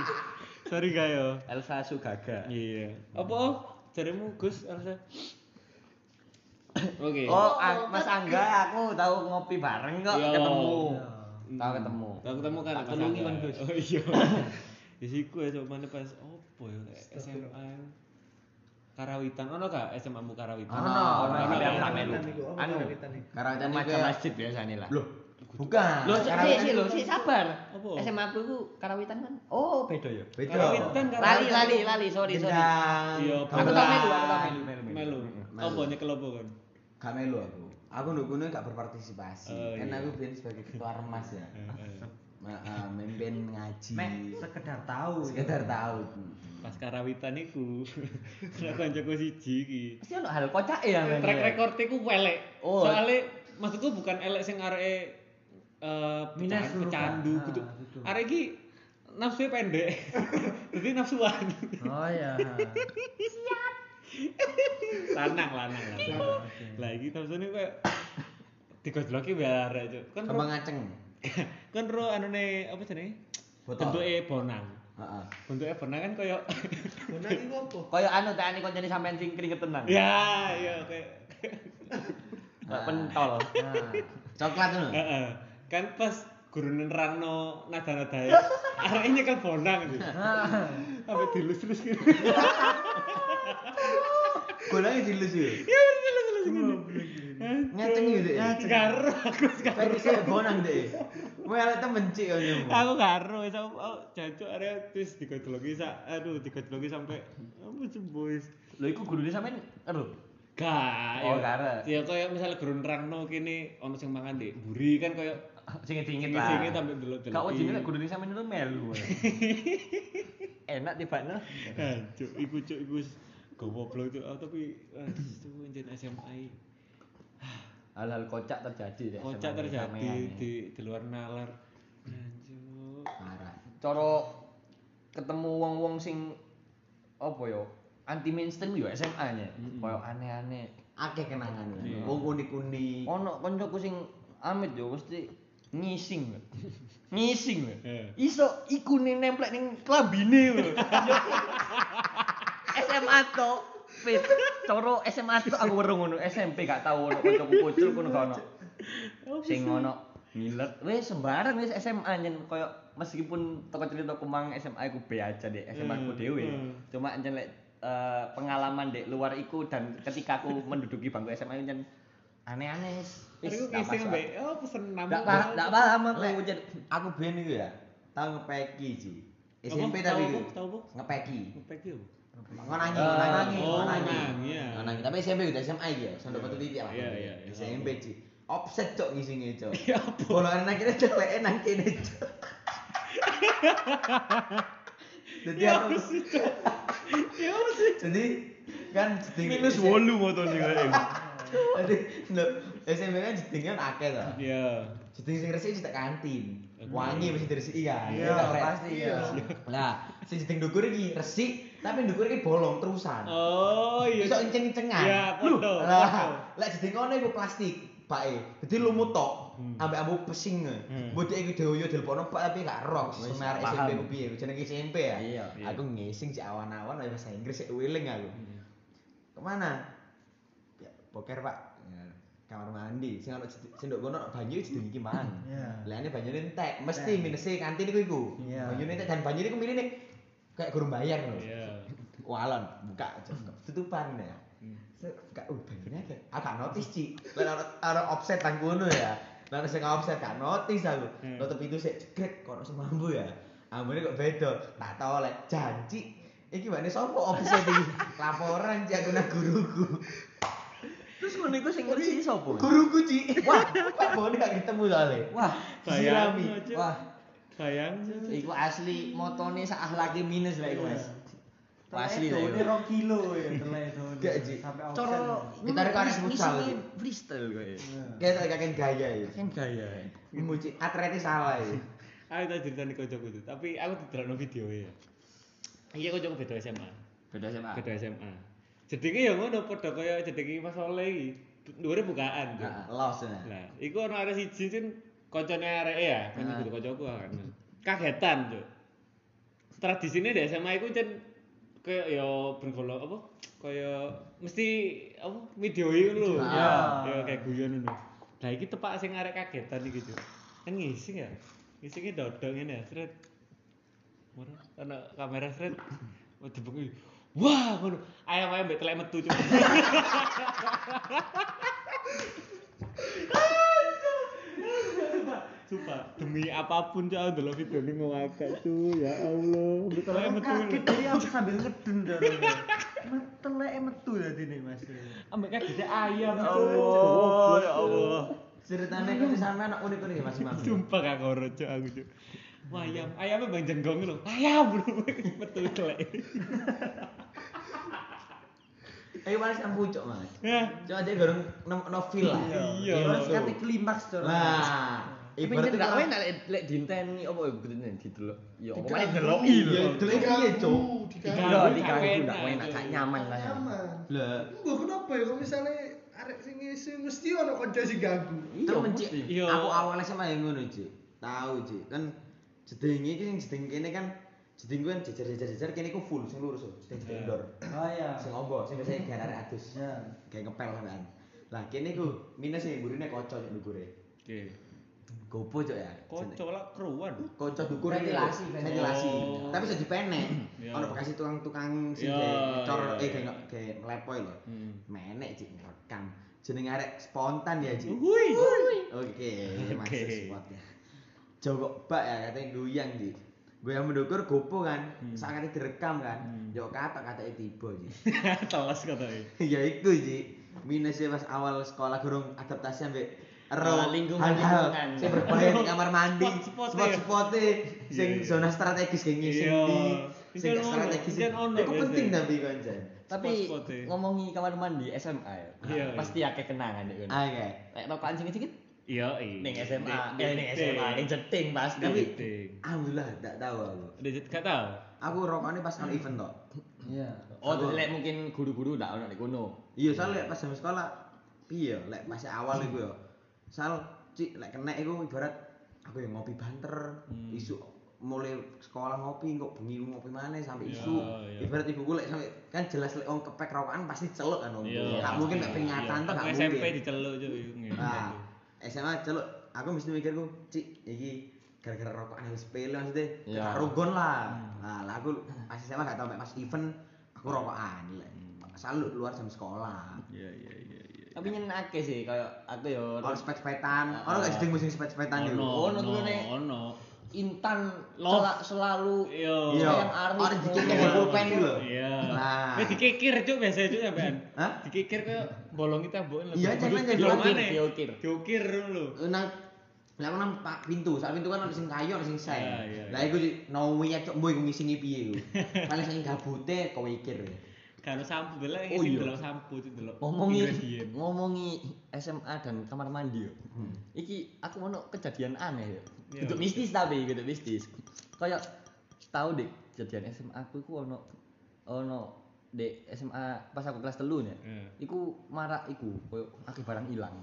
S2: Sorry gak yo.
S1: Elsa Sugaga.
S2: Iya. Apa jarimu Gus [COUGHS] Elsa? Oke.
S4: Oh, A- Mas Angga, aku tahu ngopi bareng kok
S2: Yo.
S4: ketemu.
S1: Tahu ketemu.
S2: Tak ketemu kan
S1: Tak
S2: Mas
S1: tulungi
S2: Angga.
S1: kan, Gus.
S2: Oh [LAUGHS] iya. Di siku ya coba mana pas opo ya SMA Karawitan ono gak SMA mu Karawitan?
S4: Ono, ono,
S1: ono,
S4: ono.
S1: ono. melu.
S7: Anu.
S1: Anu.
S4: Karawitan
S1: Macam masjid biasanya lah. Loh,
S4: Bukan.
S1: Loh, sik sik, sik, loh, sik sabar.
S2: Apa?
S1: SMA aku iku karawitan kan. Oh, beda ya. Lali
S2: Karawitan Karawitan.
S1: lali lali, sorry sorry.
S4: Gendang.
S2: Iya,
S1: Aku tau melu, aku tau melu.
S4: Melu,
S2: Melu.
S4: Melu.
S2: Apa nyekel apa kan?
S4: Gak melu aku. Aku nduk kono gak berpartisipasi.
S2: Oh,
S4: Kan
S2: iya.
S4: aku biyen sebagai ketua remas ya.
S1: Eh,
S2: Heeh.
S4: [LAUGHS] Ma- ah, Mimpin ngaji.
S10: Mek sekedar tahu.
S4: Sekedar tahu.
S2: pas karawitan [LAUGHS] iku kena kancaku siji iki
S1: Pasti ono hal kocak ya men.
S2: track record iku elek
S1: Oh.
S2: soalnya maksudku bukan elek sing areke eh
S10: Minus lupa.
S2: pecan- pecandu
S10: Ah,
S2: gitu
S10: gitu.
S2: arek iki nafsunya pendek [LAUGHS] jadi nafsuan
S10: Oh ya.
S2: lanang lanang lanang lah iki nafsunya kayak digojloki biar arek cuk kan
S4: Kembang
S2: ro
S4: ngaceng.
S2: [LAUGHS] kan ro anune apa jenenge
S4: Botol.
S2: bentuke bonang
S4: Heeh.
S2: bentuke bonang kan koyo
S7: Bonang iku apa?
S1: Koyo anu tekane koncene sampean sing keringetan nang.
S2: ya [LAUGHS] ya kayak
S1: Kok [LAUGHS] Pentol.
S4: Coklat ngono.
S1: Eh,
S2: Heeh. kan pas guru nerangno nada-nada
S1: [LAUGHS]
S2: ya arahnya nyekel bonang gitu sampai dilus-lus gitu
S4: Golonge dilus yo.
S2: ya dilus-lus gitu
S4: Ngaceng yo, Dek.
S2: karo aku
S4: Kayak bisa bonang deh. Mau elek temen cik yo nyemu.
S2: aku karo wis aku aku jancuk arek terus digojloki sak aduh digojloki sampai apa jembois
S1: Lho iku gurune sampean ero.
S2: gak
S1: Oh,
S2: ya.
S1: karo.
S2: ya kayak misalnya guru nerangno kene ono sing mangan di buri kan kayak
S1: Sing dingit lah.
S2: sing sampai delok-delok
S1: Kak
S4: iya.
S1: wajine lek gurune sampean itu melu. Enak tibane.
S2: Ah, cuk, iku cuk iku wis goblok cuk Ah, tapi ah, itu njen SMA
S1: Hal-hal kocak terjadi deh.
S2: kocak
S1: sama
S2: terjadi
S1: keramaian ya.
S2: di, di luar nalar Anjuk.
S4: Parah.
S1: Cara ketemu wong-wong sing apa ya? Anti mainstream yo SMA-nya. Koyo aneh-aneh.
S4: [LAUGHS] Akeh kenangan.
S10: Iya.
S4: Wong unik-unik.
S1: ono koncoku sing amit yo mesti ngising [LAUGHS] lho. ngising lho.
S2: Iya.
S1: iso ikune nemplek ning klambine
S2: [LAUGHS]
S1: lho Yo. SMA to wis coro SMA to aku weruh ngono SMP gak tau ono koncoku kucul kono gak ono sing ono ngilet wis sembarang wis SMA nyen koyo meskipun toko cerita kumang SMA ku B aja deh SMA ku dhewe
S2: Hmm.
S1: cuma nyen lek eh, pengalaman dek luar iku dan ketika aku menduduki bangku SMA nyen aneh-aneh wis
S2: Aku
S1: gak
S2: kisah
S1: masuk
S2: mbak, oh pesen nama
S1: Nggak paham, nggak paham aku.
S4: Lek, aku biyen iku ya, tau ngepeki Ji. SMP
S2: Apa? Tau
S4: tapi
S2: apa?
S4: iku.
S2: Tau apa?
S4: Ngepeki.
S2: Ngepek yuk
S4: Ngonangi,
S1: Oh,
S4: ngonangi,
S2: oh,
S4: ngonangi.
S2: ngonangi, ya.
S4: Ngonangi. Tapi SMP udah SMA iki ya, sandok batu titik lah.
S2: Iya, iya, iya.
S4: SMP Ji. Offset cok ngisinge cok.
S2: [LAUGHS] Ya apa?
S4: Bolongan nang kene celeke nang kene
S2: [LAUGHS]
S4: cok. Jadi
S2: Ya
S4: aku
S2: sih Cok. Ya apa sih
S4: jadi kan jeding
S2: motone kae
S4: Jadi lho, SMP kan jedingnya kan akeh to.
S2: Iya
S4: Jeding sing resik cetek kantin.
S2: Oke.
S4: Wangi mesti diresiki kan.
S10: Iya,
S4: tak, Rek?
S10: pasti ya.
S4: Nah, sing jeding dhuwur iki resik, tapi dhuwur iki bolong terusan.
S2: Oh iya
S4: Iso enceng-encengan.
S2: Iya, foto
S4: Lah, lek jeding kono iku plastik, bae. Dadi
S2: Hmm.
S4: lumut tok. Ambek ambu pesing. Mbok iki dhewe yo dilpono bak tapi gak roh. Senar SMP ku piye? Jenenge SMP ya.
S1: Iya.
S2: Hmm.
S4: Aku ngising si awan-awan bahasa Inggris sik wiling aku. Kemana? Ya, boker pak. Ya, kamar mandi. Sing ono jed- sendok kono ono banyu jenenge iki mang.
S3: Iya.
S4: Lah ini banyune entek, mesti minusnya kantin iku iku.
S3: Iya.
S4: Banyune entek dan banyu iku mirine kayak gurung bayar lho.
S2: Iya.
S4: Walon buka
S1: Hmm.
S4: aja, tutupan ya. Se- Buka uh banyune akeh. Aku gak notice
S1: [LAUGHS]
S4: Ci. Lah ono- ono offset nang kono ya. Lah ono sing gak offset gak notice aku.
S2: Hmm.
S4: Tutup pintu sik cekrek kono semambu ya. Ambune kok beda. Tak tau lek janji iki bane sapa offset
S1: [LAUGHS]
S4: iki? Laporan Ci aku nang guruku.
S10: Terus ngono iku sing ngisi sapa?
S4: Guruku Ci. Wah, Pak Boni gak ketemu soalnya.
S10: Wah,
S2: Bayang
S4: Sirami.
S2: aja.
S4: Wah,
S2: Bayang.
S1: Iku asli motone sak ahlake minus lah iku, Mas. Asli lah
S10: ini
S1: iku.
S10: rong kilo
S4: [LAUGHS]
S10: ya, terlai itu.
S4: Gak, Ji.
S10: Sampai ya.
S1: Cara
S10: offset.
S4: Kita ada karek futsal.
S1: Isinya freestyle kok ya.
S4: Iya, kayak kayak kakek gaya ya.
S1: Kan gaya. ya.
S4: Memuji atletis salah ya.
S2: Aku tak Ah, ceritani kancaku itu, tapi aku didelokno video Iya, ya. Iki kancaku beda SMA.
S1: Beda
S4: Ah.
S1: SMA.
S2: Beda SMA. Jedenge ya ngono padha kaya jedenge Mas Soleh iki. Dhuwure bukaan. Cuk.
S4: Los
S1: Hmm.
S4: ya.
S2: Nah, iku ana arek siji sing koncone areke ya, kan
S4: Ah.
S2: iku kancaku kan. Kagetan, Cuk. Tradisine di SMA iku jen kaya ya bergolok apa? Kaya mesti apa videoi ngono lho.
S4: Ah.
S2: Ya, ya kayak guyon ngono. Nah, iki tepak sing arek kagetan iki, Cuk. Kan ngising ya. Ngisingnya dodong ngene ya, sret. Moro, ana kamera sret. Wah, dibengi. Wah, ngono. Ayam-ayam mbek telek metu, Cuk. Sumpah, demi apapun cak dulu video ini ngakak tuh ya Allah. Betul ya betul.
S10: Kaget tadi aku sambil ngedun darahnya. Metelek metu tadi nih mas.
S2: Ambek kan gede ayam.
S10: Ya
S2: Cuk.
S10: Allah, ya
S2: Allah.
S4: Ceritanya kan sampean anak unik-unik ya Mas Mam.
S10: Iya.
S2: Sumpah gak koro cak aku cak. Wah ayam, ayamnya bang jenggong lho. Ayam bro, [LAUGHS] betul kelek.
S4: Ayo Mas yang pucuk Mas.
S2: Hah?
S4: Coba aja gorong no- novel lah.
S2: Iya.
S10: Ya Terus kan kate klimaks cara.
S4: Nah,
S1: Tapi
S4: ibarat
S1: gak
S4: kalau-
S1: enak lek lek dinteni apa ya diteni didelok. Ya apa
S7: Diganggu.
S1: meneh delok
S4: Iya, delok iki ya, Cuk.
S1: Diganggu,
S7: diganggu
S2: gak
S1: diganggu
S2: enak,
S1: gak enak, gak
S2: Cuk.
S1: nyaman lah.
S7: nyaman
S4: Lah,
S7: Enggak kenapa ya kalau misalnya arek sing ngisi mesti ono kanca sing ganggu.
S4: temen Cik,
S2: Iya.
S4: aku awalnya sama yang ngono Cik. Tahu Cik, kan jedenge iki sing jedeng kene kan jedeng kan jejer-jejer-jejer kene ku full sing lurus,
S2: Iya.
S4: jedeng-jedeng dor.
S10: Oh iya.
S4: Sing ombo, sing biasanya gara arek adus.
S10: Ya.
S4: Kayak ngepel sampean. Lah kene ku minus sing mburine kocok cuk ndukure.
S2: Oke.
S4: Gopo cuk ya.
S2: Kocok lah keruan.
S4: Kocok ndukure
S3: Ventilasi,
S4: ventilasi.
S2: ventilasi.
S4: Tapi jadi
S2: [CLEARS THROAT]
S4: penek.
S2: Iya.
S4: Ono bekas tukang-tukang sing
S2: Iya,
S4: kayak ngecor
S2: iya,
S4: eh
S2: iya.
S4: kayak kayak ngelepoy lho.
S2: Hmm.
S4: Menek cik ngerekam. Jeneng arek spontan ya cik.
S2: Wuih. [LAUGHS]
S4: Oke, masuk
S2: Uhuh. Oke.
S4: spotnya. Jogok bak ya katanya goyang di. Goyang mendukur gopo kan,
S2: Hmm.
S4: saat kata direkam kan,
S2: Hmm.
S4: yo kata kata tiba Ji.
S2: Telas katanya.
S4: [LAUGHS] ya itu Ji. Minusnya pas awal sekolah gurung adaptasi ambek
S1: Awal lingkungan-
S4: hal-hal
S1: lingkungan.
S4: sing berbahaya di kamar mandi,
S2: Spot-spotnya.
S4: spot-spotnya, sing
S2: Iya, iya.
S4: zona strategis kayak gini, sing
S2: Iya.
S4: di, sing
S2: Ikan
S4: gak
S2: ono,
S4: strategis,
S2: ikan ono
S4: itu penting
S2: biasanya.
S4: tapi kancan.
S1: Tapi
S2: Spot-spote.
S1: ngomongi kamar mandi SMA ya.
S2: e.
S4: Ah,
S2: Iya.
S1: Pasti akeh kenangan nek ngono.
S4: Oke,
S1: Lek rokokan sing
S2: Iya, iya.
S1: Ning SMA, eh ning SMA, ning jeting pasti.
S2: Tapi
S4: alhamdulillah gak tahu aku.
S2: udah jet gak tahu.
S4: Aku rokoknya pas ono event tok.
S10: Iya.
S1: Oh,
S4: Aku-
S1: lek mungkin guru-guru ndak ono nek kono.
S4: Iya, soal lek pas jam sekolah piye ya, lek pas awal
S2: Hmm.
S4: iku ya. Soal cik lek kena iku ibarat aku yang ngopi banter,
S2: Hmm.
S4: isuk mulai sekolah ngopi kok bengi ku ngopi maneh sampai
S2: Ya,
S4: isuk.
S2: ya.
S4: Ibarat ibuku lek sampai kan jelas lek wong kepek rokokan pasti celuk kan wong.
S2: Iya.
S4: Gak mungkin lek peringatan
S2: Iya.
S4: tuh gak
S2: Aku SMP
S4: mungkin.
S2: diceluk iya, cuk.
S4: Nah, SMA celuk aku mesti mikirku, cik iki gara-gara rokokan yang sepele maksudnya
S1: Ya.
S4: yeah. rugon lah
S2: Hmm.
S4: nah lah aku pas SMA gak tau mek pas event aku rokokan lek
S2: Hmm.
S4: selalu luar jam sekolah
S2: Iya, iya, iya, iya.
S1: Tapi nyenengake sih kayak aku ya
S4: Ono Oh, sepet-sepetan, ono gak sedeng musim sepet-sepetan
S2: Ah. Ono,
S4: itu.
S1: Ono,
S2: ono,
S1: ono.
S2: ono.
S1: Intan
S2: Love.
S1: sel- selalu
S2: Iya.
S4: Iya.
S1: Sayang Arif.
S4: Ono dikikir kayak pulpen itu lho.
S2: Iya.
S4: Nah.
S2: Eh dikikir cuk biasanya cuk sampean.
S4: Hah?
S2: Dikikir ke bolong kita bolong.
S4: Iya, jangan, jangan.
S1: Diukir,
S2: mana?
S1: diukir.
S2: Diukir lho.
S4: Eh, Nang Lah aku nang pak pintu, sak pintu kan ono sing kayu, ono sing seng.
S2: Iya, iya,
S4: Lah iku nomi ya cok mboy iku ngisingi piye iku. Paling sing gabute kowe ikir.
S2: Karo sampo bela
S1: Oh,
S2: ngisi
S1: iya.
S2: delok sampo cuk delok.
S1: ngomongi
S2: ingredient.
S1: ngomongi SMA dan kamar mandi yo. Iki aku ono kejadian aneh yo.
S2: Hmm. Iya.
S1: Untuk mistis tapi gitu mistis. Kayak tahu deh kejadian SMA aku iku ono ono dek SMA pas aku kelas telu ya.
S2: Iya.
S1: Iku marak iku koyo akeh barang ilang.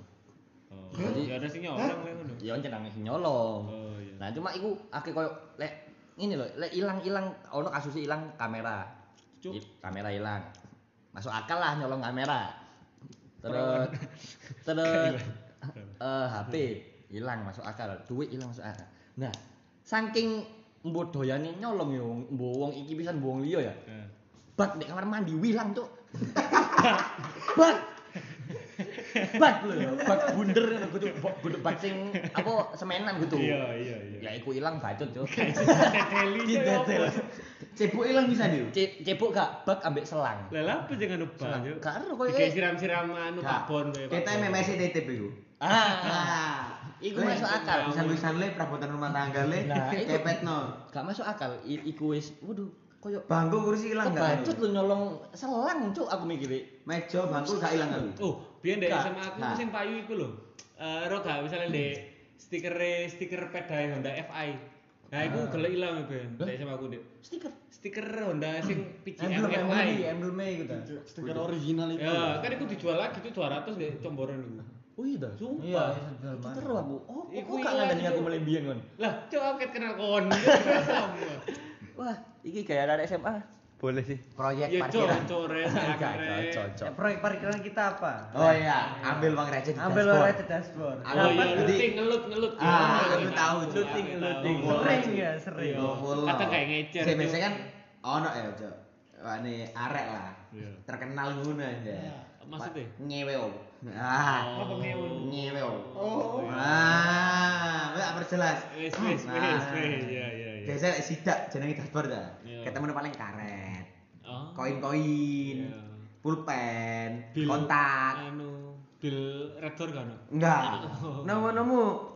S2: Oh,
S1: Jadi-
S2: ya ada sing nyolong lek ngono.
S4: Iya.
S1: Ya jenenge nyolong.
S2: Oh iya.
S1: Nah, cuma iku akeh koyo lek ini lho, lek ilang-ilang ono kasus ilang kamera.
S2: Cuk.
S1: I- Kamera ilang. masuk akal lah nyolong kamera
S4: [LAUGHS]
S1: terus terus eh, HP hilang masuk akal duit hilang masuk akal nah saking mbok doyane nyolong ya wong- mbok wong iki pisan mbok wong liya ya
S2: Nah.
S1: bat di kamar mandi wilang cuk bat bat lho bat bunder ngono gitu Bat- bunder bat sing apa semenan gitu
S2: Iya, iya,
S1: ya
S2: iya.
S1: Iya, iku ilang bacot cuk
S2: Teteli ya apa?
S10: Cebuk ilang bisa nih.
S1: Ce- cebok gak bat ambek selang
S2: Lah lah apa jangan lupa.
S1: Selang.
S2: yuk.
S1: Gak ero
S2: Dikai
S1: koyo
S2: siram-siram anu
S4: Gak.
S2: babon koyo.
S4: Kita
S2: babon.
S4: MMS titip iku.
S1: ah
S4: Ah.
S1: iku masuk akal
S4: Bisa-bisa le perabotan rumah tangga le
S1: Nah, itu.
S4: kepetno.
S1: [LAUGHS] gak masuk akal I- iku wis waduh koyo
S4: Bangku kursi ilang gak?
S1: kebacut lu nyolong selang cuk aku mikir
S4: Meja bangku gak ilang kan?
S2: Oh, biyen ndek
S4: Gak.
S2: SMA aku
S4: Nah.
S2: sing payu iku lho. Eh ro gak
S1: Hmm.
S2: misalnya ndek stiker stiker pedae Honda FI. Nah, iku
S1: Ah.
S2: gelek ilang ya, ben ndek SMA aku ndek.
S1: stiker
S2: Stiker Honda sing
S1: Hmm.
S10: Emblem
S2: PCM
S10: emblem
S2: FI.
S10: emblem gitu. itu dah.
S3: Stiker original itu.
S2: Ya, kan iku dijual lagi tuh 200 ndek comboran iku.
S1: oh iya dah
S10: Iya,
S2: Sumpah.
S10: sebel
S1: Itu
S10: banget.
S1: terus aku oh
S2: Iku
S1: kok gak
S2: ilang,
S1: ngandani aku
S2: Cuk.
S1: mulai biyen kon
S2: Lah, cok aku ket kenal kon. [LAUGHS] Sama.
S1: wah iki gaya anak SMA boleh sih
S4: Proyek
S2: Ya, cok,
S4: parkiran.
S2: cok, re,
S1: gak
S2: cok, re.
S1: cocok
S10: Ya, Proyek parkiran kita apa?
S4: Oh iya, ambil uang receh di
S10: Ambil
S4: dashboard.
S10: orang itu dashboard.
S2: Oh iya,
S4: Dapat di-
S2: luting, ngelut, ngelut.
S4: Ah,
S2: Ngelut,
S4: aku tahu,
S2: aku
S4: luting,
S2: tahu.
S4: luting.
S10: Sering ya, sering.
S2: Iya.
S4: Ngompol.
S2: Kadang kayak ngecer.
S4: Sih,
S2: Cuk.
S4: biasanya kan ono ya, Cok. Wane arek lah.
S2: Iya.
S4: Terkenal ngono aja.
S2: Maksudnya?
S4: Nyewe. Ah,
S7: Apa ngewe?
S4: nyewe.
S7: Oh.
S4: Ah, ora perjelas. Ah.
S2: Wis, wis, wis, wis. Ya, ya, ya.
S4: Biasa lek sidak jenenge dashboard ta.
S2: Iya.
S4: Ketemu paling karet,
S2: Oh.
S4: koin-koin,
S2: Iya.
S4: pulpen,
S2: Bil-
S4: kontak.
S2: Anu, bil rektor kan?
S4: Enggak. Nemu-nemu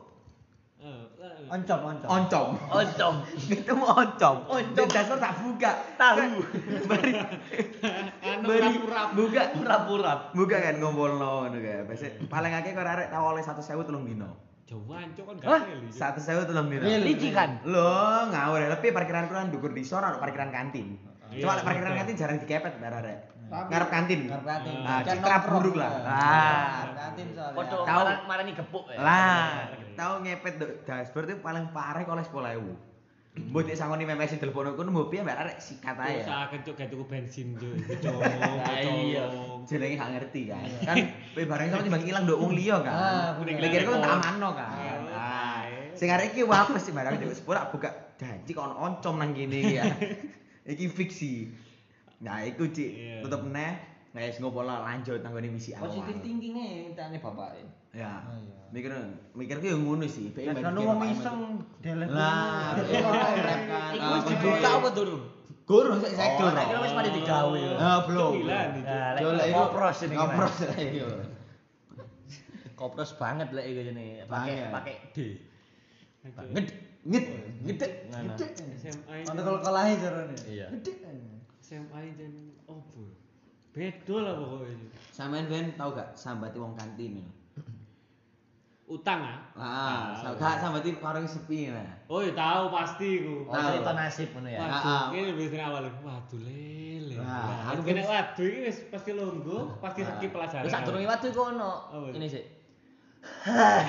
S2: Oh, eh,
S10: Oncom, oncom.
S4: oncom. [LAUGHS]
S1: oncom
S4: Ketemu oncom. Oncom dashboard tak buka. Tahu. Bari
S2: Anu
S4: bari
S2: rap-rap.
S4: buka
S1: pura-pura
S4: buka kan ngumpulno ngono kae. Biasa paling akeh kok arek tau oleh 100.000 telung dino.
S2: Jawan, cok kan gak
S1: Hah?
S2: teli, Cuk.
S4: 100.000 telung dino.
S2: Iya.
S1: licikan
S4: Loh, ngawur ya. Lebih parkiran kurang dukur di sono, ada parkiran kantin.
S2: Iya.
S4: Cuma lek parkiran kantin jarang dikepet barare.
S7: Tapi-
S4: Ngarep kan? kantin.
S3: Ngerpatin.
S4: Nah, citra Ah, buruk lah. Ah. Lah,
S3: Ah, Ngerpatin soalnya.
S1: Podo
S4: Tahu.
S1: marah- marani gepuk ya
S4: lah. Tahu ngepet do- dashboard itu paling parah kalau 10.000. Mbok nek sangoni memes di telepon aku nemu piye barare sikat ae. ya.
S2: Usahakan cok gak tuku bensin cok. Cok,
S1: Lah, iya.
S2: cok.
S4: Jenenge gak ngerti kan. Kan kowe bareng sama timbang ilang nduk wong liya
S3: Ah,
S4: kan.
S2: bener.
S4: Mikir kok tamano kan.
S2: Iya.
S4: Nah, sing arek iki wapes sih barang nduk sepura buka janji kok ono oncom nang kene iki ya. Iki fiksi. Nah, iku
S2: Iya.
S4: Cik, tutup neh. Nah, wis ngopo lah lanjut nang ngene misi awal.
S1: positif thinkingnya tanya bapak
S4: Ya.
S3: Oh, iya.
S4: Mikir mikirku ya ngono sih.
S10: Dan
S4: pengen
S10: kalau
S4: balikin
S10: wong
S4: apa emang.
S10: iseng delete
S4: Lah,
S10: dulu.
S1: iku wis
S4: Apa
S1: dibuka
S4: duit?
S1: apa durung
S4: Guru sik segel.
S1: Oh, tak kira wis pada digawe lho.
S4: Ah, belum.
S2: Sembilan, Cok.
S1: Nah, lek
S4: Yo, lek iku-
S1: kopros ini
S4: Ngopros [LAUGHS] iya. lek iku.
S1: kopros banget lah iku jenenge
S4: Banget.
S1: pakai pakai D
S2: Aduh.
S1: nged
S4: Nyet, nyedek.
S1: Nah, nah.
S2: SMA
S3: Untuk
S2: itu-
S3: kalau kelahi jarone.
S1: iya
S2: SMA dan opo? Bedo lah pokoknya.
S4: Sampeyan ben tau gak sambati wong kantin?
S2: Utang ah?
S4: Ah,
S2: Tahu.
S4: gak sambati warung sepi nah.
S2: Oh iya tahu pasti ku.
S1: oh cerita nasib ngono ya
S4: Ah, ah.
S2: Waduh, ini lebih dari awal. Waduh lele.
S4: Nah,
S2: Nah,
S4: aku
S2: kena
S4: wis-
S2: waduh ini wis pasti longgo, pasti
S4: Nah.
S2: skip pelajaran.
S1: Terus sak durunge watu iku ono
S2: Apa?
S1: ini sih.
S2: Ah,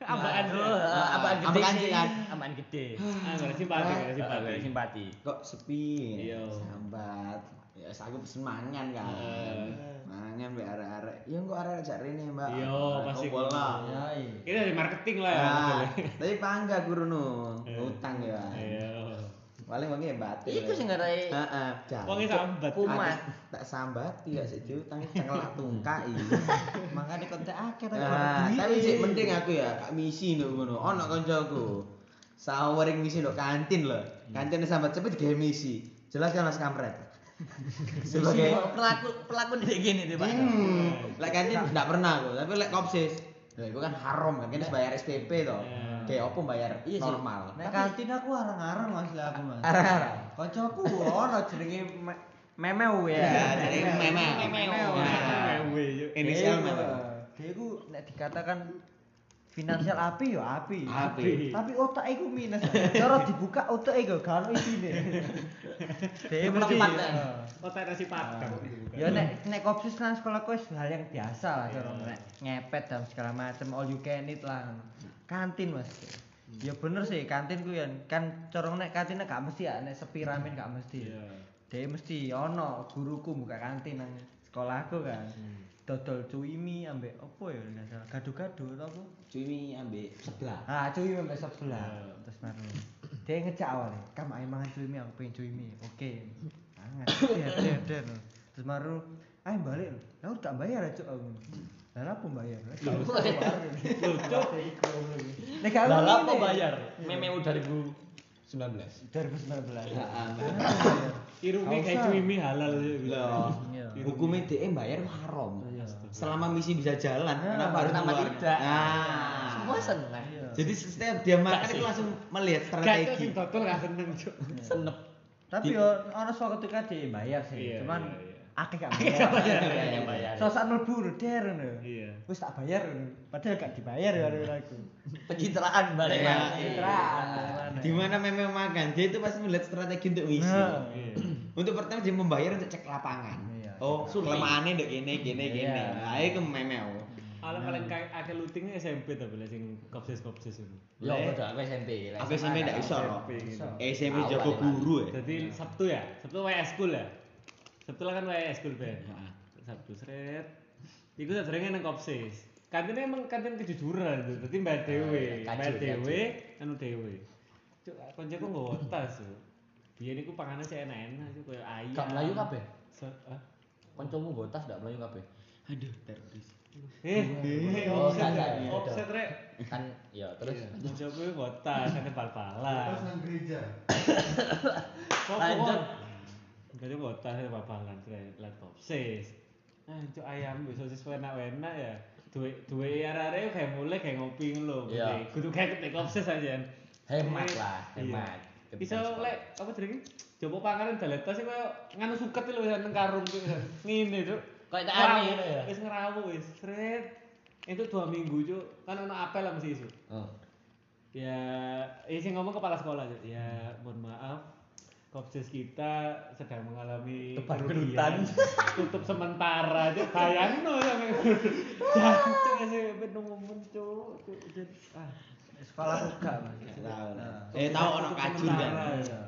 S2: ambakan.
S1: Aduh, apaan gede
S4: Ah, Apaan
S1: Ah, sih
S4: sih, kan?
S1: Apaan gede.
S2: Angger simpati, angger
S1: Simpati.
S2: simpati.
S1: Simpati.
S4: Kok sepi?
S2: Iya.
S4: Sambat. Ya wis aku pesen mangan kan.
S2: Heeh.
S4: Mangan mbek arek-arek. Ya engko arek-arek jak rene, Mbak.
S2: Iya, pasti.
S4: Kumpul lah.
S3: Ya iya.
S2: Ini dari marketing lah ya.
S4: Ah,
S2: betul.
S4: tapi pangga guru nu utang ya.
S2: Iya.
S4: Paling wangi batin.
S1: Iku sing ngarai
S4: Heeh, jan.
S2: Wong Nah, sambat.
S1: kumat.
S4: Aku tak sambati gak sik diutang cengelak tungkai.
S3: Makanya kontak akeh tapi
S4: Nah,
S3: duit.
S4: Ah, tapi sik penting aku ya, kak misi nduk ngono. Ono kancaku. Sawering misi nduk kantin lho.
S1: Hmm.
S4: Kantin sambat cepet digawe misi. Jelas kan Mas
S1: [LAUGHS]
S4: Kamret. Sebagai
S1: pelaku pelaku ndek gini deh, Pak.
S4: Hmm, lek kantin ndak pernah aku, tapi lek kopsis. Lah iku kan haram kan kene bayar SPP to. Kayak opo bayar
S1: Iya sih.
S4: normal.
S3: Nek kantin aku arang-arang Mas lah aku Mas.
S4: Arah-arah.
S3: Kancaku ono jenenge me- memeu ya.
S4: Ya, jenenge memeu.
S3: Memeu.
S4: Nah.
S2: iya.
S4: Inisial memeu.
S3: Dia ku nek dikatakan finansial api yo
S1: Iya.
S3: api.
S4: Api.
S3: Tapi otak iku minus. Cara dibuka otak iku gak ono isine. Dia mesti.
S1: Kelempat, kan?
S2: Kota nasi Oh, padang. Iya.
S3: Ya nek nek kopsus nang sekolah ku wis hal yang biasa lah cara nek ngepet dan segala macam all you can eat lah. Kantin Mas. Ya bener sih kantin ku kan kan corong nek kantin gak mesti ya nek sepi ramen gak mesti.
S2: Iya.
S3: Dek Dia mesti ono guruku buka kantin nang sekolahku kan.
S1: Hmm.
S3: Dodol cuimi ambek opo ya nggak salah gado-gado atau apa?
S4: Cuimi ambek sebelah.
S3: Ah, cuimi ambek sop sebelah.
S1: Hmm.
S3: Terus baru dia ngejak awalnya, kamu ayo mangan cuimi, aku pengen cuimi. Oke. Mangan. Der, der, der. iya. Terus baru ayo balik. Ya udah tak bayar aja aku. Lah apa bayar? Lah gak usah bayar. Nek gak
S1: Lah
S3: ngomong
S1: apa
S3: ini.
S1: bayar?
S2: Iya.
S1: Mememu 2019.
S3: 2019.
S1: Iya.
S4: eh,
S2: Irungnya kayak cuimi halal ya bilang.
S4: Loh,
S3: Iya.
S4: hukumnya DE bayar haram.
S1: Iya.
S2: [LAUGHS]
S4: Selama misi bisa jalan, kenapa harus
S1: kenapa
S4: keluar?
S1: tidak?
S4: Ah.
S1: Iya. Semua seneng.
S3: Iya.
S4: Jadi setiap dia makan itu langsung melihat
S2: Gak sih
S4: [LAUGHS] strategi.
S2: dokter gitu, gak seneng cuk.
S1: Senep.
S3: Hmm. Tapi yo ono suatu ketika dibayar sih,
S2: Iya,
S3: cuman
S2: iya, iya.
S3: akeh gak bayar.
S1: Yang bayar.
S3: Sosan mlebu lho, der ngono.
S2: Iya.
S3: Wis tak bayar ngono. Padahal gak dibayar ya karo aku.
S1: Pencitraan balik.
S4: Iya.
S3: Citraan,
S4: Di mana memang makan, dia itu pasti melihat strategi untuk misi.
S3: Nah.
S1: iya.
S2: Iya.
S4: Untuk pertama dia membayar untuk cek lapangan.
S3: Iya.
S4: Oh, kelemahannya dek ini, gini, gini. Nah, itu memel.
S2: Alah paling kayak akeh lootingnya SMP tapi lah sing kopsis-kopsis itu.
S1: Yo, udah aku SMP. lah.
S4: Aku SMP tidak iso loh.
S2: Gitu.
S4: SMP
S1: Awal Iya,
S4: jago
S1: lah.
S4: guru ya.
S2: Jadi
S1: Iya.
S2: Sabtu ya? Sabtu WS school ya? Sabtu lah kan WS school Ben.
S1: Iya.
S2: Sabtu seret. Iku sebenarnya nang kopsis. Kantinnya emang kantin kejujuran tuh. Dadi mbak
S1: kacau, Ah,
S2: dhewe, mbak
S1: iya, kacau.
S2: dhewe, anu dhewe. Cuk, koncoku nggawa tas tuh. Biyen iku panganan sih enak-enak tuh koyo ayam.
S1: Gak melayu kabeh.
S2: Se- ah?
S1: Koncomu botas gak melayu kabeh.
S4: Aduh, teroris.
S2: Eh, eh, offset
S1: enggak,
S2: ya,
S1: Oh, iya.
S2: offset rek.
S1: Kan ya terus
S2: Koncoku nggawa tas, ada bal-balan.
S7: Terus nang gereja.
S1: Lanjut.
S2: Lanjut. Jadi botas ya babangan kre laptop. Sis. Ah, cuk ayam wis sosis enak-enak ya. Duwe duwe arek-arek ya, kayak mulai kayak ngopi ngono lho.
S1: Iya.
S2: Kudu kayak ketek sis aja.
S1: hemat
S2: Iya.
S1: lah, hemat.
S2: Bisa lek apa jenenge? Coba panganan daletas sing koyo nganu suket lho wis nang karung kuwi. Ngene, Cuk.
S1: Kayak tak
S2: Ngerawuk,
S1: aneh ngono ya?
S2: Wis ngerawuk wis. Sret. Itu dua minggu, Cuk. Kan ono apel lah mesti isu.
S1: Oh.
S2: Ya, ini sih ngomong kepala sekolah aja. Ya, mohon maaf. Kopsis kita sedang mengalami
S1: Tebar
S2: kerugian. [LAUGHS] Tutup sementara aja. Bayangin loh sampai jantung ya sih. Benung muncul. Ah,
S3: Sekolah aku gak. Mas.
S4: Tahu lah.
S3: Nah.
S4: Eh, tahu orang kacur kan.
S3: Iya.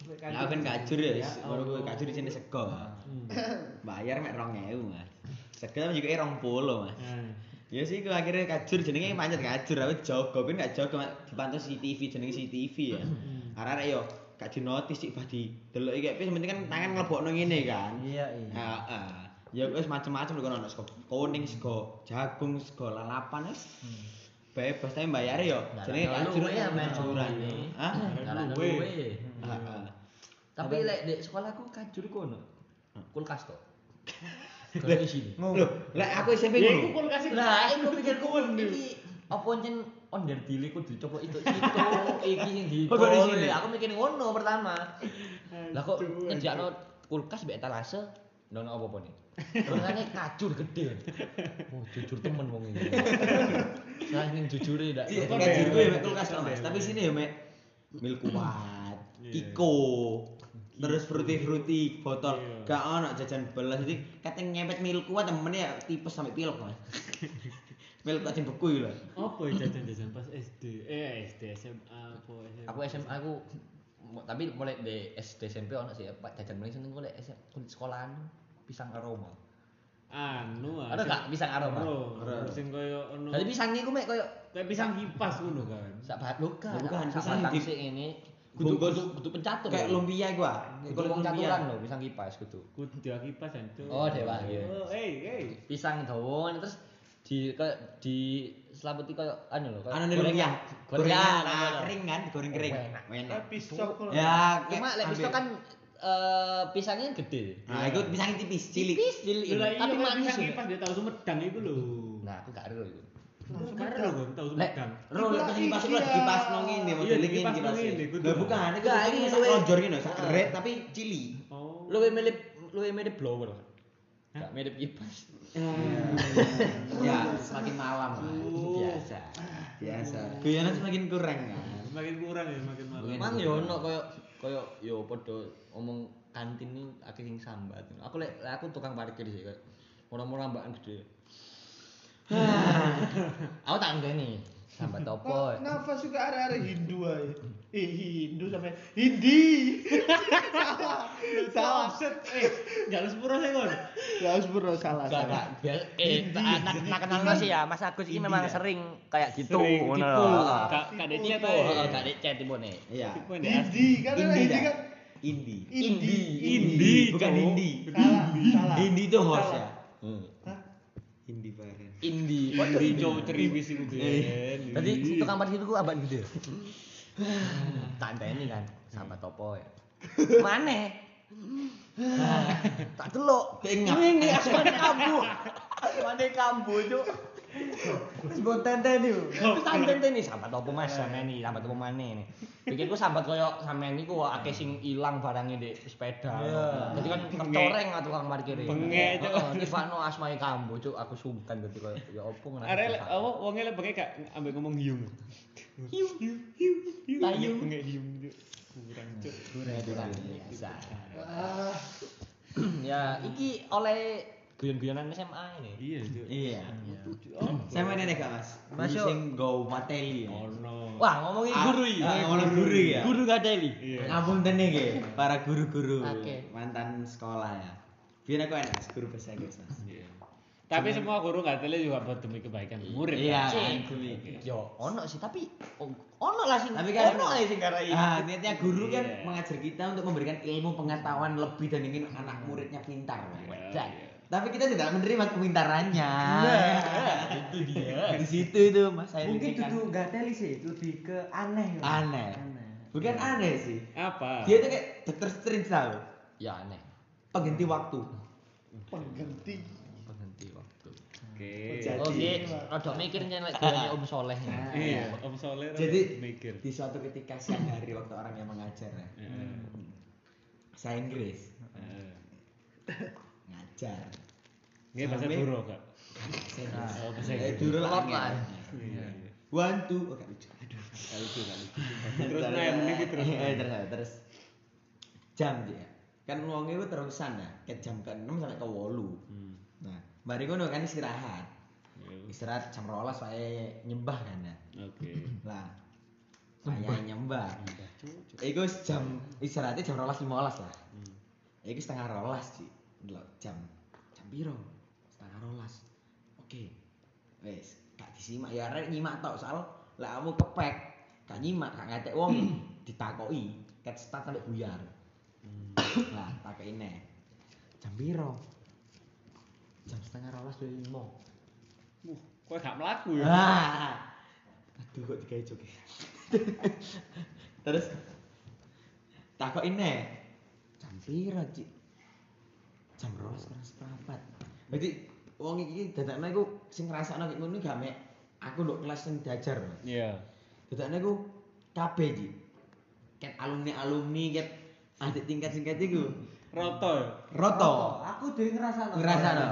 S2: sampai
S4: Lah aku kan kacur ya, wis. baru gue kacur di sini sego.
S2: Hmm,
S4: Bayar mek 2000, Mas. Sego juga 20, Mas.
S2: Nah,
S4: Ya sih gue akhirnya kacur jenenge pancet kacur aku jogo ben gak jogo Mas. dipantau CCTV jenenge CCTV ya.
S3: Hmm.
S4: Arek-arek yo gak dinotis sik bah di delok iki wis penting kan tangan mlebokno ngene kan.
S3: Iya, iya.
S4: Heeh. Ya wis macam-macam lho ono sego kuning, sego jagung, sego lalapan wis.
S3: Hmm.
S4: Bebas tapi bayare yo
S1: Nah,
S4: jenenge
S1: nah,
S4: kacur
S1: lu ya, Mas.
S4: kacuran. Hah?
S1: Ngarang
S2: Luwe.
S1: luwe.
S4: Heeh.
S1: Tapi lek di sekolahku kajur kono. Kulkas
S4: [LAUGHS]
S1: to. Kalau isi.
S4: Lho, lek aku SMP
S2: ya itu
S4: ngono.
S2: pun kasih
S1: Lah, iku pikirku iki apa nyen onder dili ku dicoba itu
S4: [LAUGHS]
S1: itu iki sing
S4: Kok di
S1: ditolak.
S4: sini?
S1: Aku mikir ngono pertama. Lah kok ngejakno kulkas mbek etalase ndono apa-apa nih. Rungane kacur
S4: [LAUGHS]
S1: gede. Oh, jujur temen wong ini. Salah ning jujure ndak.
S4: Iya,
S2: Kon
S4: gaji
S2: dewe,
S4: gue mek
S2: kon
S4: kulkas loh, Mas.
S2: dewe.
S4: Tapi sini ya mek mil kuat,
S2: Iya.
S4: Kiko, terus fruity fruity botol
S2: Iya.
S4: gak ono jajan belas jadi kateng nyepet mil kuat temennya ya tipes sampai pilek
S2: [LAUGHS]
S4: mas mil kuat yang beku lho
S2: Apa ya jajan-jajan pas SD? Eh, SD, SMA, apa SMA?
S1: Aku SMA aku mu- tapi mulai di SD SMP ono sih ya, Pak jajan mulai seneng golek SM kulit sekolahan pisang aroma.
S2: Anu ah,
S1: Ada
S2: sing-
S1: gak pisang aroma?
S2: Ro, ro, Sing koyo ono.
S1: Jadi pisang niku mek koyo
S2: Kayak pisang kipas ngono kan.
S1: sak bahan luka.
S4: Lah, bukan, pisang
S1: pisang
S4: di-
S1: sik ngene. Kudu
S4: Kudu-
S1: kudu kudu pencatur.
S4: kayak
S1: lho.
S4: lumpia gua
S1: Kudu
S4: kalau
S1: wong
S4: lumpia
S1: caturan lho pisang kipas kudu.
S2: Kudu kipas ancu.
S1: Oh, dewa, iya.
S2: Oh, hey, hey.
S1: Pisang dawa terus di kayak di selamuti koyo anu lho koyo
S4: anu nih lumpia
S1: Gorengan.
S4: gorengan ah, kering kan goreng kering
S1: Enak.
S4: enak
S7: Tapi pisau kalau
S4: ya
S1: Cuma lek pisau kan eh, pisangnya gede.
S4: nah itu pisangnya tipis cilik
S1: Tipis, cilik.
S2: Lha iya
S1: Tapi
S2: kan
S1: manis.
S2: pisang
S1: lho.
S2: kipas dia tahu Sumedang iku lho.
S1: Nah, aku gak ero iku.
S7: langsung
S2: Kemarin
S7: kerja.
S2: lho gua tahu
S1: Lek,
S2: Sumedang.
S4: Roh, lek pas kipas lu
S7: Iya.
S4: kipas nong ini, model
S2: Iya,
S4: ini
S2: kipas
S4: kipas
S2: nong ini,
S4: ini.
S2: kudu.
S4: Lah bukan, itu
S1: Enggak,
S4: ini
S1: ini
S4: sak
S1: luwe-
S4: lonjor gini, sak red tapi cili.
S2: Oh.
S1: Luwe mirip luwe mirip blower. Gak mirip kipas.
S4: Ya, semakin malam lah. Biasa. Biasa. Guyonan semakin kurang kan.
S2: Semakin kurang ya, semakin malam.
S1: Emang yo ono koyo koyo yo padha omong kantin ini akeh sing sambat. Aku lek lek aku tukang parkir sih [LAUGHS] koyo murah-murah mbakan gede. aku tak ngene. sambat
S7: Kok
S1: topo.
S7: nafas juga arek-arek Hindu ae. Eh Hindu sampe Hindi.
S2: Salah. Eh, jalur sepuro saya kon.
S7: Ya harus bro salah salah.
S1: Gak, biar- eh, tak tak- tak kenal Mas ya, Mas Agus ini memang sering kayak gitu, ngono lho.
S2: Kak kak Decia
S1: Oh,
S2: tahu.
S1: oh, gak ada chat tipone.
S4: Iya. ya.
S2: Tipu ini asli.
S7: Hindi kan arek Hindi kan
S4: Indi.
S7: Indi.
S2: Indi,
S4: Bukan
S2: cowok.
S4: Indi.
S7: Salah, salah.
S4: Indi itu host ya.
S7: Hah?
S4: Indi bareng.
S1: Hmm. Indi.
S2: Indi cowok ceribis itu Iya. Ben.
S1: Tadi tukang parkir itu abang gitu. ya? Tak ada ini kan, sambat topo ya. Mana?
S4: Ah.
S1: tak delok.
S4: Bengap.
S1: Ini asmane kambuh. Asmane kambuh, Cuk.
S10: Wis mbok tenten yo.
S1: Terus sampean ini sambat apa Mas sampean ini sambat apa maneh ini. Pikirku sambat koyo sampean niku kok akeh sing ilang barangnya di sepeda. Jadi kan kecoreng lah tukang parkir ini.
S2: Iya.
S1: Oh,
S2: Bengek, Cuk.
S1: Heeh, Tivano asmane kambuh, Cuk. Aku sungkan dadi koyo ya opo ngerti.
S2: Arek lek- apa wonge lek bengek gak ambek ngomong hiung. Hiung hiung hiung. hiung.
S1: Lah, hiung.
S2: Bengek hiung. Cuk. Kurang cuk.
S1: Kurang kan biasa.
S7: Ah,
S1: ya iki oleh guyon-guyonan SMA ini
S2: Iya cuk.
S4: Iya.
S2: Oh,
S4: Sama nenek gak mas? Mas
S10: Mas, yo.
S4: sing go mateli. ya?
S2: Ono.
S1: wah ngomongin guru iki
S4: Ah, ngomong guru ya. Nah,
S1: guru gak ada ini
S2: Iya.
S4: Ngapun tene ge para guru-guru
S1: Oke.
S4: mantan sekolah ya. Biar aku enak guru bahasa Inggris mas.
S2: Iya. Tapi semua guru nggak tele juga buat demi kebaikan murid.
S4: Iya.
S2: kan?
S4: kan,
S1: Cik.
S4: guru.
S1: yo ono sih tapi o- ono lah sih
S4: Tapi kan-
S1: ono lah sing karai
S4: Ah, niatnya guru
S2: Iya.
S4: kan
S2: Hmm.
S4: mengajar kita untuk memberikan ilmu pengetahuan lebih dan ingin anak muridnya pintar.
S2: Iya,
S4: Dan-
S2: iya.
S4: Tapi kita tidak menerima kepintarannya.
S1: itu
S2: iya,
S1: dia
S4: Di situ itu Mas saya
S10: Mungkin
S4: deg-degan.
S10: dudu gak teli sih, lebih ke aneh. Mas.
S4: Aneh.
S10: Aneh.
S4: Bukan
S2: Iya.
S4: aneh sih.
S2: Apa?
S4: Dia itu kayak Dr. Strange tau.
S1: ya aneh
S4: Pengganti waktu.
S7: pengganti.
S1: penghenti waktu
S2: Oke.
S4: Jadi-
S1: oke Oh, rada mikir nyen lek guyone Om Soleh
S2: Iya, Om Soleh
S4: Jadi
S2: mikir.
S4: di suatu ketika siang hari waktu orang yang mengajar ya.
S2: Heeh.
S4: Saya Inggris
S2: Heeh.
S4: ngajar.
S2: Nggih bahasa
S4: Sampai-
S2: Duro, Kak.
S4: Bahasa Inggris.
S2: Oh, bahasa
S4: Saya
S2: Inggris.
S4: dulu
S1: Telur
S4: lah.
S1: lah.
S2: Iya.
S4: One two. Oh, gak lucu. Aduh.
S2: Gak lucu, gak lucu. Terus nah, mending kita terus.
S4: Iya, terus ae, terus. Jam dia. Kan wonge ku terusan ya, ke jam ke-6 sampai ke 8.
S2: Hmm.
S4: Nah, bari ngono kan istirahat.
S2: Iya.
S4: Istirahat jam 12 wae nyembah kan ya.
S2: Oke.
S4: Lah. Saya nyembah. Eh, Iku wis jam istirahatnya jam 12.15 lah. Eh,
S2: Hmm.
S4: Iku setengah rolas sih. Delok jam jam piro? Setengah rolas. Oke. Wes, gak disimak ya arek nyimak tok soal lek kamu kepek, gak nyimak, gak ngatek wong ditakoki, ket start sampe buyar. Lah, takoki neh. Jam piro? Jam setengah rolas dua lima.
S2: Wah, Kok gak melaku ya?
S4: Ah. Aduh kok digawe joki. Terus takoki neh. Jam piro, Cik? Jam 12 kurang seperempat. Berarti wong iki dadakne iku sing ngrasakno kaya ngono gak mek aku nduk kelas sing diajar.
S2: Iya.
S4: Dadakne iku kabeh, Cik. Ket alumni-alumni, ket adik tingkat-tingkat iku.
S2: Roto ya?
S3: Oh,
S4: Roto.
S10: Aku dhewe ngrasakno.
S4: ngerasa no.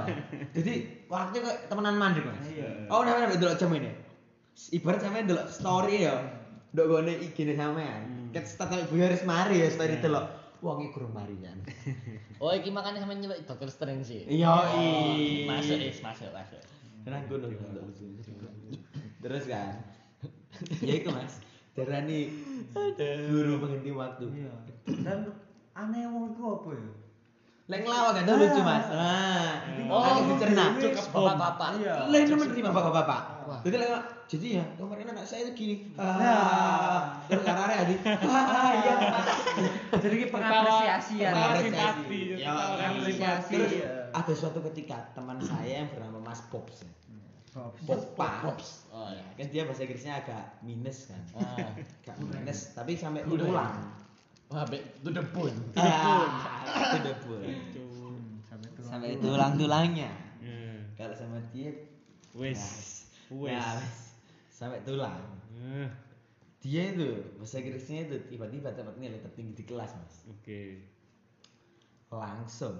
S4: Jadi waktu kok temenan mandek mas.
S10: Iya.
S4: Oh namanya apa delok jam ini? Ibarat sampean delok story ya. Ndok gone IG ne sampean. Ket start sampe Bu Haris mari ya story delok. Wong iki kurang mari kan.
S1: oh iki makane sampe nyebut dokter strange sih Oh,
S4: Iya.
S1: masuk is masuk masuk
S4: Tenang gue nunggu Terus kan. ya iku mas. Darani guru penghenti waktu.
S10: Iya. Dan aneh wong iku apa ya?
S4: Lek ngelawak kan lucu mas. Nah,
S1: oh
S4: harus Ah. dicerna.
S1: cocok bapak-bapak
S10: Iya.
S4: Lah itu menerima bapak-bapak.
S1: Wah.
S4: Jadi lah, jadi ya kemarin anak saya itu gini. Ah.
S10: Nah.
S4: Terus karena ada di. Ah iya. [LAUGHS]
S10: Jadi ki pengapresiasian.
S2: Ketawa
S4: Apresiasi.
S2: simpati.
S4: Ya,
S2: Ketawa
S4: iya.
S10: apresiasi.
S4: Terus
S10: Iya.
S4: ada suatu ketika teman saya yang bernama Mas Pops. ya. Pops. Pops.
S1: oh ya
S4: Kan dia bahasa Inggrisnya agak minus kan.
S1: Ah.
S4: Agak minus tapi sampai
S1: Udah.
S4: pulang.
S1: wah be to the bone
S4: Ah, Udah pulang. Sampai tulang-tulangnya.
S2: Iya.
S4: Kalau sama dia nah,
S2: Wes.
S4: Wes.
S2: Wes.
S4: Sampai tulang.
S2: Eh,
S4: Dia itu bahasa Inggrisnya itu tiba-tiba dapat nilai tertinggi di kelas, Mas.
S2: Oke.
S4: Langsung.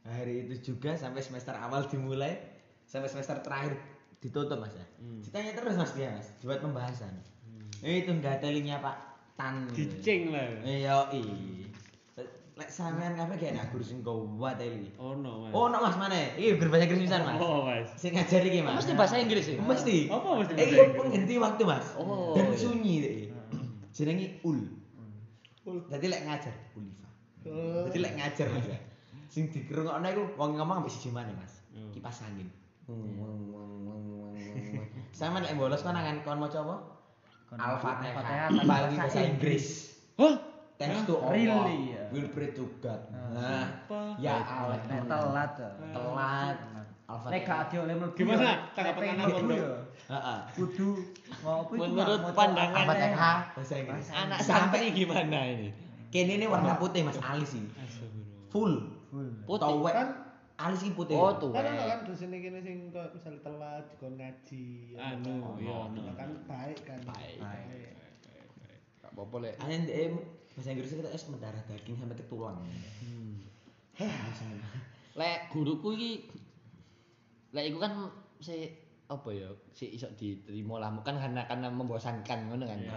S4: Hari itu juga sampai semester awal dimulai sampai semester terakhir ditutup, Mas ya.
S2: Hmm.
S4: Ditanya terus Mas dia, Mas, buat pembahasan. Eh, itu enggak telinya Pak Tan.
S2: Dicing lah.
S4: Iya, i. Lek sampean kabeh gak enak guru sing kuat ae iki.
S2: Oh no mas.
S4: Oh, nak Mas mana? Iki guru bahasa Inggris pisan, Mas.
S2: Oh, Mas.
S4: Sing ngajar iki, Mas.
S1: Mesti bahasa Inggris sih.
S4: Mesti.
S2: Apa mesti bahasa
S4: Iki
S2: Inggris?
S4: pengganti waktu, Mas.
S2: Oh,
S4: Dan
S2: iya. Hmm.
S4: sunyi iki. Jenenge ul. Dadi lek ngajar ulifa.
S7: Oh.
S4: Dadi lek ngajar, Mas. ya. Sing dikerungokno iku wong ngomong ambek siji mana, Mas?
S2: Hmm.
S4: Kipas angin. Weng, weng, weng, weng, weng, weng, [LAUGHS] weng. Sampeyan lek bolos kon angan kon maca apa? Al-Fatihah, apalagi bahasa Inggris.
S2: Hah?
S4: Thanks to Allah.
S10: Really, ya.
S4: Will pray to God. Nah,
S2: Apa?
S4: ya Allah.
S10: Alek nek telat. ya.
S4: telat.
S10: Nek
S4: Al-Fatihah.
S10: gak dioleh mlebu.
S2: Gimana
S10: ya,
S2: tanggapan
S10: nek
S2: anak
S10: pengen
S2: pondok?
S10: ya,
S4: Heeh.
S10: Kudu ngopi itu
S2: Menurut
S10: Bang, moco
S2: pandangan
S4: Apa
S10: aneh.
S4: TK? Bahasa Inggris.
S2: Anak
S4: sampai
S2: santri gimana ini?
S4: kene ini warna putih Mas alis ini.
S2: Astagfirullah.
S4: Full.
S10: Full.
S2: Putih.
S4: Towek.
S7: Kan-
S4: Alis ini putih.
S1: Oh, tuh.
S7: Kan ono kan dosen iki sing koyo misalnya telat dikon ngaji.
S2: Anu, Ah, oh, iya, ono.
S7: Kan baik kan. Baik.
S4: Nah,
S1: Gak apa-apa lek.
S4: Anjen eh, bahasa Inggris kita es mendarah daging sampai ke tulang.
S1: Lek guruku iki lek iku kan si apa ya, si iso diterima lah kan karena karena membosankan ngono kan.
S2: Iya.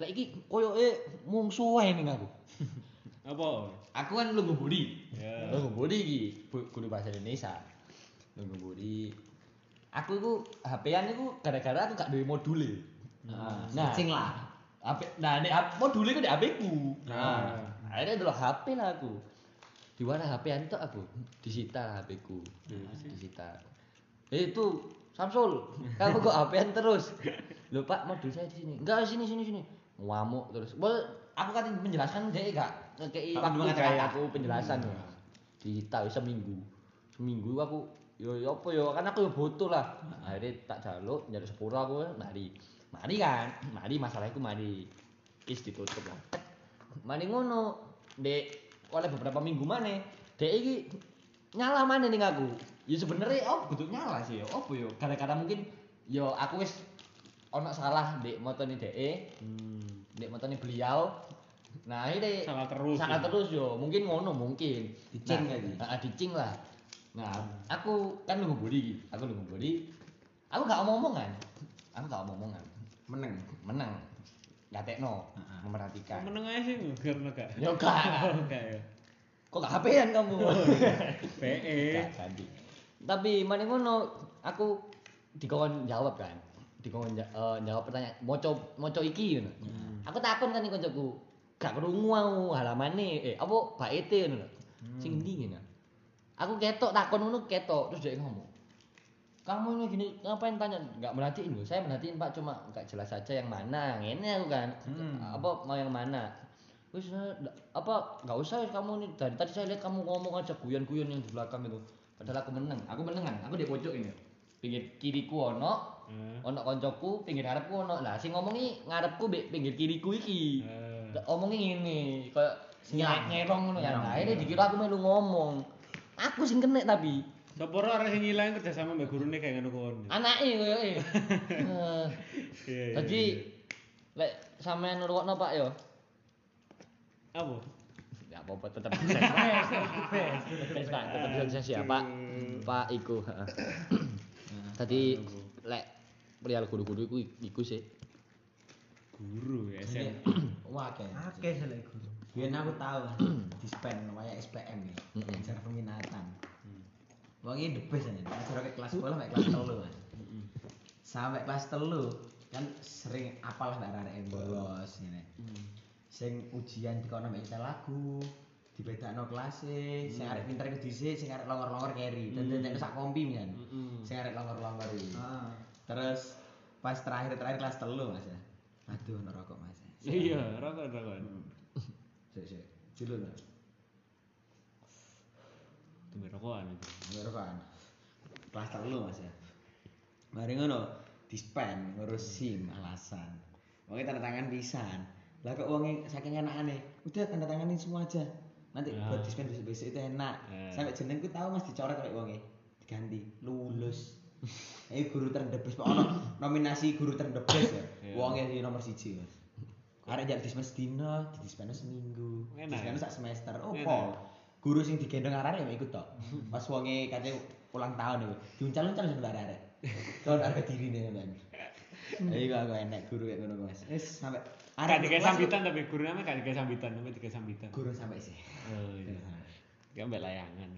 S1: Lek iki koyoke mungsuh ae ning aku.
S2: Apa?
S1: Aku kan lu budi.
S2: Ya.
S1: Lu budi iki bu- guru bahasa Indonesia. Lu budi. Aku iku HP-an iku gara-gara aku gak duwe module.
S4: Nah, cing lah.
S1: HP, nah ini hap- modulnya kan di HP ku. Nah, akhirnya dulu HP lah aku. Di mana HP itu aku? Disita lah HP ku.
S4: Iya,
S1: Disita. Eh itu Samsul, kamu kok HP an terus? Loh Pak, modul saya di sini. Enggak, sini sini sini. Ngamuk terus. Well, aku kan menjelaskan dia enggak ngekei
S4: Kamu
S1: waktu
S4: cuma
S1: kayak
S4: kata-kata.
S1: aku penjelasan ya. Disita wis seminggu. Seminggu aku yo yo apa yo kan aku yo butuh lah. Akhirnya tak jaluk nyari sepuro aku mari. Mari kan, mari masalahku mari. Is ditutup lah. Mari ngono, Dek. Oleh beberapa minggu maneh, Dek iki nyala maneh ning aku. Ya sebenarnya oh kudu nyala sih ya. Opo yo gara-gara mungkin yo aku wis ono salah Dek motone Dek, e.
S2: Hmm.
S1: Dek motone beliau. Nah, ini
S2: Salah terus
S1: Salah
S2: ya.
S1: terus yo, mungkin ngono mungkin.
S4: Dicing
S1: nah,
S4: lagi.
S1: Heeh, dicing lah. Nah, aku kan nunggu bodi, aku nunggu bodi. Aku gak omong-omongan. Aku gak omong-omongan.
S4: Meneng.
S1: Menang. Gatekno, memperhatikan.
S2: Meneng aja sih karena gak.
S1: Yo gak.
S2: [LAUGHS] Gak ya.
S1: Kok gak HP-an kamu?
S2: PE.
S1: Gak ganti. Eh. Tapi mana ngono, aku dikon jawab kan. Dikon ja- eh, jawab pertanyaan, moco moco iki ngono. Aku takon kan ning koncoku. Gak krungu aku halamane eh apa baite ngono. lho. Sing ndi ngono. Aku ketok takon ngono ketok terus dia ngomong. Kamu ini gini ngapain tanya? Gak merhatiin loh. Saya merhatiin Pak cuma gak jelas aja yang mana. Ini aku kan. Apa mau yang mana? Wis eh, da- apa nggak usah ya kamu nih dari tadi saya lihat kamu ngomong aja guyon-guyon yang di belakang itu. Padahal aku meneng. Aku meneng kan. Aku di pojok ini. Pinggir kiriku ono,
S2: Hmm.
S1: ono koncoku, pinggir harapku ono. Lah sing ngomongi ngarepku mbek pinggir kiriku iki.
S2: Eh.
S1: Lah, Omongnya ngene, koyo nyelak Hmm. nyerong ngono kan. Lah ini dikira aku melu ngomong. Aku sing kena tapi
S2: Sopo ora arek sing ngilang kerjasama mbak gurune kayak ngono kon.
S1: anake koyo [LAUGHS] e.
S2: Iya, iya,
S1: Dadi
S2: iya.
S1: lek sampean ngrungokno Pak yo.
S2: apa?
S1: Ya apa-apa tetep sukses. Sukses Pak, tetep
S2: Nah,
S1: sukses ya Pak.
S2: hmm.
S1: Pak iku, heeh. Tadi lek perihal guru-guru iku iku sih.
S2: Guru ya SM.
S4: Wah, kayak.
S10: Akeh selek guru.
S4: Biar aku tahu di span namanya SPM ya,
S1: Mm-mm.
S4: acara peminatan. Wong ini the best aja, acara ke kelas sekolah sampai kelas telu kan. Sampai kelas telu kan sering apal lah arek yang bolos ini. Sing ujian di kono mbek lagu, dibedakno kelas e, sing arek pinter iku dhisik, sing arek longor-longor keri. Dadi nek sak kompi kan. Sing arek longor-longor iki.
S10: Ah.
S4: Terus pas terakhir-terakhir kelas telu Mas ya. Aduh, ono rokok Mas.
S2: Iya, rokok rokok.
S4: Hmm. Sik sik. Dulu Mas.
S2: Tumbe rokokan itu.
S4: Ngono kan. Kelas telu Mas ya. Mari ngono dispen ngurus SIM alasan. Wong tanda tangan pisan. Lah kok wong saking enakane, udah tanda tanganin semua aja. Nanti
S2: Ah.
S4: buat dispen besok-besok itu enak.
S2: Eh.
S4: Sampai jenengku tahu Mas dicoret oleh wonge. Diganti
S2: [LAUGHS]
S4: lulus. Eh guru terdebes Pak ono nominasi guru terdebes ya.
S2: [LAUGHS] Iya.
S4: Wonge di nomor siji Mas. Arek jak dispen sedina, di dispen seminggu,
S2: Enak
S4: dispen
S2: ya?
S4: sak semester. Oh,
S2: Enak.
S4: Pol. Guru sing digendong arek ya ikut tok.
S2: Hmm.
S4: Pas wonge kate ulang tahun iku, diuncal-uncal sebentar arek. Kon arek dirine sampean. Ayo aku enak guru kayak ngono Mas. Wis sampe
S2: Hmm. Gak dikasih sambitan tapi guru namanya gak dikasih sambitan, namanya dikasih sambitan.
S4: Guru sampai sih.
S2: Oh iya. Gak mbak layangan.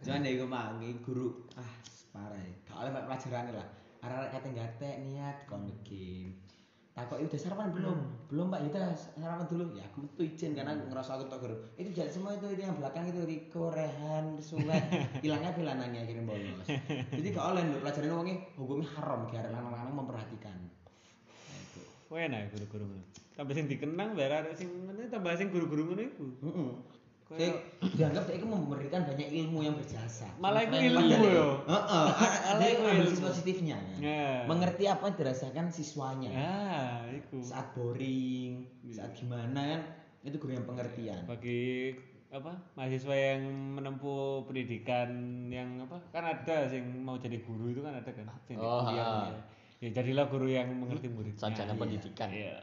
S4: Cuman ya iku mang iki guru ah parah ya. Gak oleh mbak pelajarane lah. Arek-arek katenggate niat kon iki. Takok udah sarapan belum? Belum Mbak Yuta, sarapan dulu. Ya aku metu izin karena aku ngerasa aku tuh guru. Itu jalan semua itu, itu yang belakang itu Riko, Rehan, Sulet. Hilangnya pilanannya akhirnya bolos. Jadi gak oleh mbak pelajaran wongnya hukumnya "Oh, haram biar lanang-lanang memperhatikan. Nah, itu.
S2: Wah enak ya guru-guru ngono. Tambah sing dikenang biar arek sing ngene tambah sing guru-guru ngono iku.
S4: Heeh.
S2: Kayak-
S4: Saya dianggap saya itu memberikan banyak ilmu yang berjasa.
S2: Malah itu
S4: Keren
S2: ilmu
S4: banget.
S2: ya. [LAUGHS]
S4: Heeh,
S2: Malah
S4: dia
S2: itu
S4: ambil
S2: ilmu.
S4: sisi positifnya kan.
S2: Ya.
S4: Mengerti apa yang dirasakan siswanya.
S2: Ah, iku.
S4: Saat boring, saat gimana kan itu guru yang pengertian.
S2: Bagi apa mahasiswa yang menempuh pendidikan yang apa kan ada sing mau jadi guru itu kan ada kan sing di
S1: Oh, ah.
S2: kuliah. ya jadilah guru yang mengerti muridnya
S1: Sarjana
S2: Iya.
S1: pendidikan.
S2: iya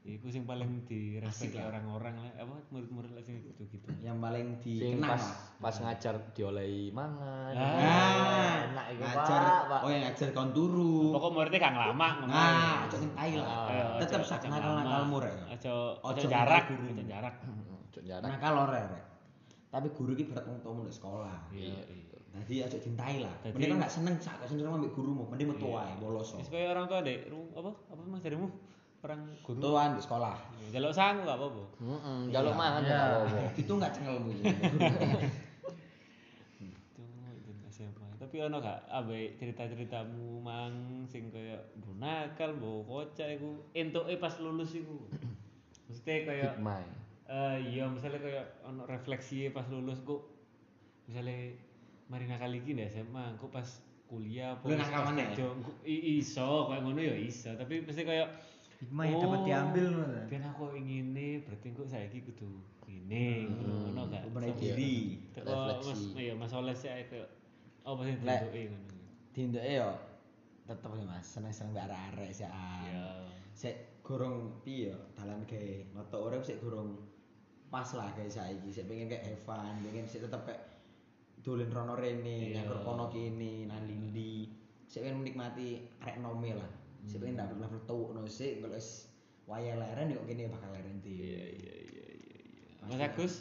S2: itu sing paling direspek orang-orang lah apa murid-murid lah sing gitu gitu
S4: Yang paling
S1: Sing
S4: dikenang.
S1: pas
S4: lah.
S1: pas ngajar diolehi mangan.
S2: Ah. iya.
S1: Ah, enak iku
S4: Nah, Ngajar,
S1: Pak, Pak.
S4: oh yang ngajar kon turu.
S2: pokok muridnya gak Eh, lama ngono.
S4: Nah, aja sing tai
S2: Ayo,
S4: lah.
S2: aja-
S4: Tetep
S2: aja
S4: sak
S2: lama.
S4: nakal-nakalmu rek.
S2: aja aja
S4: Ojo
S2: jarak
S4: guru.
S2: aja jarak
S1: Hmm, Cuk jarak.
S2: Nah.
S4: Nakal ora rek. Tapi guru iki berat wong tuamu di sekolah.
S2: iya iya
S4: Jadi aja cintai lah.
S2: Jadi-
S4: Mending kan gak seneng sak, gak seneng sama ambek gurumu, mending metu wae bolos.
S2: Wis kaya orang tua dek ru- apa apa mas darimu orang guru
S4: Tuan di sekolah.
S2: jaluk sangu gak apa-apa
S1: Heeh, njaluk
S2: Iya.
S1: mangan ya nggak apa-apa.
S4: [LAUGHS] Itu gak cengelmu.
S2: itu itu SMA tapi ono gak abe cerita ceritamu mang sing kaya bu nakal bu kocak iku entuke pas lulus iku mesti kaya
S1: Hikmah.
S2: eh iya misalnya kaya ono refleksi pas lulus kok misalnya mari nakal iki ndak SMA kok pas kuliah apa
S4: Lu
S2: pas
S4: nakal maneh ya?
S2: kerja, engko i- iso kaya ngono ya iso tapi mesti kaya
S10: Hikmah yang dapat diambil ngono ta.
S2: Kan aku ingin ini, berarti kok saiki kudu ngene,
S4: Hmm,
S2: kudu ngono gak?
S4: Membenahi
S2: Sama-
S4: diri.
S2: Teko
S1: Refleksi.
S2: Mas, iya Mas Oles sih ae koyo apa sih
S4: Lek.
S2: tentuke ngono.
S4: Tindoke yo tetep ya Mas, seneng-seneng mbek arek-arek sik.
S2: Iya.
S4: Sik gorong piye yo, dalan gawe moto urip sik gorong pas lah kayak saiki, sik pengen kayak Evan, pengen sik tetep kayak dolen rono rene,
S2: Iya.
S4: nyakur kono kene, nang lindi. Sik pengen menikmati arek nome lah. Sik pengen
S2: Hmm.
S4: ndak perlu tuwukno sik kalau wis wayah leren yo kene bakal
S2: Iya
S4: leren dhewe.
S2: iya iya iya. iya. Mas Agus,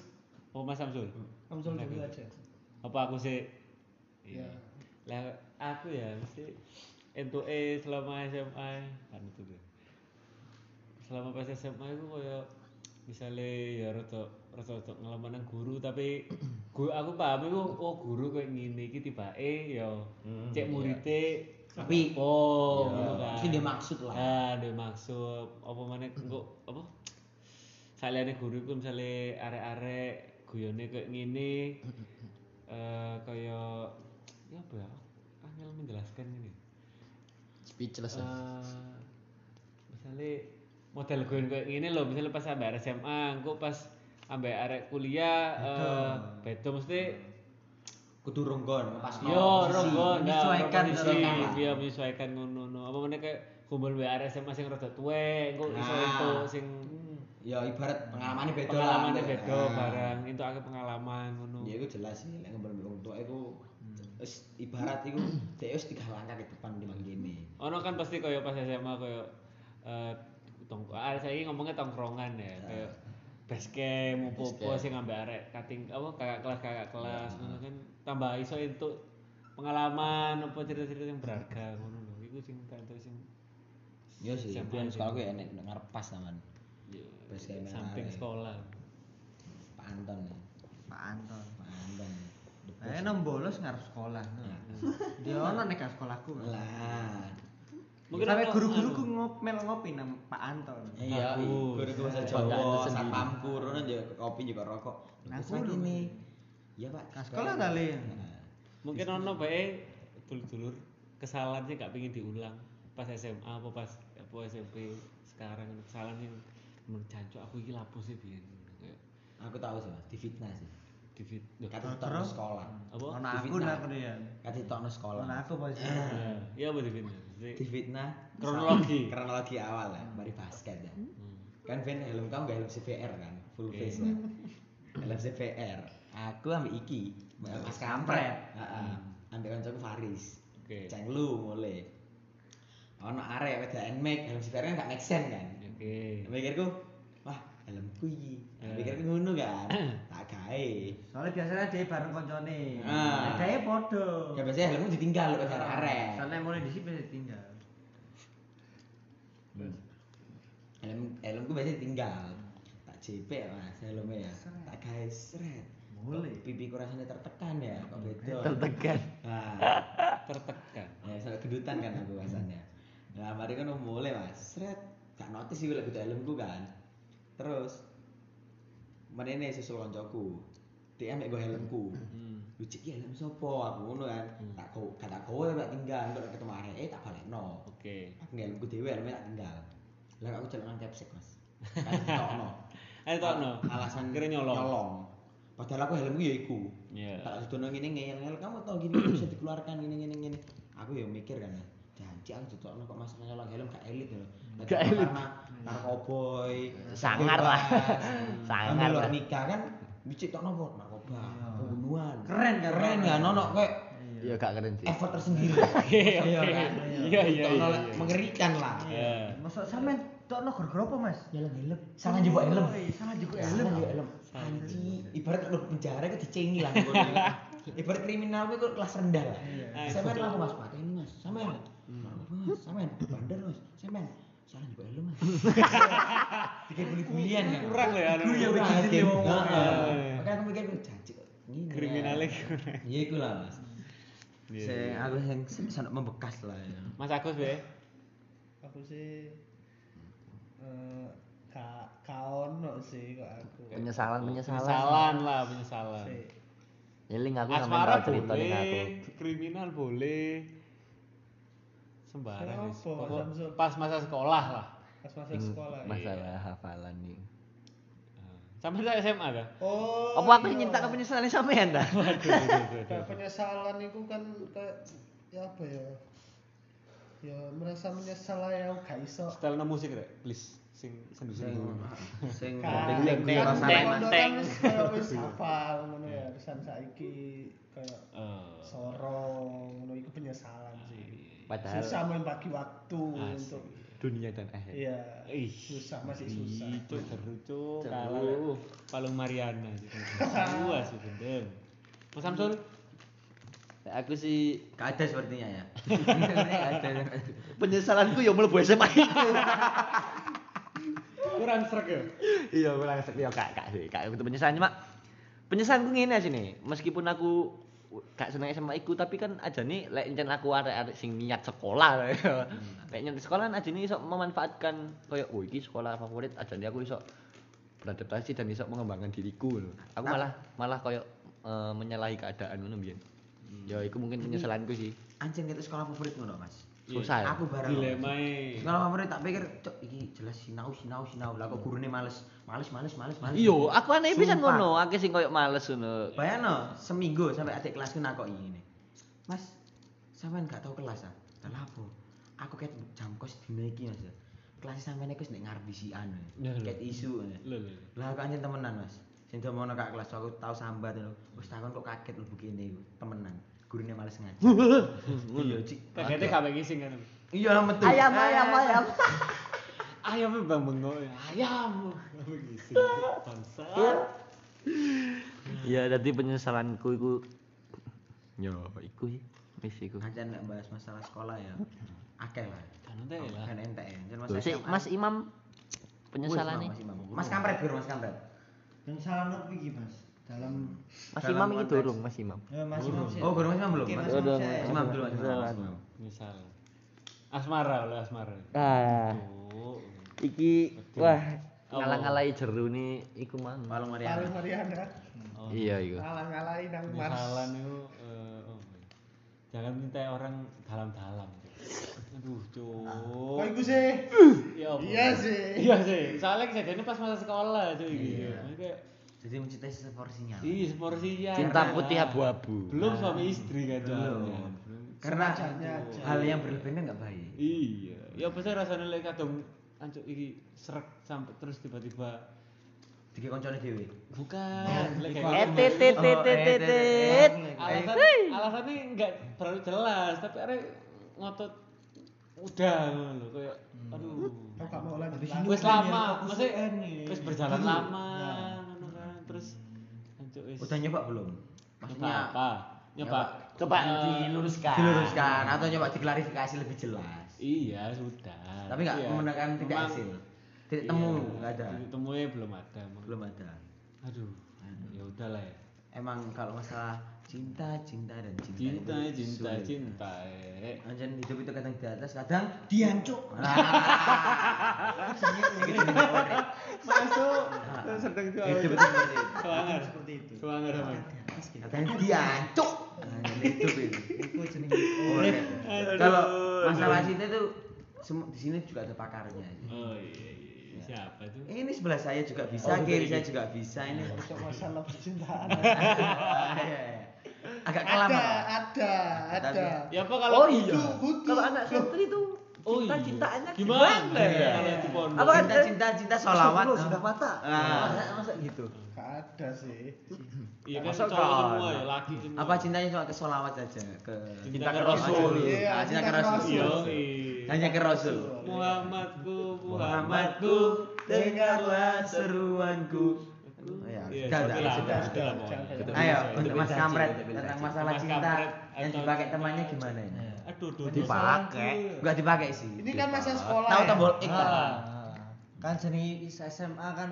S2: apa Mas Samsul?
S4: Hmm.
S3: Samsul dulu aja.
S2: Apa aku sih? Iya. Lah aku ya mesti entuke selama SMA kan itu deh. Selama pas SMA aku koyo misalnya ya rada rada rada ngelamun nang guru tapi gua aku paham iku oh guru koyo ngene iki tibake ya cek murite
S4: Tapi-
S2: oh
S4: Iya.
S2: ngono kan.
S4: Mesti dia maksud lah.
S2: Ah, dia maksud apa maneh engko apa? Saliyane guru iku misale arek-arek guyone kayak ngene eh kaya ya apa ya? Angel menjelaskan ini.
S1: Speechless. ya.
S2: Eh, misalnya model gue kayak gini loh misalnya pas sampai arek SMA engko pas sampai arek kuliah eh beto mesti
S4: Kudu ronggon, pas
S2: yo ronggo nah,
S10: menyesuaikan,
S2: komposisi.
S4: menyesuaikan.
S2: iya menyesuaikan ngono ngono apa meneh kayak kumpul wae arek SMA sing rada tuwek engko iso
S4: Nah.
S2: itu sing
S4: ya ibarat pengalamannya beda
S2: pengalamannya
S4: lah.
S2: beda
S4: Nah,
S2: barang itu aku pengalaman ngono
S4: ya itu jelas sih lek ngomong wong tua itu
S2: Hmm.
S4: wis ibarat [CLEARS THROAT] itu dia wis tiga langkah ke depan di gini
S2: ono kan pasti koyo pas SMA koyo eh tong ah, saya ngomongnya tongkrongan ya koyo basecamp opo-opo
S1: Basecamp.
S2: sing ambek arek kating apa kakak kelas kakak kelas ngono kan tambah iso entuk pengalaman apa cerita-cerita yang berharga ngono lho iku sing tak entuk sing
S4: ya sih
S2: Siap,
S4: biar
S2: Pak.
S4: sekolah gue enak dengar pas naman
S2: ya,
S4: Basecamp yang
S2: samping
S4: arek.
S2: sekolah
S4: Pak Anton ya
S10: Pak Anton.
S4: Pak Anton The boss.
S10: Eh nom bolos ngarep sekolah. no. Dia ono nek ngarep sekolahku. no.
S4: lah
S10: Sampai
S2: ono-
S10: guru-guruku
S2: anu,
S10: ngomel ngopi nang Pak Anton.
S4: iya
S2: Aku.
S4: guru guru bahasa
S1: Banggaan
S4: Jawa
S1: tersendiri.
S4: satpamku rono ya kopi juga rokok
S10: Nah,
S4: nah saya
S10: guru.
S4: gini iya pak
S10: Nah, sekolah kali.
S4: Nah,
S2: mungkin ono bae dulur-dulur kesalahan sih gak pengen diulang pas SMA apa pas apa SMP sekarang kesalahan yang menurut jancuk aku iki lapo sih biyen Kayak
S4: aku tahu sih mas difitnah sih
S2: di fit Loh,
S4: kata tokno sekolah
S2: apa
S10: Ono aku
S4: Difitnah.
S10: nang kene.
S4: kata tokno sekolah
S10: Ono aku posisi.
S2: iya apa di fit Jadi,
S4: difitnah
S2: kronologi
S4: [LAUGHS] kronologi awal ya, mari basket ya. Kan Vin helm kamu gak helm CVR kan, full face ya. helm CVR. Aku ambil iki, mas kampret. Heeh. Ambil kancaku Faris.
S2: Oke.
S4: Ceng lu mulai. ono arek wedakan make helm sifatnya gak make sense kan
S2: Oke.
S4: mikirku wah helmku iki mikirku ngono kan tak gawe
S10: Soalnya biasanya dia bareng koncone.
S4: Ah.
S10: Ada yang podo.
S4: ya biasanya helmku ditinggal lho pas arek
S10: Soalnya mulai di sini tinggal.
S4: helm helmku biasanya ditinggal tak jepek mas helmnya ya tak gawe seret
S10: Mulai.
S4: pipi rasanya tertekan ya kok beda
S1: Tertekan.
S4: nah
S2: Tertekan.
S4: ya soalnya gedutan kan aku rasanya nah mari kan mulai mas seret gak notice sih lagi helmku kan terus menene susul koncoku dia ambek gue helmku lu cek ya helm sopo aku ngono kan tak kau kata kau tak tinggal kok ketemu arek eh tak balik no
S2: Oke.
S4: aku nih helmku dewe helmnya tak tinggal lah aku celengan capsek mas kan ditokno
S2: Ayo tokno.
S4: alasan
S2: Kira Eh, nyolong.
S4: padahal aku helmku ya iku
S2: Iya.
S4: tak sudono ngene ngeyel kamu tau gini gak bisa dikeluarkan gini gini gini aku ya mikir kan janji aku ditokno kok masalah nyolong helm gak elit ya." loh gak elit narkoboy
S1: Sangar lah.
S4: bebas.
S1: Sangar
S4: Ambil
S1: lah.
S4: nikah kan bicik tokno kok narkoba pembunuhan
S10: Keren kan?
S4: keren ya nono kayak
S1: Iya gak keren sih.
S4: effort tersendiri
S2: Iya,
S4: kan?
S2: iya, iya,
S4: Ditokno
S2: iya,
S4: lah,
S2: iya.
S4: mengerikan lah
S2: Ya.
S10: Masuk sampean tok no gara-gara apa, Mas?
S4: helm helm salah juga helm
S10: Woi, Salah juga
S4: helm
S10: helm.
S4: helm anji ya, ibarat kalau penjara itu dicengi [LAUGHS] lah ibarat kriminal itu kelas rendah lah sampean lah mas pakai ini mas sampean mas sampean bandar mas sampean salah juga helm [LAUGHS] mas bikin buli bulian kan
S2: Kurang lah ya, anu.
S4: Kurang,
S2: Kurang,
S4: Hakim.
S2: Hakim.
S4: Nah,
S2: Heeh.
S4: makanya aku mikir "Duh, janji kok ini ya."
S2: Kriminalnya kurang. Iya,
S4: iya itu lah mas Sing aku yang sangat membekas lah ya.
S2: Mas Agus be.
S7: aku sih eh ka kaono sih kok aku
S1: Penyesalan penyesalan.
S2: Penyesalan lah, penyesalan.
S7: sih
S1: Eling aku sampe
S2: Asmara
S1: tau cerita ning aku.
S2: boleh, kriminal boleh. Sembarang. wis.
S7: Siapa, Mas
S2: Pokok
S7: Samsul?
S2: Pas masa sekolah lah.
S7: pas masa
S1: Sing
S7: sekolah ya.
S1: masalah hafalan nih.
S2: Sampai saya SMA
S7: [LAUGHS]
S2: dah.
S7: oh
S1: Apa aku yang nyinta ke penyesalan sampean dah?
S2: Waduh, waduh,
S7: Nah,
S2: waduh.
S7: penyesalan itu kan kayak ya apa ya ya merasa menyesal lah ya gak iso
S2: Setel no musik rek, please. Sing sendu-sendu.
S4: Sing
S7: Kan,
S4: penting
S7: kan,
S4: ya
S7: kan,
S4: rasanya.
S7: kondo kan wis- kayak wis hafal ngono ya urusan saiki kayak
S2: Iya. Eh, Ah, iya.
S7: sorong ngono iku penyesalan sih
S1: Padahal
S7: susah membagi waktu untuk
S8: Dunia dan akhirat.
S7: iya
S2: Ih.
S7: susah masih susah
S2: Itu terucu kalau Palung Mariana gitu. Wah, sih gendeng. Mas Samsul,
S1: aku sih
S4: Gak ada sepertinya
S10: [LAUGHS]
S4: ya.
S1: penyesalanku ya mlebu SMA itu.
S2: kurang serak ya?
S1: iya aku langsung ya kak kak sih kak itu penyesalan cuma penyesalanku ngene sih nih meskipun aku gak seneng SMA iku tapi kan aja nih lek encen aku arek-arek sing niat sekolah [LAUGHS] ya.
S4: Hmm.
S1: lek nyet sekolah kan aja nih iso memanfaatkan koyo oh iki sekolah favorit aja nih aku iso beradaptasi dan iso mengembangkan diriku lho. aku
S4: Ah.
S1: malah malah koyo eh, menyalahi keadaan ngono mbiyen
S4: Hmm.
S1: ya iku mungkin penyesalanku sih
S4: Anjing itu sekolah favorit ngono, Mas.
S1: susah Nah. ya.
S4: Aku bareng.
S2: Dilema
S4: Sekolah favorit tak pikir, cok iki jelas sinau sinau sinau. Lah kok gurune males. Males males males males.
S1: Iyo, aku aneh bisa
S4: Sumpah.
S1: ngono, akeh sing koyo males ngono.
S4: Bayangno, seminggu sampai adik kelasku nakok ngene. Mas, sampean gak tau kelas ah. Lah apa? Aku ket jam kos dina iki, Mas. Kelas sampean iku wis nek ngarep isian.
S2: Ya, lho.
S4: Ket isu. ngono.
S2: Lho, lho.
S4: Lah aku anjen temenan, Mas. Sing do mono kak kelas aku tau sambat lho. Wis takon kok kaget lho begini temenan. Gurune males ngaji.
S2: [LAUGHS]
S4: Iya, Cik.
S1: Nah,
S2: Kagete kabeh sing kan.
S4: Iya, metu.
S1: Ayam ayam
S10: Eh,
S1: ayam. [LAUGHS]
S2: Ayamnya bang bengok ya. Ayam. Kabeh gising. Bangsa.
S1: Ya, tadi penyesalanku iku yo iku sih, wis iku.
S2: gitu.
S4: Ajan nek bahas masalah sekolah ya. Akeh lah.
S2: Kan ente lah.
S4: Kan ente ya. Jan Mas
S1: Loh, sik,
S4: SMA.
S1: Mas Imam
S4: Wih,
S1: penyesalane.
S4: Mas Imam. Mas Kamret, Gur, Mas Kamret.
S3: Penyesalan aku iki, Mas. Dalam
S1: Mas
S4: dalam
S1: Imam iki
S4: konteks.
S1: durung, Mas Imam.
S3: ya Mas Imam sih.
S4: Oh, Gur Mas Imam belum.
S3: Oke,
S4: Mas
S3: Mas Imam
S4: Mas
S3: sih.
S4: Imam dulu, Mas Imam. Mas Imam.
S2: Misal. Asmara oleh asmara.
S1: Ah,
S2: Oh.
S1: iki wah
S2: Oh.
S1: ngalah-ngalahi jeru nih iku mang.
S4: Palung Mariana.
S7: paling Mariana
S2: Oh.
S1: Iya iku.
S7: ngalah Hmm. ngalahin nang
S2: Penyesalan
S7: Mars
S2: itu eh, oh. jangan minta orang dalam-dalam. Aduh,
S7: kok
S2: cuy.
S7: iku sih
S2: Ya ampun.
S7: iya sih Iya.
S2: Iya sih. Soalnya kejadiannya pas masa sekolah cuy gitu. Kayak
S4: Jadi mencintai seporsinya.
S10: Iya,
S2: Ih, seporsi ya.
S1: Cinta putih abu-abu.
S2: Belum
S7: Nah.
S2: suami istri kan
S4: Belum.
S2: soalnya.
S4: Karena
S7: Semacamnya aja.
S4: hal yang berlebihan nggak baik.
S2: Iya. Ya pasti rasanya lek kadung ancuk iki serak sampai terus tiba-tiba
S4: Tiga koncone dhewe.
S2: bukan lek kayak gitu.
S1: Eh, tit, tit, tit,
S4: Oh,
S1: tit,
S4: eh,
S1: tit,
S4: tit,
S1: tit.
S4: tit.
S2: alasan alasannya nggak terlalu jelas tapi ada ngotot udah ngono lho koyo aduh
S7: Aku gak mau lanjut.
S3: Habis
S7: lagi.
S3: ini-
S2: wis lama iya.
S3: Aku
S2: maksudnya
S3: UN nih.
S2: wis berjalan
S3: Dulu.
S2: lama
S3: Ya.
S7: Nah,
S2: ngono kan terus ancuk wis
S4: Udah nyoba belum? Maksudnya
S2: apa nyoba Eh, coba
S4: diluruskan.
S11: diluruskan
S4: atau nyoba diklarifikasi lebih jelas.
S2: iya sudah
S4: Tapi nggak
S2: Iya.
S4: menggunakan tidak
S2: Memang-
S4: hasil. Tidak
S2: iya,
S4: temu, nggak ada.
S2: titik temunya belum ada emang.
S4: Belum ada.
S2: aduh ya udahlah ya
S4: Emang kalau masalah cinta, cinta dan cinta.
S2: cinta
S4: itu
S2: cinta
S4: sulit.
S2: cinta eh.
S4: Anjen Nah, hidup itu kadang di atas, kadang Nah.
S3: Diancuk.
S2: masuk sedang jual
S4: Nah. hidup itu seperti itu.
S2: semangat
S7: Seperti itu.
S2: semangat Roman.
S4: Kadang diancuk. Anjen hidup itu.
S3: Iku jenenge
S4: Boleh.
S2: Aduh.
S4: Kalau masalah cinta itu semu- di sini juga ada pakarnya.
S2: oh iya iya siapa tuh
S4: Ini sebelah saya juga bisa, kiri saya juga bisa. Ini
S7: Untuk
S2: [LAUGHS]
S7: masalah percintaan.
S4: agak kalah.
S7: Ada,
S4: Pak.
S7: ada, ada.
S2: ya apa
S4: Oh,
S2: kalau
S4: iya.
S7: Kudu, kudu.
S4: Kalau anak santri itu
S2: Oh
S4: cinta
S2: iya.
S4: cintaannya
S2: gimana, ya
S4: ya?
S2: kalau di pondok
S4: Apa kan cinta cinta cinta solawat?
S11: Astagfirullah, sudah patah.
S4: Ah, masa- masa gitu.
S7: Gak ada sih.
S2: iya kan
S4: Masuk
S2: cowok
S4: kan?
S2: semua ya laki semua
S4: Apa cintanya cuma ke solawat saja ke
S2: Cinta ke Rasul.
S7: Iya,
S4: Ah, cinta ke
S7: cinta ke
S4: Rasul.
S2: iya
S4: Hanya ke Rasul.
S2: Muhammadku Muhammadku
S4: Muhammadku, dengarlah seruanku. Oh, Ya,
S2: Iya,
S4: sudah,
S2: sudah lah,
S4: sudah,
S2: sudah lah,
S7: Jangan,
S2: pokoknya.
S7: jangan.
S4: Ayo,
S2: Itu
S4: untuk Mas
S1: beda
S4: Kamret
S1: cinta, itu beda
S4: tentang
S1: cinta.
S4: masalah
S2: Mas
S4: cinta
S2: Kamret
S4: yang
S2: atau-
S4: dipakai temannya gimana ini?
S2: aduh aduh
S4: Dipakai, enggak dipakai sih.
S7: Ini kan masa sekolah.
S4: Tahu
S7: ya?
S4: tombol
S2: Iya.
S4: X.
S3: Ah, kan jenenge is- SMA kan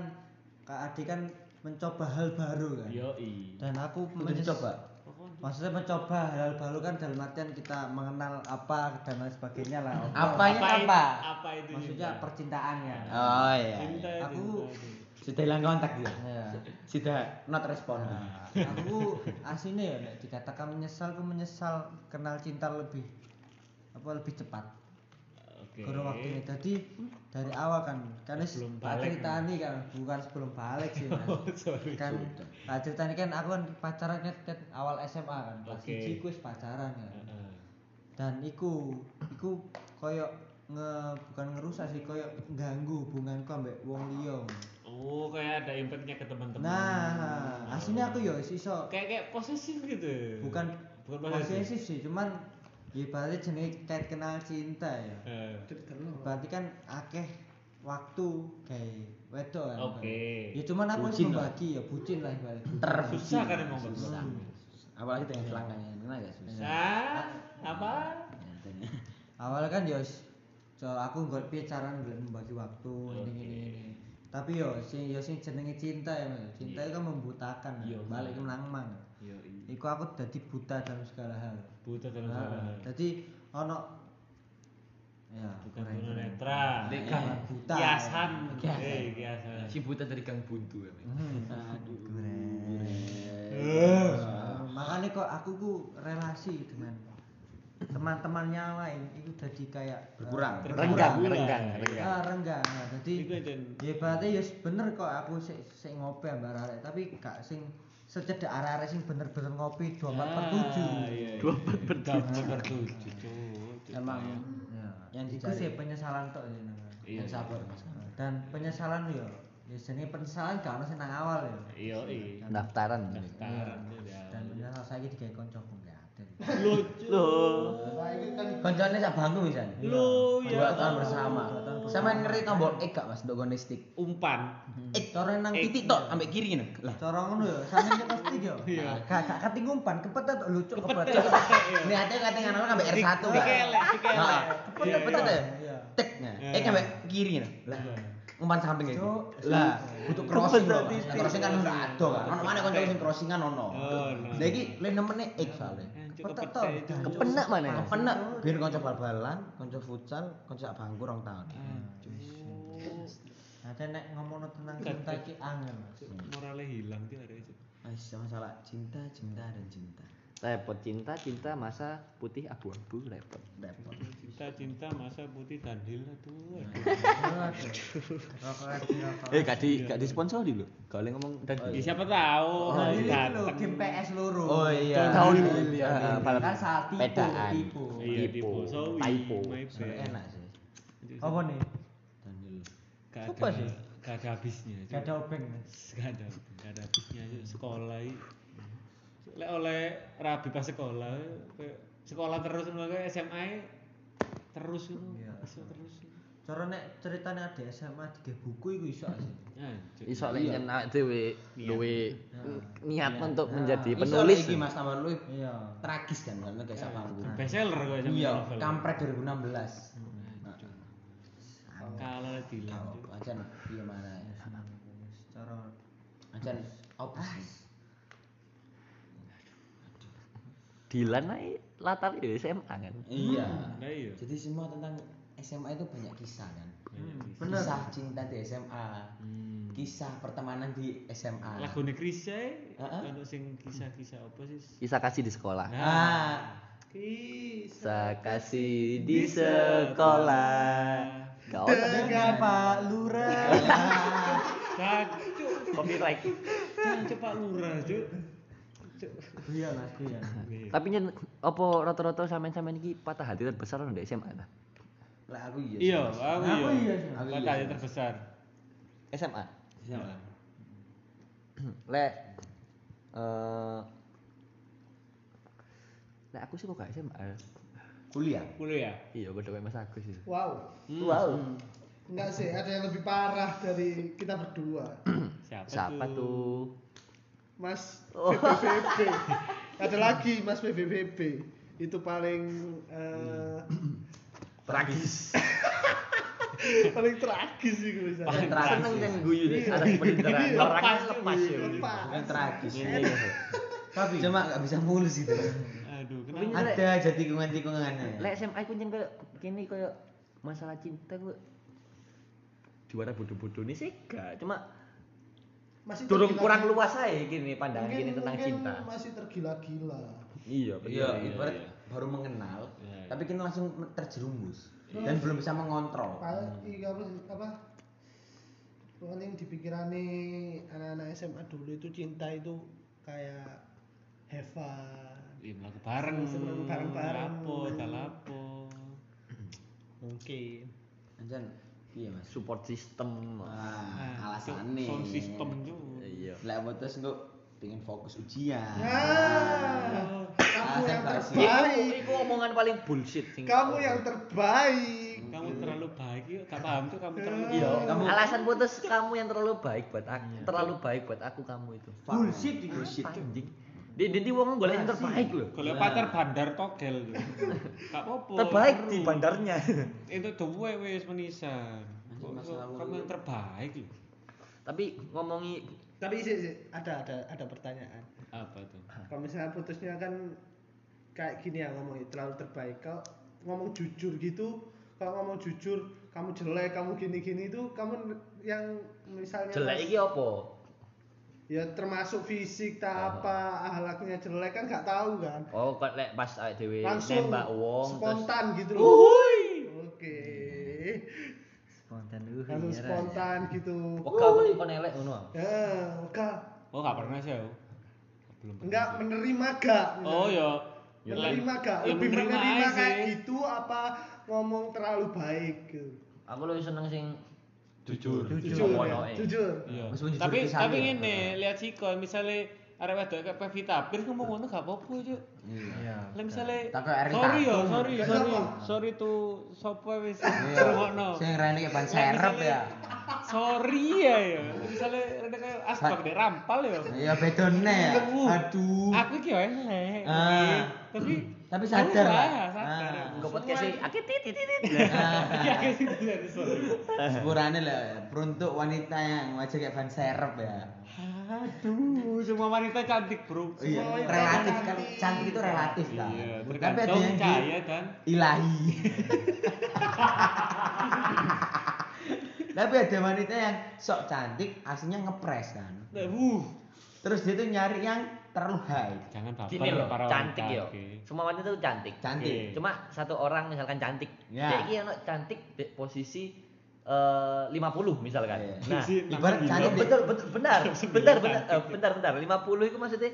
S3: Kak Adi kan mencoba hal baru kan.
S2: yo i
S3: Dan aku
S4: Untuk
S3: menyes-
S4: dicoba.
S3: Maksudnya mencoba hal baru kan dalam artian kita mengenal apa dan lain sebagainya lah.
S4: Apanya
S2: Apa itu-
S4: apa?
S2: apa itu Iya.
S3: Maksudnya ya?
S2: cinta?
S3: percintaannya.
S4: Oh iya.
S2: cinta
S3: Aku-
S2: cinta.
S4: Sudah hilang kontak dia.
S3: Ya.
S4: Sudah Ah. not respon.
S3: aku aslinya ya nek dikatakan menyesal aku menyesal kenal cinta lebih apa lebih cepat
S2: oke
S3: kurun waktunya jadi dari awal kan kan wis
S2: Sebelum
S3: tak
S2: balik. Oh,
S3: ceritani kan bukan sebelum balik
S2: [LAUGHS]
S3: sih mas
S2: sorry
S3: kan tak ceritani kan aku kan pacaran kan kan awal SMA kan pas
S2: Oke.
S3: siji ku wis pacaran kan
S2: Heeh.
S3: dan iku iku koyo nge bukan ngerusak sih koyo ganggu hubunganku ambek wong liya
S2: oh kayak ada impactnya ke teman-teman
S3: nah aslinya aku yo wis iso
S2: kayak kayak posesif gitu
S3: bukan
S2: bukan posesif
S3: posesif sih cuman ya berarti jenis kayak kenal cinta ya
S2: Eh,
S3: berarti kan akeh waktu kayak wedok kan
S2: oke
S3: ya cuman aku harus membagi ya bucin lah ibarat
S2: susah kan emang bagus
S4: Apalagi dengan selangkanya, ini agak susah.
S2: nah apa
S3: awalnya kan ya wis, so aku nggak piye cara nggolek membagi waktu ini ini ini tapi yo sing yo sing jenenge cinta ya Mas. cinta itu kan membutakan
S2: Iya,
S3: balik ke mang
S2: yo i
S3: iku aku jadi buta dalam segala hal
S2: buta terus
S3: Nah, jadi ono ya
S2: bukan
S3: kurang-
S2: tunanetra
S1: Dekan.
S3: buta
S2: kiasan
S3: Kiasan.
S2: Eh, kiasan
S1: Si buta dari Gang Buntu ya. men.
S3: Nah, makanya kok aku ku relasi dengan teman-teman yang lain itu jadi kayak eh,
S4: Berkurang.
S2: renggang renggang
S3: ah, renggang nah, jadi
S2: Iku dan-
S3: ya berarti ya bener kok aku sik sik ngopi ambar arek tapi gak sing secedek arek-arek sing bener-bener ngopi 24 per 7
S2: Ah, dua empat per tujuh per tujuh cuy.
S4: Emang
S3: ya
S4: Yang
S3: itu
S4: dicari.
S3: sih penyesalan tok ya, nah.
S2: Iya.
S4: yang sabar mas.
S3: Nah, dan penyesalan ya ya jenenge penyesalan gak ono sing nang awal ya
S2: Iya, iya.
S1: Pendaftaran.
S2: Sekarang
S3: dan
S4: oh,
S3: menyesal saiki digawe kanca gak ada
S2: lucu.
S7: Nah, kan-
S4: Koncone sak bangku misalnya.
S2: Lu ya
S4: Dua tahun bersama. Sama ngeri tombol X gak mas, untuk gone stick.
S2: umpan.
S4: X corone nang titik tok, ambek kiri gini. Lah,
S3: Cara ngono ya, sampe pasti yo.
S2: Iya.
S3: Kakak ketingumpan, kepet tok lucu
S2: Kepet,
S3: kepet.
S2: kepet, ya.
S4: ini ate kate ngano ambek R1
S2: Di-
S4: kan.
S2: dikelek, dikelek.
S4: Heeh.
S2: Iya,
S4: Betul betul ya.
S3: Iya.
S4: Tek nah. X ambek kiri gini. Lah,
S2: Iya.
S4: umpan samping iki.
S3: Cuk.
S4: Lah, butuh crossing loh. Mas. Nah, crossing kan ora ada kan. Ono mana kanca sing crossing kan ono.
S2: Oh, no.
S3: Nah,
S4: Lah iki le nemene X soalnya.
S2: Hancur
S3: Kepet
S2: kepet,
S3: tok.
S2: itu.
S4: kepenak mana ya? kepenak biar konco bal-balan konco futsal konco sak bangku rong tahun
S2: Ah.
S3: Ada Nah, nek ngomongno tentang cinta iki angel, Mas.
S2: Moralnya hilang dia ada itu.
S4: Wis masalah cinta cinta dan cinta
S1: Repot cinta, cinta masa putih abu-abu repot.
S4: repot
S2: Cinta cinta masa putih tandil tuh.
S3: Aduh. Rokok aja, rokok.
S1: Eh, gak di gak disponsori lho. Gak boleh ngomong Oh, iya.
S2: Ya
S1: tadi.
S2: siapa tahu.
S3: Nah, ini lho
S2: Dateng.
S3: game PS loro.
S4: oh iya
S1: Tahun
S3: Kan saat tipu,
S1: Pedaan.
S3: tipu.
S2: Iya,
S1: Typo.
S2: tipu. Sorry,
S1: Typo.
S2: my bad.
S4: Sebenarnya enak sih
S3: Apa nih?
S2: Gak
S3: Apa
S2: ada-
S3: sih?
S2: Gak ada habisnya. cuy.
S3: Gak ada obeng. Mas.
S2: Gak ada, gak ada habisnya aja sekolah i. Lek oleh rabi pas sekolah, kayak sekolah terus ngono kayak SMA i, terus ngono.
S3: Iya.
S2: Iso terus.
S3: Cara nek ceritane adik SMA tiga buku iku iso sih.
S2: Anjir.
S1: Iso lek yen awake dhewe duwe niat untuk menjadi
S4: Iso
S1: penulis.
S4: lagi Mas tambah lu
S3: Iya.
S4: tragis kan karena kayak sama aku.
S2: Best seller kok sama
S4: Iya,
S2: novel.
S4: kampret 2016.
S2: Kalau
S4: Gak
S2: dilanjut.
S4: apa-apa, Ya, Acan gimana ya?
S3: Cara
S4: Acan apa sih?
S1: Dilan ae latar ya SMA kan.
S4: Iya.
S2: Nah iya.
S4: Jadi semua tentang SMA itu banyak kisah kan.
S3: Bener.
S4: Kisah cinta di SMA,
S1: Hmm.
S4: kisah pertemanan di SMA.
S2: Lagu Krisya
S4: Heeh.
S2: kalau sing kisah-kisah apa sih?
S1: Kisah kasih di sekolah.
S4: Ah,
S1: Kisah kasih di sekolah. Gak otak.
S3: Dengan Pak Lurah.
S2: Cak,
S1: [LAUGHS] Copyright.
S2: cak cepat lurah, Cuk. Cuk.
S3: Iya Mas, iya.
S1: Tapi nyen apa rata-rata sampean-sampean iki patah hati terbesar nang SMA ta?
S4: lah aku iya.
S2: Iya,
S4: sih,
S2: aku
S3: Aku iya,
S2: iya.
S3: Cuk.
S4: Aku
S2: Kata
S4: iya.
S2: aja terbesar.
S1: SMA.
S4: Mas. SMA.
S1: [CLEARS THROAT] Lek eh Lek aku sih kok gak SMA.
S4: Kuliah.
S2: Kuliah.
S1: Iya, padha kayak Mas Agus sih.
S7: Wow.
S1: Hmm. Wow.
S7: Enggak sih, ada yang lebih parah dari kita berdua.
S2: Siapa,
S1: Siapa tuh?
S7: Mas PBBB. ada lagi Mas PBBB. Itu paling eh,
S1: Tragis.
S7: [LAUGHS] paling tragis sih gue bisa.
S2: Paling
S1: Seneng kan guyu deh, ada pelintaran.
S7: Iya.
S1: Orangnya
S2: Lepas,
S1: lepas ya.
S7: Lepas.
S4: Bukan tragis.
S1: Ini
S4: Tapi cuma nggak bisa mulus gitu.
S2: Aduh,
S1: Tapi
S2: kenapa?
S1: nyet-
S4: Ada aja tikungan-tikungannya.
S1: Lek SMA ku nyen koyo kene koyo masalah cinta ku juara bodoh-bodoh ini sih gak cuma
S7: Masih
S1: durung
S7: tergila-
S1: kurang luas aja gini pandangan
S7: Mungkin,
S1: gini tentang
S7: mungkin
S1: cinta
S7: masih tergila-gila.
S1: iya
S4: Iya,
S2: iya,
S4: ibarat
S2: iya.
S4: baru mengenal,
S2: Iya, iya.
S4: tapi kita langsung terjerumus
S7: Iya.
S4: dan belum bisa
S1: Hmm.
S4: mengontrol.
S7: Kayak iya, apa apa? Paling di pikirannya anak-anak SMA dulu itu cinta itu kayak have fun.
S2: Iya, melaku bareng.
S7: Seneng bareng-bareng.
S2: Lapo, tak lapo.
S7: Mungkin.
S4: Anjan, iya mas.
S1: support system
S4: Wah,
S2: Ah, Cuk,
S4: alasan nih.
S2: Sound system tuh.
S1: Nah, iya
S4: Lah putus kok pengen fokus ujian.
S7: Ah, kamu
S4: Alasan
S7: yang
S4: pasti.
S7: terbaik.
S1: itu omongan paling bullshit sing
S7: Kamu yang terbaik.
S2: Kamu terlalu baik, yuk. Gak paham tuh kamu terlalu
S1: iya
S2: baik.
S1: kamu alasan putus kamu yang terlalu baik buat aku terlalu baik buat aku kamu itu
S4: Fuck,
S3: Bullshit
S4: man.
S3: itu.
S4: bullshit.
S1: Apa, anjing di di di wong golek yang terbaik loh
S2: Kalau pacar bandar togel.
S1: [LAUGHS]
S2: Gak apa-apa.
S1: terbaik
S2: seru.
S1: di bandarnya [LAUGHS]
S2: Itu duwe wis menisan. Kok
S4: Mas,
S2: iso-
S4: lalu.
S2: Kamu yang terbaik loh.
S1: tapi ngomongi
S7: Tapi sih, sih, ada ada ada pertanyaan.
S2: Apa tuh?
S7: Kalau misalnya putusnya kan kayak gini ya ngomongnya terlalu terbaik. Kalau ngomong jujur gitu, kalau ngomong jujur kamu jelek, kamu gini-gini itu kamu yang misalnya
S1: jelek
S7: mas-
S1: iki apa
S7: ya termasuk fisik tak apa, ahlaknya jelek kan nggak tahu kan.
S1: oh kok lek pas awake dhewe
S7: Langsung
S1: nembak wong terus
S7: spontan gitu loh. Oke.
S10: Spontan dulu.
S7: Langsung
S3: ya.
S7: spontan gitu.
S1: Wega meneh kon elek ngono.
S7: Eh, enggak,
S2: Oh, gak pernah sih, aku.
S7: Nah.
S2: Belum pernah.
S7: enggak menerima gak?
S2: Oh, Iya, ya.
S7: menerima gak? Lebih menerima, kayak gitu apa ngomong terlalu baik gitu.
S1: Aku lebih seneng sing
S2: Jujur.
S7: Jujur,
S1: Ngomong
S7: ya,
S1: noe.
S7: jujur.
S2: Iya.
S4: Mas Bun, jujur
S2: Tapi
S4: pisan,
S2: tapi
S4: ya.
S2: ngene, lihat sih kalau misalnya arek wedok kayak Pevita Pierce ngomong ngono gak apa-apa, Cuk.
S3: Iya.
S2: Lah misalnya
S4: Tak kayak Erin
S2: sorry ya,
S4: Tatum.
S2: sorry,
S7: Ya,
S2: sorry.
S7: siapa?
S2: Sorry tuh sapa wis
S4: Iya.
S2: ngrungokno.
S4: Saya ngerani kayak ban serep
S2: iya,
S4: ya.
S2: Sorry ya ya. Misalnya ada kayak asbak deh rampal ya.
S4: Iya bedone ya.
S2: Uh,
S4: Aduh.
S2: Aku ki wae elek.
S4: Ah.
S2: Tapi
S4: Tapi sadar
S2: aku
S4: lah.
S2: salah, sadar.
S4: Ah.
S1: Engko podcast sih akit titit titit.
S2: Ya gitu jadi sorry.
S4: Sepurane lah ya, peruntuk wanita yang wajah kayak ban serep ya.
S2: Aduh, semua wanita cantik, Bro.
S4: Iya,
S2: Semua wanita
S4: relatif
S2: cantik.
S4: kan cantik itu relatif kan.
S2: Iya,
S4: Tapi ada
S2: tergantung
S4: yang di
S2: kaya dan
S4: ilahi. [LAUGHS] Tapi ada wanita yang sok cantik aslinya ngepres kan.
S2: uh,
S4: Terus dia tuh nyari yang terlalu high.
S2: jangan baper
S1: [LAUGHS] Gini loh,
S2: para wanita,
S1: cantik yo.
S2: oke.
S1: Semua wanita tuh cantik.
S4: Cantik.
S1: Cuma satu orang misalkan cantik.
S4: Ya.
S1: Dia iki ono cantik di posisi eh 50 misalkan.
S4: Iya.
S1: Nah,
S4: Ibarat
S1: Loh,
S4: cantik deh.
S1: betul betul benar. Bentar bentar eh, bentar bentar. 50 itu maksudnya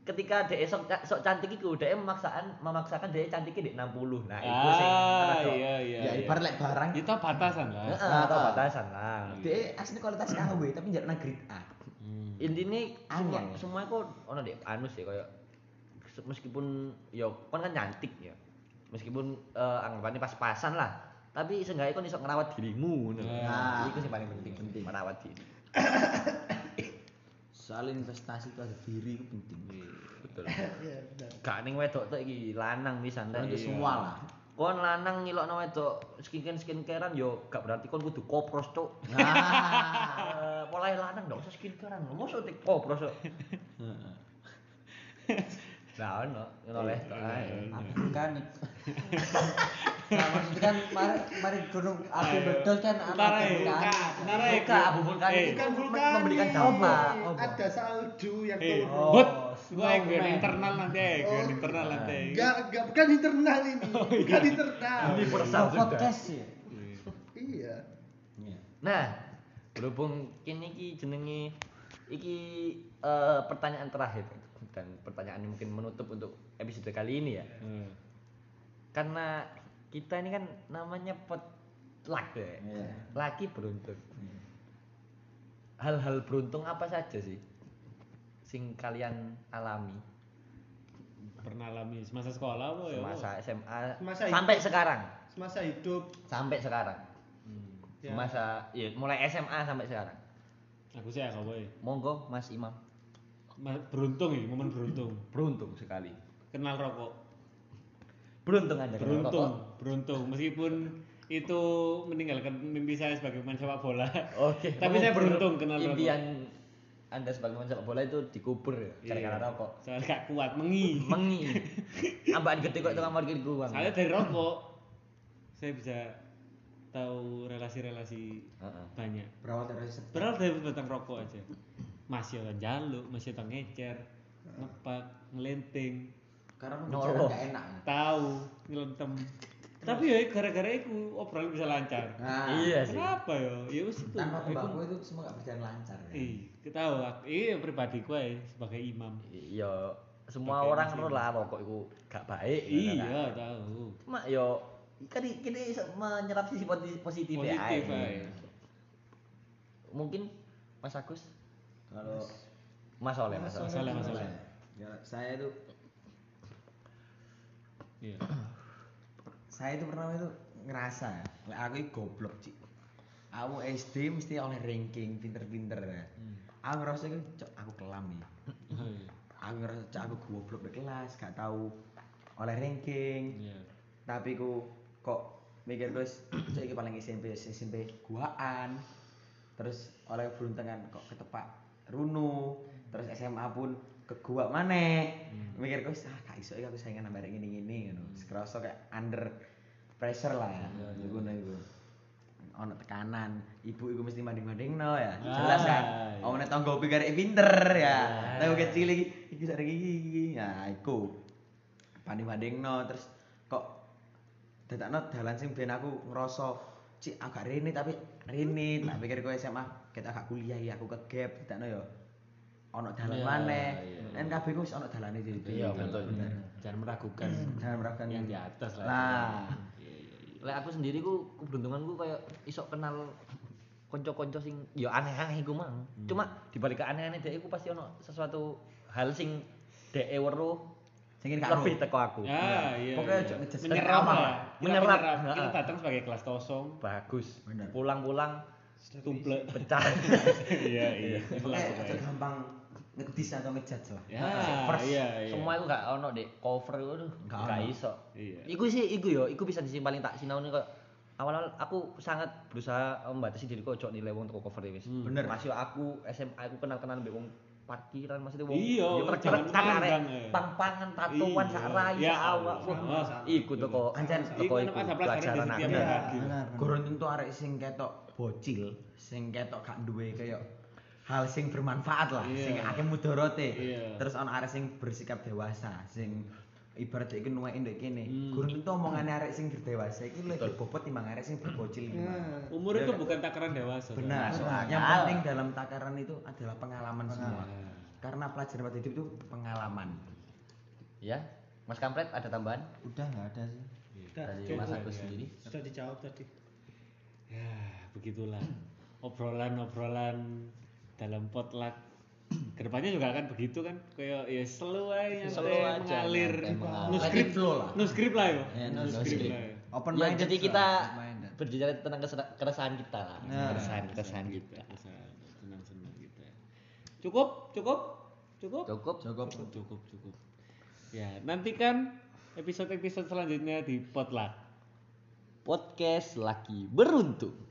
S1: ketika dhek sok sok cantik iku dhek memaksakan memaksakan dhek cantiknya di 60. Nah, itu sing
S2: Ah,
S1: rada-
S2: iya iya.
S4: ya ibarat lek barang
S2: Itu batasan lah.
S1: Heeh, rada batasan lah.
S4: dia aslinya
S2: [CLEARS THROAT]
S4: kualitas KW tapi jarak nang grade A.
S2: Hmm.
S1: intine semua
S4: Anyar.
S1: semua iku ono dek anus ya koyo meskipun ya kon kan cantik ya meskipun eh, anggapannya pas-pasan lah tapi seenggaknya kon iso ngerawat dirimu ngono lho.
S4: Nah.
S1: itu sing paling penting penting merawat diri
S4: soal investasi pada diri itu penting
S1: betul
S7: Iya, benar.
S1: gak ning wedok tok iki lanang pisan
S2: Iya.
S4: untuk
S1: Rek.
S4: semua lah
S1: kon lanang ngilokno wedok skincare skincarean yo gak berarti kon kudu kopros cuk [LAUGHS] Eh, mulai lanang ndak usah skincarean lho mosok tek kopros cuk nah ono ngono leh tok ae
S3: Aku kan Nah, maksudnya kan mari mari gunung api bedos kan
S2: Ntar ya, Kak.
S3: kan.
S2: Ntar ya,
S1: Buka,
S2: Kak.
S1: abu vulkan
S2: Eh,
S1: itu.
S7: bukan
S1: Mem-
S7: vulkanik
S1: memberikan dampak.
S3: Oh, kan apa?
S7: ada salju yang
S2: Eh,
S7: turun
S3: Oh,
S2: bot, gue yang
S3: snowman.
S2: internal nanti, eh, gue yang
S7: Oh.
S2: internal nanti.
S7: Enggak, enggak bukan internal ini. Bukan internal.
S1: universal sudah
S3: podcast ya. sih.
S7: Iya.
S1: nah berhubung kini iki jenenge iki eh, pertanyaan terakhir dan pertanyaan yang mungkin menutup untuk episode kali ini ya
S2: Hmm.
S1: karena kita ini kan namanya potluck ya. Laki beruntung. Hal-hal beruntung apa saja sih? Sing kalian alami
S2: Pernah alami semasa sekolah apa ya?
S1: semasa SMA
S7: Semasa
S1: sampai sekarang,
S7: Semasa hidup
S1: sampai sekarang.
S2: Hmm,
S7: Ya.
S1: Semasa ya, mulai SMA sampai sekarang.
S2: Aku sih ya, boy.
S1: Monggo Mas Imam.
S2: Beruntung ya, momen beruntung.
S1: Beruntung sekali.
S2: Kenal rokok.
S1: Beruntung Anda kenal
S2: Beruntung,
S1: rokok.
S2: beruntung. Meskipun itu meninggalkan mimpi saya sebagai pemain sepak bola.
S1: Oke.
S2: [LAUGHS] Tapi saya beruntung kenal rokok.
S1: Impian Anda sebagai pemain sepak bola itu dikubur ya gara-gara
S2: Iya.
S1: rokok.
S2: Soalnya gak kuat, mengi.
S1: Mengi. Ambaan gede kok tukang parkir doang.
S2: Soalnya dari rokok saya bisa tahu relasi-relasi
S1: Heeh.
S2: banyak.
S4: berawal dari riset
S2: Berawal dari tentang rokok aja. Masih orang jaluk, masih orang ngecer, nepak, ngelenting,
S4: karena
S1: Nyolong.
S4: bicara gak enak
S2: tahu, ngelentem. Tapi ya gara-gara itu obrolan bisa lancar.
S4: nah
S1: Iya sih.
S2: Kenapa yo? Ya wis itu.
S4: tanpa
S2: Aku-
S4: tembakau itu semua gak berjalan lancar ya
S2: Ih, ketahu Iya, aku. Iya pribadi ku ae sebagai imam.
S1: ya semua
S2: Pakai
S1: orang
S2: mesin.
S1: ngono lah rokok itu gak baik ngono kan.
S2: Iya, tahu.
S1: cuma yo kan i- kita iso menyerap sisi poti- positif, ya
S2: Positif
S1: ae.
S2: ae.
S1: mungkin Mas Agus
S4: kalau
S1: Mas Oleh Mas Oleh
S2: Masalah masalah.
S4: ya, saya itu
S2: Iya.
S4: saya itu pernah itu ngerasa ya, lek aku ini goblok cik aku SD mesti oleh ranking pinter-pinter ya
S1: Hmm.
S4: aku ngerasa itu cok aku kelam ya aku ngerasa cok aku goblok di kelas gak tahu oleh ranking
S2: Iya.
S4: tapi ku kok mikir guys cok ini paling SMP SMP guaan terus oleh beruntungan kok ketepak runu terus SMA pun ke gua maneh mikir guys ah gak iso iki aku saingan nambah ini ini ngono Sekerasa kayak under pressure lah ya iku ngono iku ono tekanan ibu iku mesti manding-manding no ya jelas kan
S2: Ah, iya.
S4: omone tangga opi karek pinter ya tangga kecil iki iki sak iki ya iku banding-banding no terus kok dadakno dalan sing ben aku ngerasa cik agak rene tapi rene
S2: Hmm.
S4: tak pikir kowe SMA kita agak kuliah ya aku kegap dadakno ya ono dalan
S2: Iya,
S4: maneh
S2: iya.
S4: NKB ku wis ono dalane dhewe
S1: Iya, betul.
S2: Hmm. Jangan meragukan
S4: jangan meragukan
S2: yang di atas lah.
S4: lah
S1: lek aku sendiri ku keberuntunganku kayak iso kenal konco-konco sing ya aneh-aneh iku mang cuma dibalik ke aneh-aneh dhek iku pasti ono sesuatu hal sing dhek e weruh
S4: sing karo
S1: lebih teko aku
S2: Ah, iya.
S4: Pokoknya
S2: iya.
S4: ojo ngejes.
S2: menyerap
S4: Apa?
S2: lah. Kita
S1: Menyerap.
S2: Kita
S1: Heeh.
S2: datang sebagai kelas kosong,
S1: bagus
S4: Bener.
S1: pulang-pulang
S2: tumplek.
S1: pecah
S2: [LAUGHS] Iya, iya.
S10: Eh,
S3: Eh,
S2: Itulah
S4: Pokoknya aja
S2: pokoknya.
S4: gampang ngedis atau ngejudge lah
S2: Ya,
S1: Nah, Pers.
S2: iya, iya.
S1: Semua itu gak ono dek cover itu aduh,
S4: Gak
S1: gak
S4: ono.
S1: iso.
S2: Iya.
S1: Iku sih iku yo, iku bisa disimpan paling tak sinau kok. Awal-awal aku sangat berusaha membatasi diriku ojo nilai wong toko cover wis.
S2: Hmm.
S4: Bener.
S1: Masih aku SMA aku kenal-kenal mbek wong parkiran maksudnya wong
S2: Iya, oh,
S1: ya trek-trek
S2: jangan
S1: kan arek
S2: mandang, eh.
S1: pang-pangan tatoan
S2: Iya.
S1: sak rai
S2: Ya
S1: sak awak.
S2: Allah.
S1: Wah, Iku toko
S4: Anjan,
S1: toko
S2: iku
S1: iku
S2: anak kan pelajaran di
S1: pelajaran
S2: setiap
S1: aku.
S2: daerah.
S4: Gurun tentu arek sing ketok bocil, sing ketok gak duwe kaya hal sing bermanfaat lah,
S2: Iya.
S4: sing akeh mudharate.
S2: Iya.
S4: Terus ana arek sing bersikap dewasa, sing ibarat iki nuweki ndek kene.
S2: Hmm.
S4: Gurun tentu omongane arek sing berdewasa iki lebih bobot timbang arek sing berbocil iki.
S7: Nah,
S2: Umur itu bukan takaran dewasa.
S4: Benar.
S1: Masuk
S4: Yang
S1: akal.
S4: penting dalam takaran itu adalah pengalaman semua. Karena pelajaran buat hidup itu pengalaman.
S1: Ya. Mas Kampret ada tambahan
S10: Udah nggak ada sih.
S7: Dah,
S1: dari
S7: cukup.
S1: Mas Agus sendiri?
S7: Sudah dijawab tadi.
S2: Ya, begitulah. Obrolan-obrolan dalam potluck kedepannya juga akan begitu kan kayak ya slow aja
S1: Slow aja,
S2: nyantai, mengalir
S1: nyantai, mengalir.
S2: no script
S10: flow lah.
S2: no script lah ya
S10: Ya, no
S2: no script
S10: script.
S2: lah ya.
S10: Open
S1: Ya,
S10: minded.
S1: jadi kita
S10: minded.
S1: berbicara tentang kesera- keresahan kita lah.
S10: Nah.
S1: keresahan gitu. keresahan kita.
S2: senang senang kita cukup cukup cukup
S1: Cukup.
S10: Cukup.
S2: cukup cukup ya nantikan episode episode selanjutnya di potluck
S1: Podcast lagi beruntung.